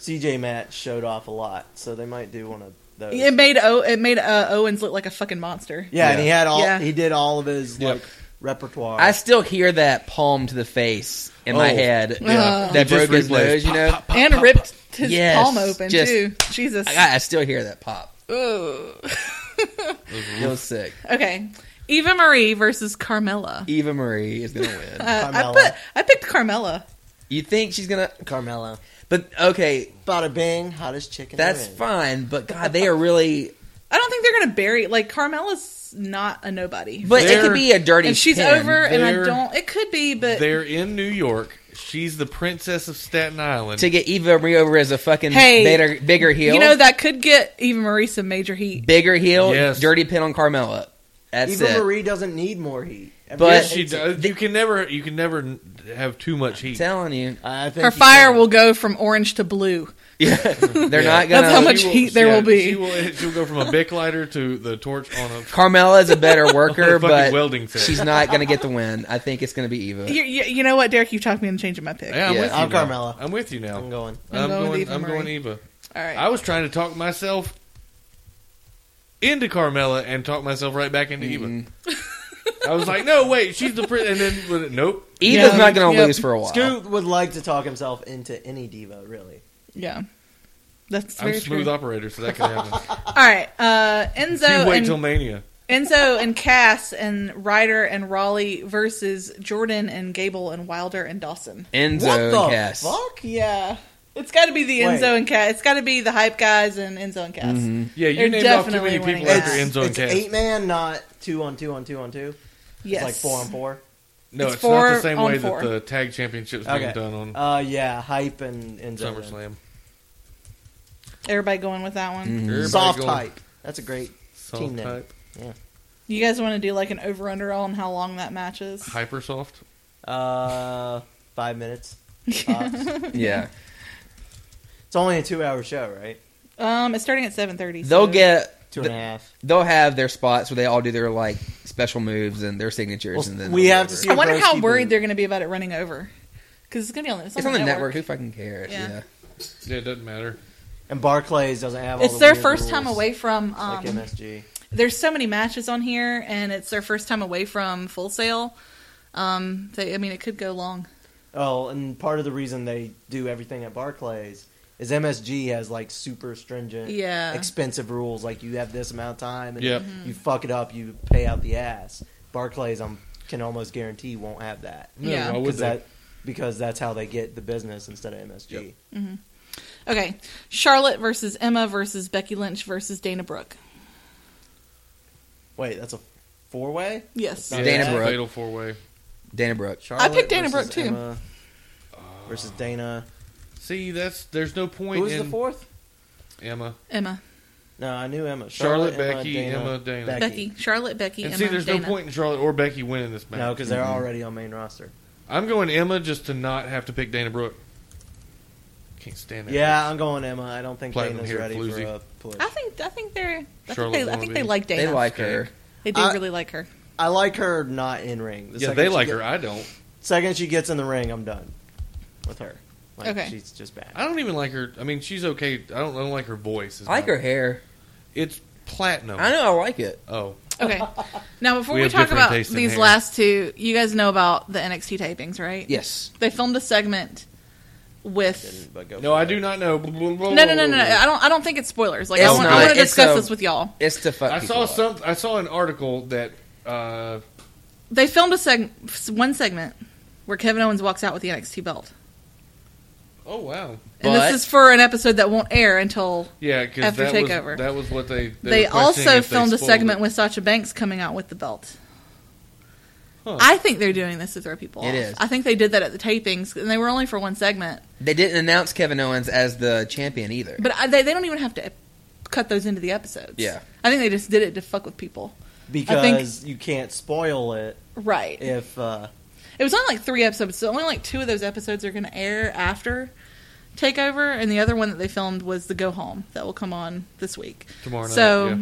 [SPEAKER 5] CJ match showed off a lot, so they might do one of those.
[SPEAKER 3] it made o- it made uh, Owens look like a fucking monster.
[SPEAKER 5] yeah, and he had all
[SPEAKER 3] Yeah.
[SPEAKER 5] he did all of his
[SPEAKER 6] Yep.
[SPEAKER 5] like repertoire.
[SPEAKER 4] I still hear that palm to the face in my
[SPEAKER 6] Oh.
[SPEAKER 4] head
[SPEAKER 3] Yeah.
[SPEAKER 4] that
[SPEAKER 6] It just
[SPEAKER 4] broke his
[SPEAKER 6] replays.
[SPEAKER 4] nose. You know,
[SPEAKER 3] and ripped his
[SPEAKER 4] Yes,
[SPEAKER 3] palm open
[SPEAKER 4] just-
[SPEAKER 3] too. Jesus.
[SPEAKER 4] I, I still hear that pop.
[SPEAKER 3] Ugh.
[SPEAKER 4] It was sick.
[SPEAKER 3] (laughs) okay, Eva Marie versus Carmella.
[SPEAKER 4] Eva Marie is gonna win.
[SPEAKER 3] Uh, I
[SPEAKER 5] Carmella.
[SPEAKER 3] put I picked Carmella.
[SPEAKER 4] You think she's gonna?
[SPEAKER 5] Carmella,
[SPEAKER 4] But okay,
[SPEAKER 5] bada bing, hottest chicken.
[SPEAKER 4] that's
[SPEAKER 5] fine.
[SPEAKER 4] fine. But God, they are really.
[SPEAKER 3] I don't think they're gonna bury like Carmella's not a nobody.
[SPEAKER 4] But it could
[SPEAKER 6] They're-
[SPEAKER 4] be a dirty.
[SPEAKER 3] and she's
[SPEAKER 4] pin.
[SPEAKER 3] over, and I
[SPEAKER 6] They're-
[SPEAKER 3] don't. It could be, but
[SPEAKER 6] They're in New York. She's the princess of Staten Island.
[SPEAKER 4] to get Eva Marie over as a fucking
[SPEAKER 3] Hey,
[SPEAKER 4] bigger, bigger heel.
[SPEAKER 3] you know that could get Eva Marie some major heat.
[SPEAKER 4] bigger heel,
[SPEAKER 6] Yes.
[SPEAKER 4] dirty pin on Carmella. That's
[SPEAKER 5] Eva
[SPEAKER 4] it.
[SPEAKER 5] Marie doesn't need more heat.
[SPEAKER 4] But-
[SPEAKER 6] Yes, she does. you can never, you can never n- have too much heat.
[SPEAKER 3] (laughs)
[SPEAKER 4] telling you,
[SPEAKER 5] I think
[SPEAKER 3] Her
[SPEAKER 5] she
[SPEAKER 3] fire
[SPEAKER 5] can.
[SPEAKER 3] will go from orange to blue.
[SPEAKER 4] yeah, they're
[SPEAKER 6] Yeah.
[SPEAKER 4] not gonna.
[SPEAKER 3] That's how much-
[SPEAKER 6] She
[SPEAKER 3] heat there will be.
[SPEAKER 6] She will, she'll go from a bic lighter to the torch on a
[SPEAKER 4] Carmella is a better worker,
[SPEAKER 6] (laughs) fucking
[SPEAKER 4] but
[SPEAKER 6] welding set.
[SPEAKER 4] she's not gonna get the win. I think it's gonna be
[SPEAKER 3] (laughs)
[SPEAKER 4] Eva.
[SPEAKER 3] You, you, you know what, Derek? You've talked me into changing my pick.
[SPEAKER 6] Yeah, I'm
[SPEAKER 4] Yeah.
[SPEAKER 6] with you
[SPEAKER 5] I'm
[SPEAKER 6] now.
[SPEAKER 5] Carmella.
[SPEAKER 6] I'm with you now.
[SPEAKER 5] I'm going.
[SPEAKER 3] I'm
[SPEAKER 6] I'm
[SPEAKER 3] going with
[SPEAKER 6] going.
[SPEAKER 3] Eva
[SPEAKER 6] I'm
[SPEAKER 3] Marie.
[SPEAKER 6] going Eva.
[SPEAKER 3] All right.
[SPEAKER 6] I was trying to talk myself into Carmella and talk myself right back into
[SPEAKER 5] Mm.
[SPEAKER 6] Eva. I was like, no, wait, she's the prince. And then, but nope.
[SPEAKER 4] Eva's
[SPEAKER 3] Yeah.
[SPEAKER 4] not gonna
[SPEAKER 3] Yep.
[SPEAKER 4] lose for a while.
[SPEAKER 5] Scoot would like to talk himself into any diva, really.
[SPEAKER 3] yeah. That's
[SPEAKER 6] I'm
[SPEAKER 3] very
[SPEAKER 6] smooth
[SPEAKER 3] true.
[SPEAKER 6] operator, so that can
[SPEAKER 3] (laughs)
[SPEAKER 6] happen.
[SPEAKER 3] All right. Uh, Enzo
[SPEAKER 6] you wait
[SPEAKER 3] and
[SPEAKER 6] till Mania.
[SPEAKER 3] Enzo and Cass and Ryder and Raleigh versus Jordan and Gable and Wilder and Dawson.
[SPEAKER 4] Enzo
[SPEAKER 5] what the
[SPEAKER 4] and Cass.
[SPEAKER 5] fuck?
[SPEAKER 3] Yeah. It's got to be the Enzo
[SPEAKER 5] Wait.
[SPEAKER 3] and Cass. It's got to be the hype guys and Enzo and Cass.
[SPEAKER 6] Yeah,
[SPEAKER 3] They're
[SPEAKER 6] you named off too
[SPEAKER 3] definitely
[SPEAKER 6] many
[SPEAKER 3] winning
[SPEAKER 6] people
[SPEAKER 3] that.
[SPEAKER 6] after
[SPEAKER 5] It's,
[SPEAKER 6] Enzo and
[SPEAKER 5] it's
[SPEAKER 6] Cass.
[SPEAKER 5] eight man, not two on two on two on two.
[SPEAKER 3] Yes.
[SPEAKER 5] It's like four on four.
[SPEAKER 6] no,
[SPEAKER 3] it's
[SPEAKER 6] it's, not
[SPEAKER 3] four
[SPEAKER 6] the same
[SPEAKER 3] on
[SPEAKER 6] way
[SPEAKER 3] four.
[SPEAKER 6] that the tag championships being
[SPEAKER 5] Okay.
[SPEAKER 6] done on
[SPEAKER 5] Uh, yeah, hype and and Zelyn.
[SPEAKER 6] SummerSlam.
[SPEAKER 3] Everybody going with that one.
[SPEAKER 6] Everybody
[SPEAKER 5] Soft
[SPEAKER 6] going
[SPEAKER 5] hype. That's a great.
[SPEAKER 6] soft
[SPEAKER 5] team name.
[SPEAKER 6] type,
[SPEAKER 3] You guys want to do like an over under on how long that match is?
[SPEAKER 6] hyper soft.
[SPEAKER 5] Uh,
[SPEAKER 3] (laughs)
[SPEAKER 5] five minutes. tops.
[SPEAKER 4] Yeah,
[SPEAKER 5] it's only a two hour show, right?
[SPEAKER 3] Um, it's starting at seven thirty.
[SPEAKER 4] they'll get.
[SPEAKER 5] Two and a half.
[SPEAKER 4] They'll have their spots where they all do their like special moves and their signatures,
[SPEAKER 5] Well,
[SPEAKER 4] and then
[SPEAKER 5] we
[SPEAKER 4] they'll
[SPEAKER 5] have
[SPEAKER 4] go
[SPEAKER 5] to
[SPEAKER 4] over.
[SPEAKER 5] see-
[SPEAKER 3] I wonder how
[SPEAKER 5] Dombrowski
[SPEAKER 3] worried
[SPEAKER 5] boot.
[SPEAKER 3] they're going to be about it running over because it's going to be on. It's,
[SPEAKER 4] It's on the network. Who fucking cares?
[SPEAKER 3] Yeah.
[SPEAKER 4] yeah.
[SPEAKER 6] Yeah, it doesn't matter.
[SPEAKER 5] And Barclays doesn't have. All
[SPEAKER 3] It's
[SPEAKER 5] the
[SPEAKER 3] their
[SPEAKER 5] weird
[SPEAKER 3] first
[SPEAKER 5] rules
[SPEAKER 3] time away from.
[SPEAKER 5] Like
[SPEAKER 3] Um,
[SPEAKER 5] MSG.
[SPEAKER 3] there's so many matches on here, and it's their first time away from Full Sail. Um, they, I mean, it could go long.
[SPEAKER 5] Oh, and part of the reason they do everything at Barclays is MSG has like super stringent,
[SPEAKER 3] Yeah. Mm-hmm.
[SPEAKER 5] expensive rules. Like you have this amount of time, and
[SPEAKER 6] Yep.
[SPEAKER 5] if you fuck it up, you pay out the ass. Barclays, I can almost guarantee, won't have that
[SPEAKER 6] No,
[SPEAKER 3] Yeah.
[SPEAKER 6] why would
[SPEAKER 5] because
[SPEAKER 6] they?
[SPEAKER 5] that because that's how they get the business instead of MSG.
[SPEAKER 6] Yep.
[SPEAKER 3] Okay, Charlotte versus Emma versus Becky Lynch versus Dana Brooke.
[SPEAKER 5] Wait, that's a four way.
[SPEAKER 3] Yes,
[SPEAKER 5] Yeah.
[SPEAKER 4] Dana
[SPEAKER 6] it's a
[SPEAKER 4] Brooke.
[SPEAKER 6] fatal four way.
[SPEAKER 4] Dana Brooke.
[SPEAKER 3] picked Dana Brooke, too.
[SPEAKER 5] versus Dana.
[SPEAKER 6] See, that's there's no point
[SPEAKER 5] Who was
[SPEAKER 6] in
[SPEAKER 5] the fourth?
[SPEAKER 6] Emma.
[SPEAKER 3] Emma,
[SPEAKER 5] No, I knew Emma.
[SPEAKER 6] Charlotte,
[SPEAKER 5] Charlotte, Emma,
[SPEAKER 6] Becky,
[SPEAKER 5] Dana,
[SPEAKER 6] Emma, Dana.
[SPEAKER 5] Becky.
[SPEAKER 3] Becky, Charlotte, Becky,
[SPEAKER 6] And
[SPEAKER 3] Emma,
[SPEAKER 6] see, there's
[SPEAKER 3] Dana.
[SPEAKER 6] no point in Charlotte or Becky winning this match.
[SPEAKER 5] No, because they're already on main roster.
[SPEAKER 6] I'm going Emma just to not have to pick Dana Brooke. Can't stand that.
[SPEAKER 5] Yeah, I'm going Emma. I don't think
[SPEAKER 6] Platinum
[SPEAKER 5] Dana's
[SPEAKER 6] hair,
[SPEAKER 5] ready for
[SPEAKER 6] floozy.
[SPEAKER 5] a push.
[SPEAKER 3] I think I think they're. I think
[SPEAKER 6] Charlotte
[SPEAKER 3] they, I
[SPEAKER 6] wanna
[SPEAKER 3] think
[SPEAKER 6] be-
[SPEAKER 3] they like Dana.
[SPEAKER 4] They like her.
[SPEAKER 3] They do
[SPEAKER 5] I-
[SPEAKER 3] really like her.
[SPEAKER 5] I like her not in ring. The
[SPEAKER 6] Yeah,
[SPEAKER 5] second
[SPEAKER 6] they
[SPEAKER 5] she
[SPEAKER 6] like
[SPEAKER 5] get-
[SPEAKER 6] her. I don't.
[SPEAKER 5] Second she gets in the ring, I'm done with her. Like,
[SPEAKER 3] Okay.
[SPEAKER 5] she's just bad.
[SPEAKER 6] I don't even like her. I mean, she's okay. I don't, I don't like her voice. is
[SPEAKER 4] I like
[SPEAKER 6] my-
[SPEAKER 4] her hair.
[SPEAKER 6] It's platinum.
[SPEAKER 4] I know. I like it.
[SPEAKER 6] Oh,
[SPEAKER 3] (laughs) Okay. Now, before
[SPEAKER 6] We
[SPEAKER 3] we,
[SPEAKER 6] have
[SPEAKER 3] talk
[SPEAKER 6] different
[SPEAKER 3] about
[SPEAKER 6] taste in
[SPEAKER 3] these
[SPEAKER 6] hair.
[SPEAKER 3] last two, you guys know about the NXT tapings, right?
[SPEAKER 4] Yes.
[SPEAKER 3] They filmed a segment with.
[SPEAKER 5] Didn't, but go
[SPEAKER 6] no,
[SPEAKER 5] for
[SPEAKER 6] I
[SPEAKER 5] it.
[SPEAKER 6] do not know. Blah, blah, blah,
[SPEAKER 3] No, no, no, no,
[SPEAKER 6] blah,
[SPEAKER 3] no.
[SPEAKER 6] blah,
[SPEAKER 3] I don't. I don't think it's spoilers. Like I
[SPEAKER 4] It's
[SPEAKER 3] want,
[SPEAKER 4] not.
[SPEAKER 3] I want to
[SPEAKER 4] It's
[SPEAKER 3] discuss
[SPEAKER 4] so-
[SPEAKER 3] this with y'all.
[SPEAKER 4] It's to fuck.
[SPEAKER 6] blah. I
[SPEAKER 4] people
[SPEAKER 6] saw
[SPEAKER 4] up.
[SPEAKER 6] some. I saw an article that uh,
[SPEAKER 3] They filmed a seg one segment where Kevin Owens walks out with the NXT belt,
[SPEAKER 6] Oh wow!
[SPEAKER 3] and
[SPEAKER 4] But-
[SPEAKER 3] this is for an episode that won't air until
[SPEAKER 6] Yeah, because
[SPEAKER 3] After
[SPEAKER 6] that
[SPEAKER 3] Takeover.
[SPEAKER 6] was that was what they.
[SPEAKER 3] they,
[SPEAKER 6] were questioning
[SPEAKER 3] also
[SPEAKER 6] if they
[SPEAKER 3] filmed a
[SPEAKER 6] spoiled
[SPEAKER 3] segment
[SPEAKER 6] it.
[SPEAKER 3] with Sasha Banks coming out with the belt. I think they're doing this to throw people
[SPEAKER 4] It
[SPEAKER 3] off.
[SPEAKER 4] is.
[SPEAKER 3] I think they did that at the tapings, and they were only for one segment.
[SPEAKER 4] They didn't announce Kevin Owens as the champion either.
[SPEAKER 3] But I, they, they don't even have to cut those into the episodes.
[SPEAKER 4] Yeah.
[SPEAKER 3] I think they just did it to fuck with people.
[SPEAKER 5] because you can't spoil it
[SPEAKER 3] Right.
[SPEAKER 5] if uh,
[SPEAKER 3] It was only like three episodes, so only like two of those episodes are going to air after Takeover, and the other one that they filmed was the Go Home that will come on this week.
[SPEAKER 6] Tomorrow night,
[SPEAKER 3] So,
[SPEAKER 6] yeah.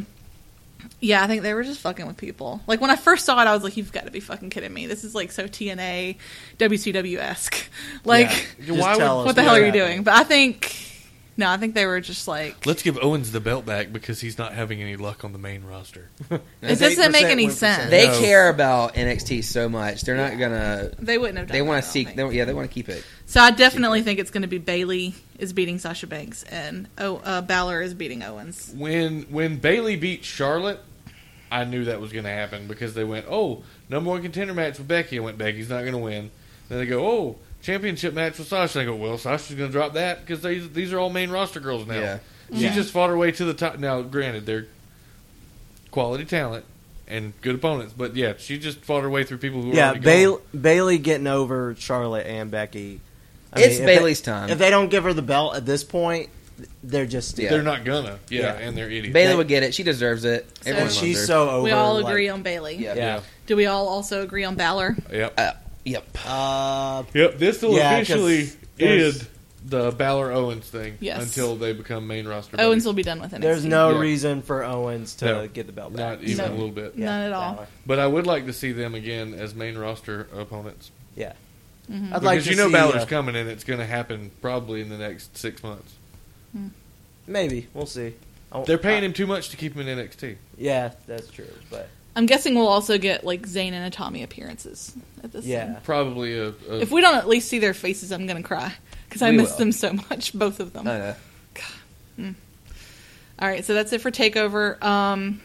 [SPEAKER 3] yeah, I think they were just fucking with people. Like when I first saw it, I was like, "You've got to be fucking kidding me! This is like so TNA, WCW esque. (laughs) Like,
[SPEAKER 5] yeah,
[SPEAKER 6] Why would-
[SPEAKER 5] tell us
[SPEAKER 3] what the hell are you
[SPEAKER 5] happened.
[SPEAKER 3] doing?" But I think no, I think they were just like,
[SPEAKER 6] Let's give Owens the belt back because he's not having any luck on the main roster.
[SPEAKER 3] "It doesn't make
[SPEAKER 5] 8%,
[SPEAKER 3] any
[SPEAKER 5] 1%.
[SPEAKER 3] sense."
[SPEAKER 4] they
[SPEAKER 6] No.
[SPEAKER 4] care about NXT so much. They're not gonna.
[SPEAKER 3] They wouldn't have done.
[SPEAKER 4] They want
[SPEAKER 3] that,
[SPEAKER 4] to
[SPEAKER 3] I
[SPEAKER 4] seek.
[SPEAKER 3] don't
[SPEAKER 4] They,
[SPEAKER 3] think.
[SPEAKER 4] yeah, they want to keep it.
[SPEAKER 3] So I definitely think it's going to be Bailey is beating Sasha Banks and oh, uh, Balor is beating Owens.
[SPEAKER 6] When when Bailey beat Charlotte, I knew that was going to happen because they went, "Oh, number one contender match with Becky." I went, "Becky's not going to win." Then they go, "Oh, championship match with Sasha." I go, "Well, Sasha's going to drop that because these these are all main roster girls now."
[SPEAKER 4] Yeah.
[SPEAKER 6] She
[SPEAKER 3] Yeah.
[SPEAKER 6] just fought her way to the top. Now, granted, they're quality talent and good opponents, but yeah, she just fought her way through people who were
[SPEAKER 5] yeah
[SPEAKER 6] already gone.
[SPEAKER 5] Bail- Bailey getting over Charlotte and Becky. I
[SPEAKER 4] It's
[SPEAKER 5] if
[SPEAKER 4] Bailey's
[SPEAKER 5] they-
[SPEAKER 4] time.
[SPEAKER 5] If they don't give her the belt at this point, they're just
[SPEAKER 4] Yeah.
[SPEAKER 6] They're not gonna. Yeah,
[SPEAKER 5] Yeah.
[SPEAKER 6] and they're idiots.
[SPEAKER 4] Bailey would get it. She deserves it. Everyone
[SPEAKER 5] And
[SPEAKER 4] loves
[SPEAKER 5] she's
[SPEAKER 4] her.
[SPEAKER 5] so over.
[SPEAKER 3] we all
[SPEAKER 5] like-
[SPEAKER 3] agree on Bailey.
[SPEAKER 4] Yeah.
[SPEAKER 5] Yeah.
[SPEAKER 3] Do we all also agree on Balor?
[SPEAKER 6] Yep.
[SPEAKER 4] Uh, yep.
[SPEAKER 5] Uh,
[SPEAKER 6] Yep. This will
[SPEAKER 5] Yeah, 'cause
[SPEAKER 6] officially
[SPEAKER 5] there's-
[SPEAKER 6] end the Balor Owens thing
[SPEAKER 3] Yes.
[SPEAKER 6] until they become main roster.
[SPEAKER 3] Owens
[SPEAKER 6] buddies.
[SPEAKER 3] will be done with NXT.
[SPEAKER 5] there's no
[SPEAKER 6] Yeah.
[SPEAKER 5] reason for Owens to
[SPEAKER 6] No.
[SPEAKER 5] get the belt back.
[SPEAKER 6] not even
[SPEAKER 3] No.
[SPEAKER 6] a little bit.
[SPEAKER 5] Yeah,
[SPEAKER 3] None at all.
[SPEAKER 5] Balor.
[SPEAKER 6] But I would like to see them again as main roster opponents
[SPEAKER 5] Yeah. I'd
[SPEAKER 6] because
[SPEAKER 5] like to
[SPEAKER 6] you know
[SPEAKER 5] see,
[SPEAKER 6] Balor's
[SPEAKER 5] uh,
[SPEAKER 6] coming and it's going to happen probably in the next six months.
[SPEAKER 5] maybe we'll see. I-
[SPEAKER 6] They're paying
[SPEAKER 5] I-
[SPEAKER 6] him too much to keep him in NXT.
[SPEAKER 5] Yeah, that's true. But
[SPEAKER 3] I'm guessing we'll also get like Zayn and Atami appearances at this.
[SPEAKER 5] yeah,
[SPEAKER 3] thing.
[SPEAKER 6] Probably a, a
[SPEAKER 3] If we don't at least see their faces, I'm gonna cry because I
[SPEAKER 4] We
[SPEAKER 3] miss
[SPEAKER 4] will. Oh,
[SPEAKER 3] them so much, (laughs) both of them.
[SPEAKER 4] I know.
[SPEAKER 3] All right, so that's it for Takeover. Um,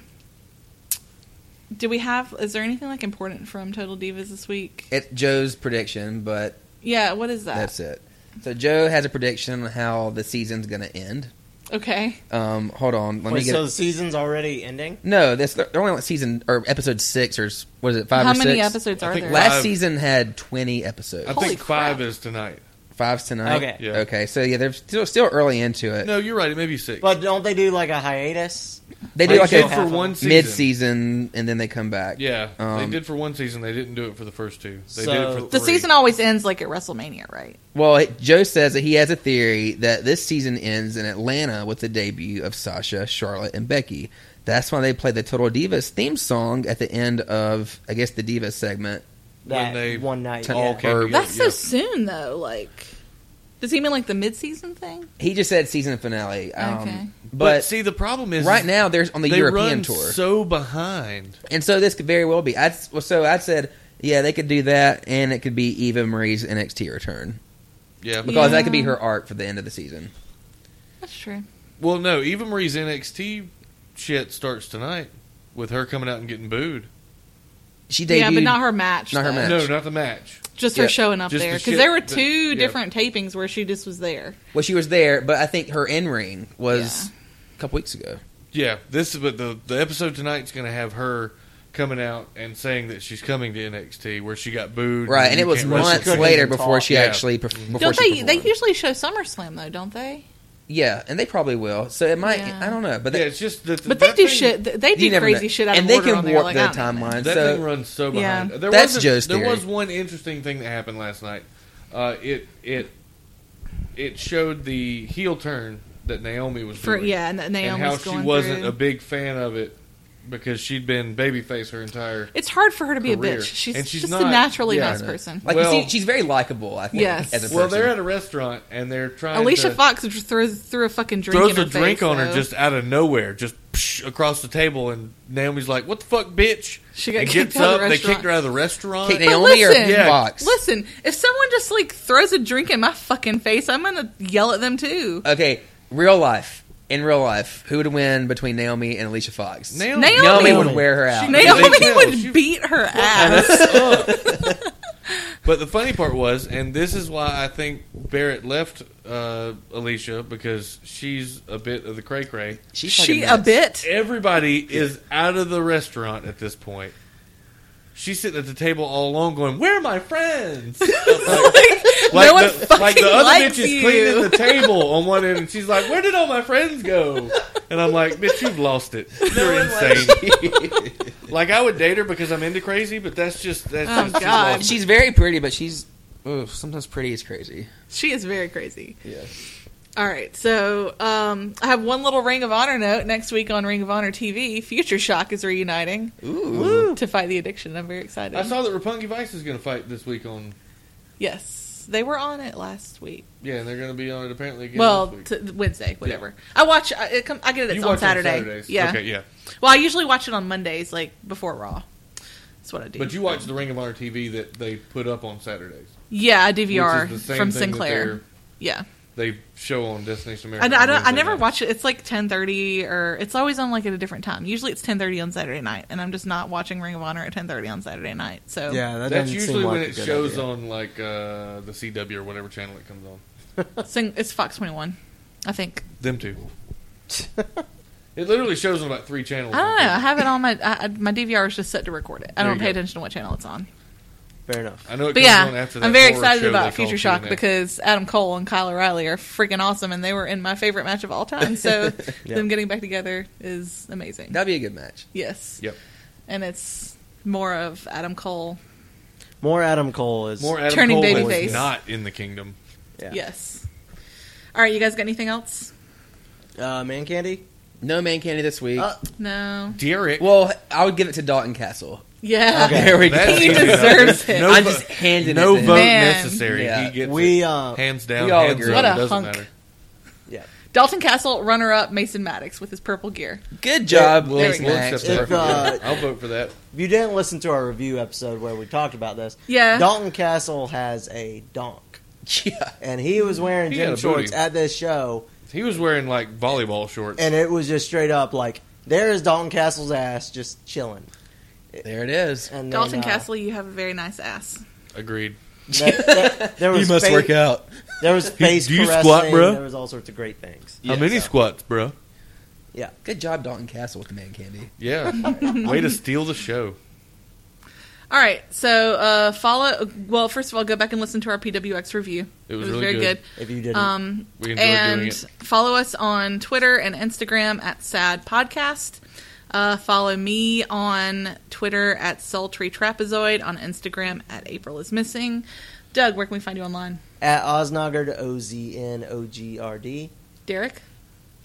[SPEAKER 3] do we have? Is there anything like important from Total Divas this week?
[SPEAKER 4] It's Joe's prediction, but
[SPEAKER 3] Yeah. What is that?
[SPEAKER 4] that's it. So Joe has a prediction on how the season's gonna end.
[SPEAKER 3] Okay.
[SPEAKER 4] Um, hold on. Let
[SPEAKER 5] Wait,
[SPEAKER 4] me get.
[SPEAKER 5] so the season's already ending.
[SPEAKER 4] no, this they're only on season or episode six or s- what is it? Five
[SPEAKER 3] How
[SPEAKER 4] or
[SPEAKER 3] many
[SPEAKER 4] six?
[SPEAKER 3] episodes
[SPEAKER 6] I
[SPEAKER 3] are
[SPEAKER 6] think
[SPEAKER 3] there?
[SPEAKER 4] Last
[SPEAKER 6] Five.
[SPEAKER 4] season had twenty episodes.
[SPEAKER 6] I
[SPEAKER 3] Holy
[SPEAKER 6] think five
[SPEAKER 3] crap.
[SPEAKER 6] is tonight.
[SPEAKER 4] Five's tonight.
[SPEAKER 5] Okay.
[SPEAKER 6] Yeah.
[SPEAKER 4] Okay. So yeah, they're still still early into it.
[SPEAKER 6] No, you're right. It may be six.
[SPEAKER 5] But don't they do like a hiatus?
[SPEAKER 4] they do like
[SPEAKER 5] did
[SPEAKER 4] a
[SPEAKER 5] half
[SPEAKER 6] for
[SPEAKER 5] of
[SPEAKER 6] one
[SPEAKER 5] them.
[SPEAKER 6] season.
[SPEAKER 4] mid season and then they come back.
[SPEAKER 6] Yeah, they
[SPEAKER 4] Um,
[SPEAKER 6] did for one season. They didn't do it for the first two. They
[SPEAKER 5] So-
[SPEAKER 6] did it for
[SPEAKER 3] The
[SPEAKER 6] three.
[SPEAKER 3] season always ends like at WrestleMania, right?
[SPEAKER 4] Well, it- Joe says that he has a theory that this season ends in Atlanta with the debut of Sasha, Charlotte, and Becky. That's why they play the Total Divas theme song at the end of, I guess, the Divas segment.
[SPEAKER 5] That
[SPEAKER 6] When they
[SPEAKER 5] one night.
[SPEAKER 4] all
[SPEAKER 5] yeah.
[SPEAKER 4] came Or-
[SPEAKER 6] together.
[SPEAKER 3] That's
[SPEAKER 6] Oh,
[SPEAKER 3] so
[SPEAKER 6] Yeah.
[SPEAKER 3] soon, though. Like, does he mean like the mid-season thing?
[SPEAKER 4] He just said season finale. Um,
[SPEAKER 3] Okay.
[SPEAKER 4] But,
[SPEAKER 6] But see, the problem is
[SPEAKER 4] right now, there's on the
[SPEAKER 6] they
[SPEAKER 4] European
[SPEAKER 6] run
[SPEAKER 4] tour.
[SPEAKER 6] so behind.
[SPEAKER 4] and so this could very well be. I, well, so I said, yeah, they could do that, and it could be Eva Marie's NXT return.
[SPEAKER 6] Yeah.
[SPEAKER 4] Because that could be
[SPEAKER 3] Yeah.
[SPEAKER 4] her arc for the end of the season.
[SPEAKER 3] That's true.
[SPEAKER 6] Well, no, Eva Marie's NXT shit starts tonight with her coming out and getting booed.
[SPEAKER 4] She debuted.
[SPEAKER 3] Yeah, but not her match.
[SPEAKER 4] Not her
[SPEAKER 3] though.
[SPEAKER 4] match.
[SPEAKER 6] No, not the match.
[SPEAKER 3] Just
[SPEAKER 4] Yeah.
[SPEAKER 3] her showing up
[SPEAKER 6] Just
[SPEAKER 3] there
[SPEAKER 6] the
[SPEAKER 3] because
[SPEAKER 6] shit
[SPEAKER 3] there were
[SPEAKER 6] that-
[SPEAKER 3] two
[SPEAKER 6] yeah.
[SPEAKER 3] different tapings where she just was there.
[SPEAKER 4] Well, she was there, but I think her in ring was a couple weeks ago.
[SPEAKER 6] Yeah, this is but the the episode tonight's going to have her coming out and saying that she's coming to NXT where she got booed.
[SPEAKER 4] Right, and
[SPEAKER 6] you
[SPEAKER 4] it was
[SPEAKER 6] can't wrestle.
[SPEAKER 4] months
[SPEAKER 5] couldn't
[SPEAKER 4] later
[SPEAKER 5] even
[SPEAKER 4] before
[SPEAKER 5] talk.
[SPEAKER 4] she
[SPEAKER 6] Yeah.
[SPEAKER 4] actually perf- before
[SPEAKER 3] Don't
[SPEAKER 4] she
[SPEAKER 3] they? They
[SPEAKER 4] performed.
[SPEAKER 3] usually show SummerSlam though, don't they?
[SPEAKER 4] yeah, and they probably will. So it might.
[SPEAKER 3] Yeah.
[SPEAKER 4] I don't know, but
[SPEAKER 6] Yeah,
[SPEAKER 4] they,
[SPEAKER 6] it's just that
[SPEAKER 3] But they
[SPEAKER 6] that
[SPEAKER 3] do
[SPEAKER 6] thing-
[SPEAKER 3] shit. They
[SPEAKER 4] you
[SPEAKER 3] do
[SPEAKER 4] never
[SPEAKER 3] crazy
[SPEAKER 4] know.
[SPEAKER 3] shit out
[SPEAKER 4] and
[SPEAKER 3] of
[SPEAKER 4] they
[SPEAKER 3] order
[SPEAKER 4] can
[SPEAKER 3] on there.
[SPEAKER 4] warp
[SPEAKER 3] Like, I
[SPEAKER 4] the
[SPEAKER 3] don't know.
[SPEAKER 4] timeline.
[SPEAKER 6] That thing
[SPEAKER 4] So
[SPEAKER 6] runs so
[SPEAKER 3] Yeah.
[SPEAKER 6] behind. There
[SPEAKER 4] That's
[SPEAKER 6] was a-
[SPEAKER 4] Joe's
[SPEAKER 6] There
[SPEAKER 4] theory.
[SPEAKER 6] was one interesting thing that happened last night. Uh, it it it showed the heel turn that Naomi was
[SPEAKER 3] For,
[SPEAKER 6] doing.
[SPEAKER 3] yeah, and that Naomi's
[SPEAKER 6] and how she
[SPEAKER 3] going
[SPEAKER 6] wasn't
[SPEAKER 3] through.
[SPEAKER 6] a big fan of it because she'd been babyface her entire.
[SPEAKER 3] It's hard for her to be a
[SPEAKER 6] career.
[SPEAKER 3] bitch. She's,
[SPEAKER 6] And she's
[SPEAKER 3] just a
[SPEAKER 6] not-
[SPEAKER 3] naturally
[SPEAKER 6] yeah, I
[SPEAKER 3] nice
[SPEAKER 6] know.
[SPEAKER 3] person.
[SPEAKER 4] like
[SPEAKER 6] Well-
[SPEAKER 4] you see, she's very likable. I think.
[SPEAKER 3] Yes.
[SPEAKER 4] As a
[SPEAKER 6] Well,
[SPEAKER 4] person.
[SPEAKER 6] they're at a restaurant and they're trying.
[SPEAKER 3] Alicia
[SPEAKER 6] to,
[SPEAKER 3] Fox just throws threw a fucking drink.
[SPEAKER 6] throws
[SPEAKER 3] in her
[SPEAKER 6] a drink
[SPEAKER 3] face,
[SPEAKER 6] on her
[SPEAKER 3] though.
[SPEAKER 6] just out of nowhere, just psh, across the table, and Naomi's like, "What the fuck, bitch?"
[SPEAKER 3] She got
[SPEAKER 6] and
[SPEAKER 3] kicked
[SPEAKER 6] gets
[SPEAKER 3] out of
[SPEAKER 6] up.
[SPEAKER 3] the
[SPEAKER 6] they
[SPEAKER 3] restaurant.
[SPEAKER 6] kicked her out of the restaurant.
[SPEAKER 4] Kick
[SPEAKER 3] But
[SPEAKER 4] Naomi or
[SPEAKER 3] listen,
[SPEAKER 6] Yeah.
[SPEAKER 4] Fox.
[SPEAKER 3] Listen, if someone just like throws a drink in my fucking face, I'm gonna yell at them too.
[SPEAKER 4] Okay, real life. In real life, who would win between Naomi and Alicia Fox?
[SPEAKER 6] Naomi.
[SPEAKER 4] Naomi
[SPEAKER 3] Naomi.
[SPEAKER 4] would wear her out.
[SPEAKER 3] Naomi
[SPEAKER 6] They-
[SPEAKER 3] would
[SPEAKER 6] she-
[SPEAKER 3] beat her ass.
[SPEAKER 6] But the funny part was, and this is why I think Barrett left uh, Alicia because she's a bit of the cray cray.
[SPEAKER 4] She's fucking
[SPEAKER 3] She a
[SPEAKER 4] nuts.
[SPEAKER 3] bit.
[SPEAKER 6] Everybody is out of the restaurant at this point. She's sitting at the table all alone, going, "Where are
[SPEAKER 3] (laughs)
[SPEAKER 6] my friends?"
[SPEAKER 3] no one fucking
[SPEAKER 6] like the other
[SPEAKER 3] likes
[SPEAKER 6] bitch is
[SPEAKER 3] you.
[SPEAKER 6] cleaning
[SPEAKER 3] (laughs)
[SPEAKER 6] the table on one end, and she's like, "Where did all my friends go?" And I'm like, "Bitch, you've lost it. You're insane." (laughs) like I would date her because I'm into crazy, but that's just that's
[SPEAKER 3] Oh,
[SPEAKER 6] just she's
[SPEAKER 3] God.
[SPEAKER 6] lost it.
[SPEAKER 4] She's very pretty, but she's ugh, sometimes pretty is crazy.
[SPEAKER 3] she is very crazy.
[SPEAKER 4] Yeah.
[SPEAKER 3] All right, so um, I have one little Ring of Honor note. Next week on Ring of Honor TV, Future Shock is reuniting
[SPEAKER 4] Ooh.
[SPEAKER 3] to fight the addiction. I'm very excited.
[SPEAKER 6] I saw that Rapunky Vice is going to fight this week on.
[SPEAKER 3] yes, they were on it last week.
[SPEAKER 6] Yeah, and they're going to be on it apparently again.
[SPEAKER 3] well,
[SPEAKER 6] this week.
[SPEAKER 3] t- Wednesday, whatever. I watch. I, it come, I get it. It's
[SPEAKER 6] you
[SPEAKER 3] on
[SPEAKER 6] watch
[SPEAKER 3] Saturday.
[SPEAKER 6] on Saturdays.
[SPEAKER 3] Yeah.
[SPEAKER 6] Okay, yeah.
[SPEAKER 3] Well, I usually watch it on Mondays, like before Raw. That's what I do.
[SPEAKER 6] But you watch the Ring of Honor TV that they put up on Saturdays,
[SPEAKER 3] yeah, I
[SPEAKER 6] which
[SPEAKER 3] DVR
[SPEAKER 6] is the same
[SPEAKER 3] from
[SPEAKER 6] thing
[SPEAKER 3] Sinclair.
[SPEAKER 6] That
[SPEAKER 3] Yeah,
[SPEAKER 6] they're- they show on Destination America.
[SPEAKER 3] and I
[SPEAKER 6] on
[SPEAKER 3] don't. I
[SPEAKER 6] Wednesday
[SPEAKER 3] never
[SPEAKER 6] night.
[SPEAKER 3] watch it. It's like ten thirty, or it's always on like at a different time. Usually it's ten thirty on Saturday night, and I'm just not watching Ring of Honor at ten thirty on Saturday night. So
[SPEAKER 5] Yeah, that
[SPEAKER 6] That's
[SPEAKER 5] doesn't
[SPEAKER 6] usually
[SPEAKER 5] seem like
[SPEAKER 6] when
[SPEAKER 5] a
[SPEAKER 6] it
[SPEAKER 5] good
[SPEAKER 6] shows
[SPEAKER 5] idea.
[SPEAKER 6] on like uh, the CW or whatever channel it comes on.
[SPEAKER 3] Sing, it's Fox twenty one, I think.
[SPEAKER 6] Them two.
[SPEAKER 5] (laughs)
[SPEAKER 6] it literally shows on about three channels.
[SPEAKER 3] I don't know. I
[SPEAKER 6] on TV.
[SPEAKER 3] have it on my I, I- my DVR is just set to record it. I
[SPEAKER 6] There
[SPEAKER 3] don't
[SPEAKER 6] you
[SPEAKER 3] pay
[SPEAKER 6] go.
[SPEAKER 3] attention to what channel it's on.
[SPEAKER 5] Fair enough.
[SPEAKER 6] I know it
[SPEAKER 3] But
[SPEAKER 6] comes
[SPEAKER 3] yeah,
[SPEAKER 6] on after that.
[SPEAKER 3] I'm very
[SPEAKER 6] horror
[SPEAKER 3] excited
[SPEAKER 6] show
[SPEAKER 3] about
[SPEAKER 6] they call
[SPEAKER 3] Future Shock
[SPEAKER 6] TNA.
[SPEAKER 3] because Adam Cole and Kyle O'Reilly are freaking awesome, and they were in my favorite match of all time.
[SPEAKER 6] (laughs)
[SPEAKER 3] So
[SPEAKER 5] Yeah.
[SPEAKER 3] them getting back together is amazing.
[SPEAKER 4] That'd be a good match.
[SPEAKER 3] yes,
[SPEAKER 6] Yep.
[SPEAKER 3] and it's more of Adam Cole.
[SPEAKER 5] More Adam Cole is
[SPEAKER 6] More Adam
[SPEAKER 3] Turning
[SPEAKER 6] Cole
[SPEAKER 3] baby
[SPEAKER 6] was
[SPEAKER 3] face.
[SPEAKER 6] not in the kingdom.
[SPEAKER 5] Yeah.
[SPEAKER 3] Yes. All right, you guys got anything else?
[SPEAKER 5] Uh, man candy.
[SPEAKER 4] No man candy this week.
[SPEAKER 5] Uh,
[SPEAKER 3] No.
[SPEAKER 6] Derek.
[SPEAKER 4] well, I would give it to Dalton Castle.
[SPEAKER 3] Yeah.
[SPEAKER 4] (laughs) There we
[SPEAKER 6] That's
[SPEAKER 4] go.
[SPEAKER 3] He
[SPEAKER 6] easy enough.
[SPEAKER 3] deserves it.
[SPEAKER 6] No
[SPEAKER 4] I'm
[SPEAKER 6] vo-
[SPEAKER 4] just handing
[SPEAKER 6] no
[SPEAKER 4] it to
[SPEAKER 6] vote
[SPEAKER 4] him.
[SPEAKER 3] Man.
[SPEAKER 6] necessary.
[SPEAKER 4] Yeah.
[SPEAKER 6] He gets
[SPEAKER 5] We
[SPEAKER 6] it.
[SPEAKER 5] uh,
[SPEAKER 6] hands down.
[SPEAKER 4] We all
[SPEAKER 6] hands
[SPEAKER 4] agree.
[SPEAKER 6] up.
[SPEAKER 3] What a
[SPEAKER 6] doesn't
[SPEAKER 3] hunk.
[SPEAKER 6] matter.
[SPEAKER 3] (laughs) Dalton Castle, runner-up Mason Maddox with his purple gear.
[SPEAKER 4] Good job, Will
[SPEAKER 3] There we go.
[SPEAKER 6] We'll
[SPEAKER 4] Smith.
[SPEAKER 6] accept
[SPEAKER 5] If,
[SPEAKER 6] that.
[SPEAKER 5] uh,
[SPEAKER 6] I'll vote for that.
[SPEAKER 5] if you didn't listen to our review episode where we talked about this,
[SPEAKER 3] Yeah.
[SPEAKER 5] Dalton Castle has a donk,
[SPEAKER 4] (laughs) Yeah.
[SPEAKER 5] and he was wearing
[SPEAKER 6] He had
[SPEAKER 5] gym
[SPEAKER 6] a
[SPEAKER 5] shorts
[SPEAKER 6] booty.
[SPEAKER 5] at this show,
[SPEAKER 6] He was wearing like volleyball shorts.
[SPEAKER 5] and it was just straight up like there is Dalton Castle's ass just chilling.
[SPEAKER 4] There it is.
[SPEAKER 5] And then,
[SPEAKER 3] Dalton
[SPEAKER 5] uh,
[SPEAKER 3] Castle, you have a very nice ass.
[SPEAKER 6] Agreed.
[SPEAKER 3] (laughs)
[SPEAKER 5] that- that- there was fa-
[SPEAKER 4] out.
[SPEAKER 5] There
[SPEAKER 6] (laughs)
[SPEAKER 5] was face
[SPEAKER 6] do you
[SPEAKER 5] caressing.
[SPEAKER 6] squat, bruh?
[SPEAKER 5] There was all sorts of great things.
[SPEAKER 6] How many squats, bro?
[SPEAKER 4] Good job, Dalton Castle with the man candy.
[SPEAKER 6] Yeah. Way to steal the show.
[SPEAKER 3] All right, so uh, follow. Well, first of all, go back and listen to our PWX review.
[SPEAKER 6] It was, really
[SPEAKER 3] very
[SPEAKER 6] good.
[SPEAKER 3] good.
[SPEAKER 5] If you didn't,
[SPEAKER 3] Um,
[SPEAKER 6] We enjoyed doing
[SPEAKER 3] and
[SPEAKER 6] it.
[SPEAKER 3] follow us on Twitter and Instagram at Sad Podcast. Uh, follow me on Twitter at Sultry Trapezoid, on Instagram at April is Missing. Doug, where can we find you online?
[SPEAKER 5] at Oznogard, O Z N O G R D.
[SPEAKER 4] (laughs)
[SPEAKER 3] Derek?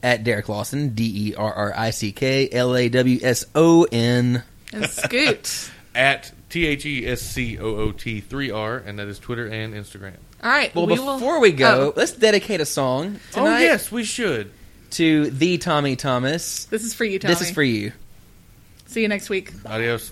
[SPEAKER 4] At Derek Lawson, D E R R I C K L A W S O N.
[SPEAKER 3] And Scoot.
[SPEAKER 6] At T H E S C O O T 3 R, and that is Twitter and Instagram.
[SPEAKER 3] All right.
[SPEAKER 4] Well,
[SPEAKER 3] we will-
[SPEAKER 4] before we go,
[SPEAKER 3] Oh,
[SPEAKER 4] let's dedicate a song tonight
[SPEAKER 6] Oh, yes, we should.
[SPEAKER 4] to the Tommy Thomas.
[SPEAKER 3] this is for you, Tommy.
[SPEAKER 4] This is for you.
[SPEAKER 3] See you next week.
[SPEAKER 6] Adios.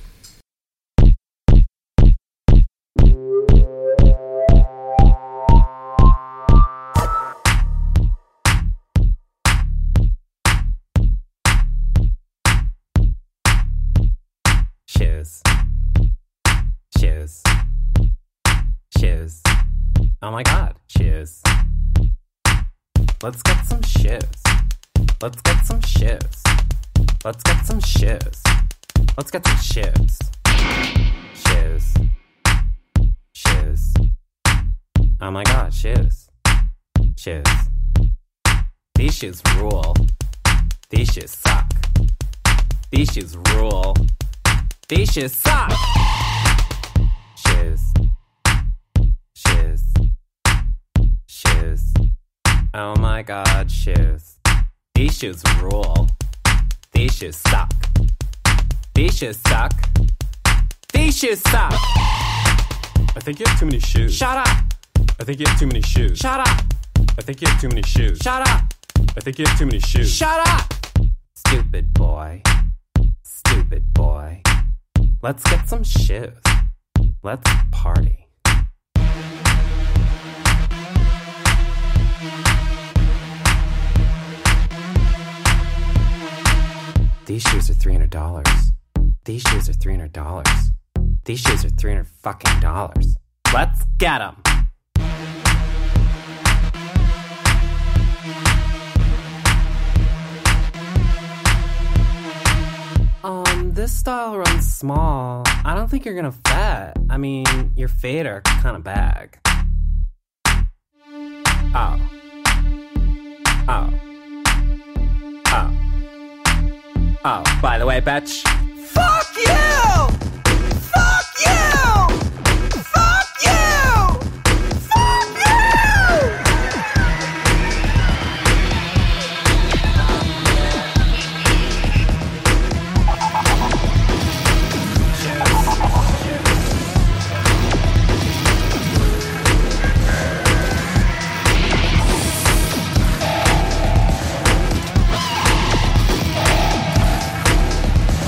[SPEAKER 7] Shoes. Shoes. Shoes. Oh my god, shoes. Let's get some shoes. Let's get some shoes. Let's get some shoes. Let's get some shoes. Shoes. Shoes. Oh my god, shoes. Shoes. These shoes rule. These shoes suck. These shoes rule. These shoes suck. Shoes. Shoes. Shoes. Oh my god, shoes. These shoes rule. These shoes suck. These shoes suck. These shoes suck.
[SPEAKER 8] I think you have too many shoes.
[SPEAKER 7] Shut up.
[SPEAKER 8] I think you have too many shoes.
[SPEAKER 7] Shut up.
[SPEAKER 8] I think you have too many shoes.
[SPEAKER 7] Shut up.
[SPEAKER 8] I think you have too many shoes.
[SPEAKER 7] Shut up. Stupid boy. Stupid boy. Let's get some shoes. Let's party. These shoes are three hundred dollars. These shoes are three hundred dollars. These shoes are three hundred fucking dollars. Let's get 'em. On Um, this style runs small. I don't think you're gonna fat. I mean, your fade are kind of bag. Oh. Oh. Oh. Oh, by the way, bitch. Fuck you! Fuck you! Fuck you! Fuck you! The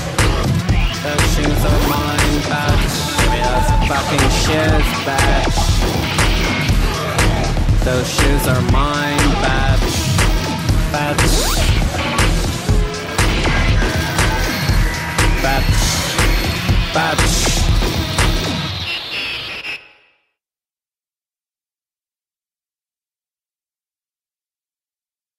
[SPEAKER 7] shoes are mine, bitch. Yes, fucking shoes, bitch. Those shoes are mine, bitch.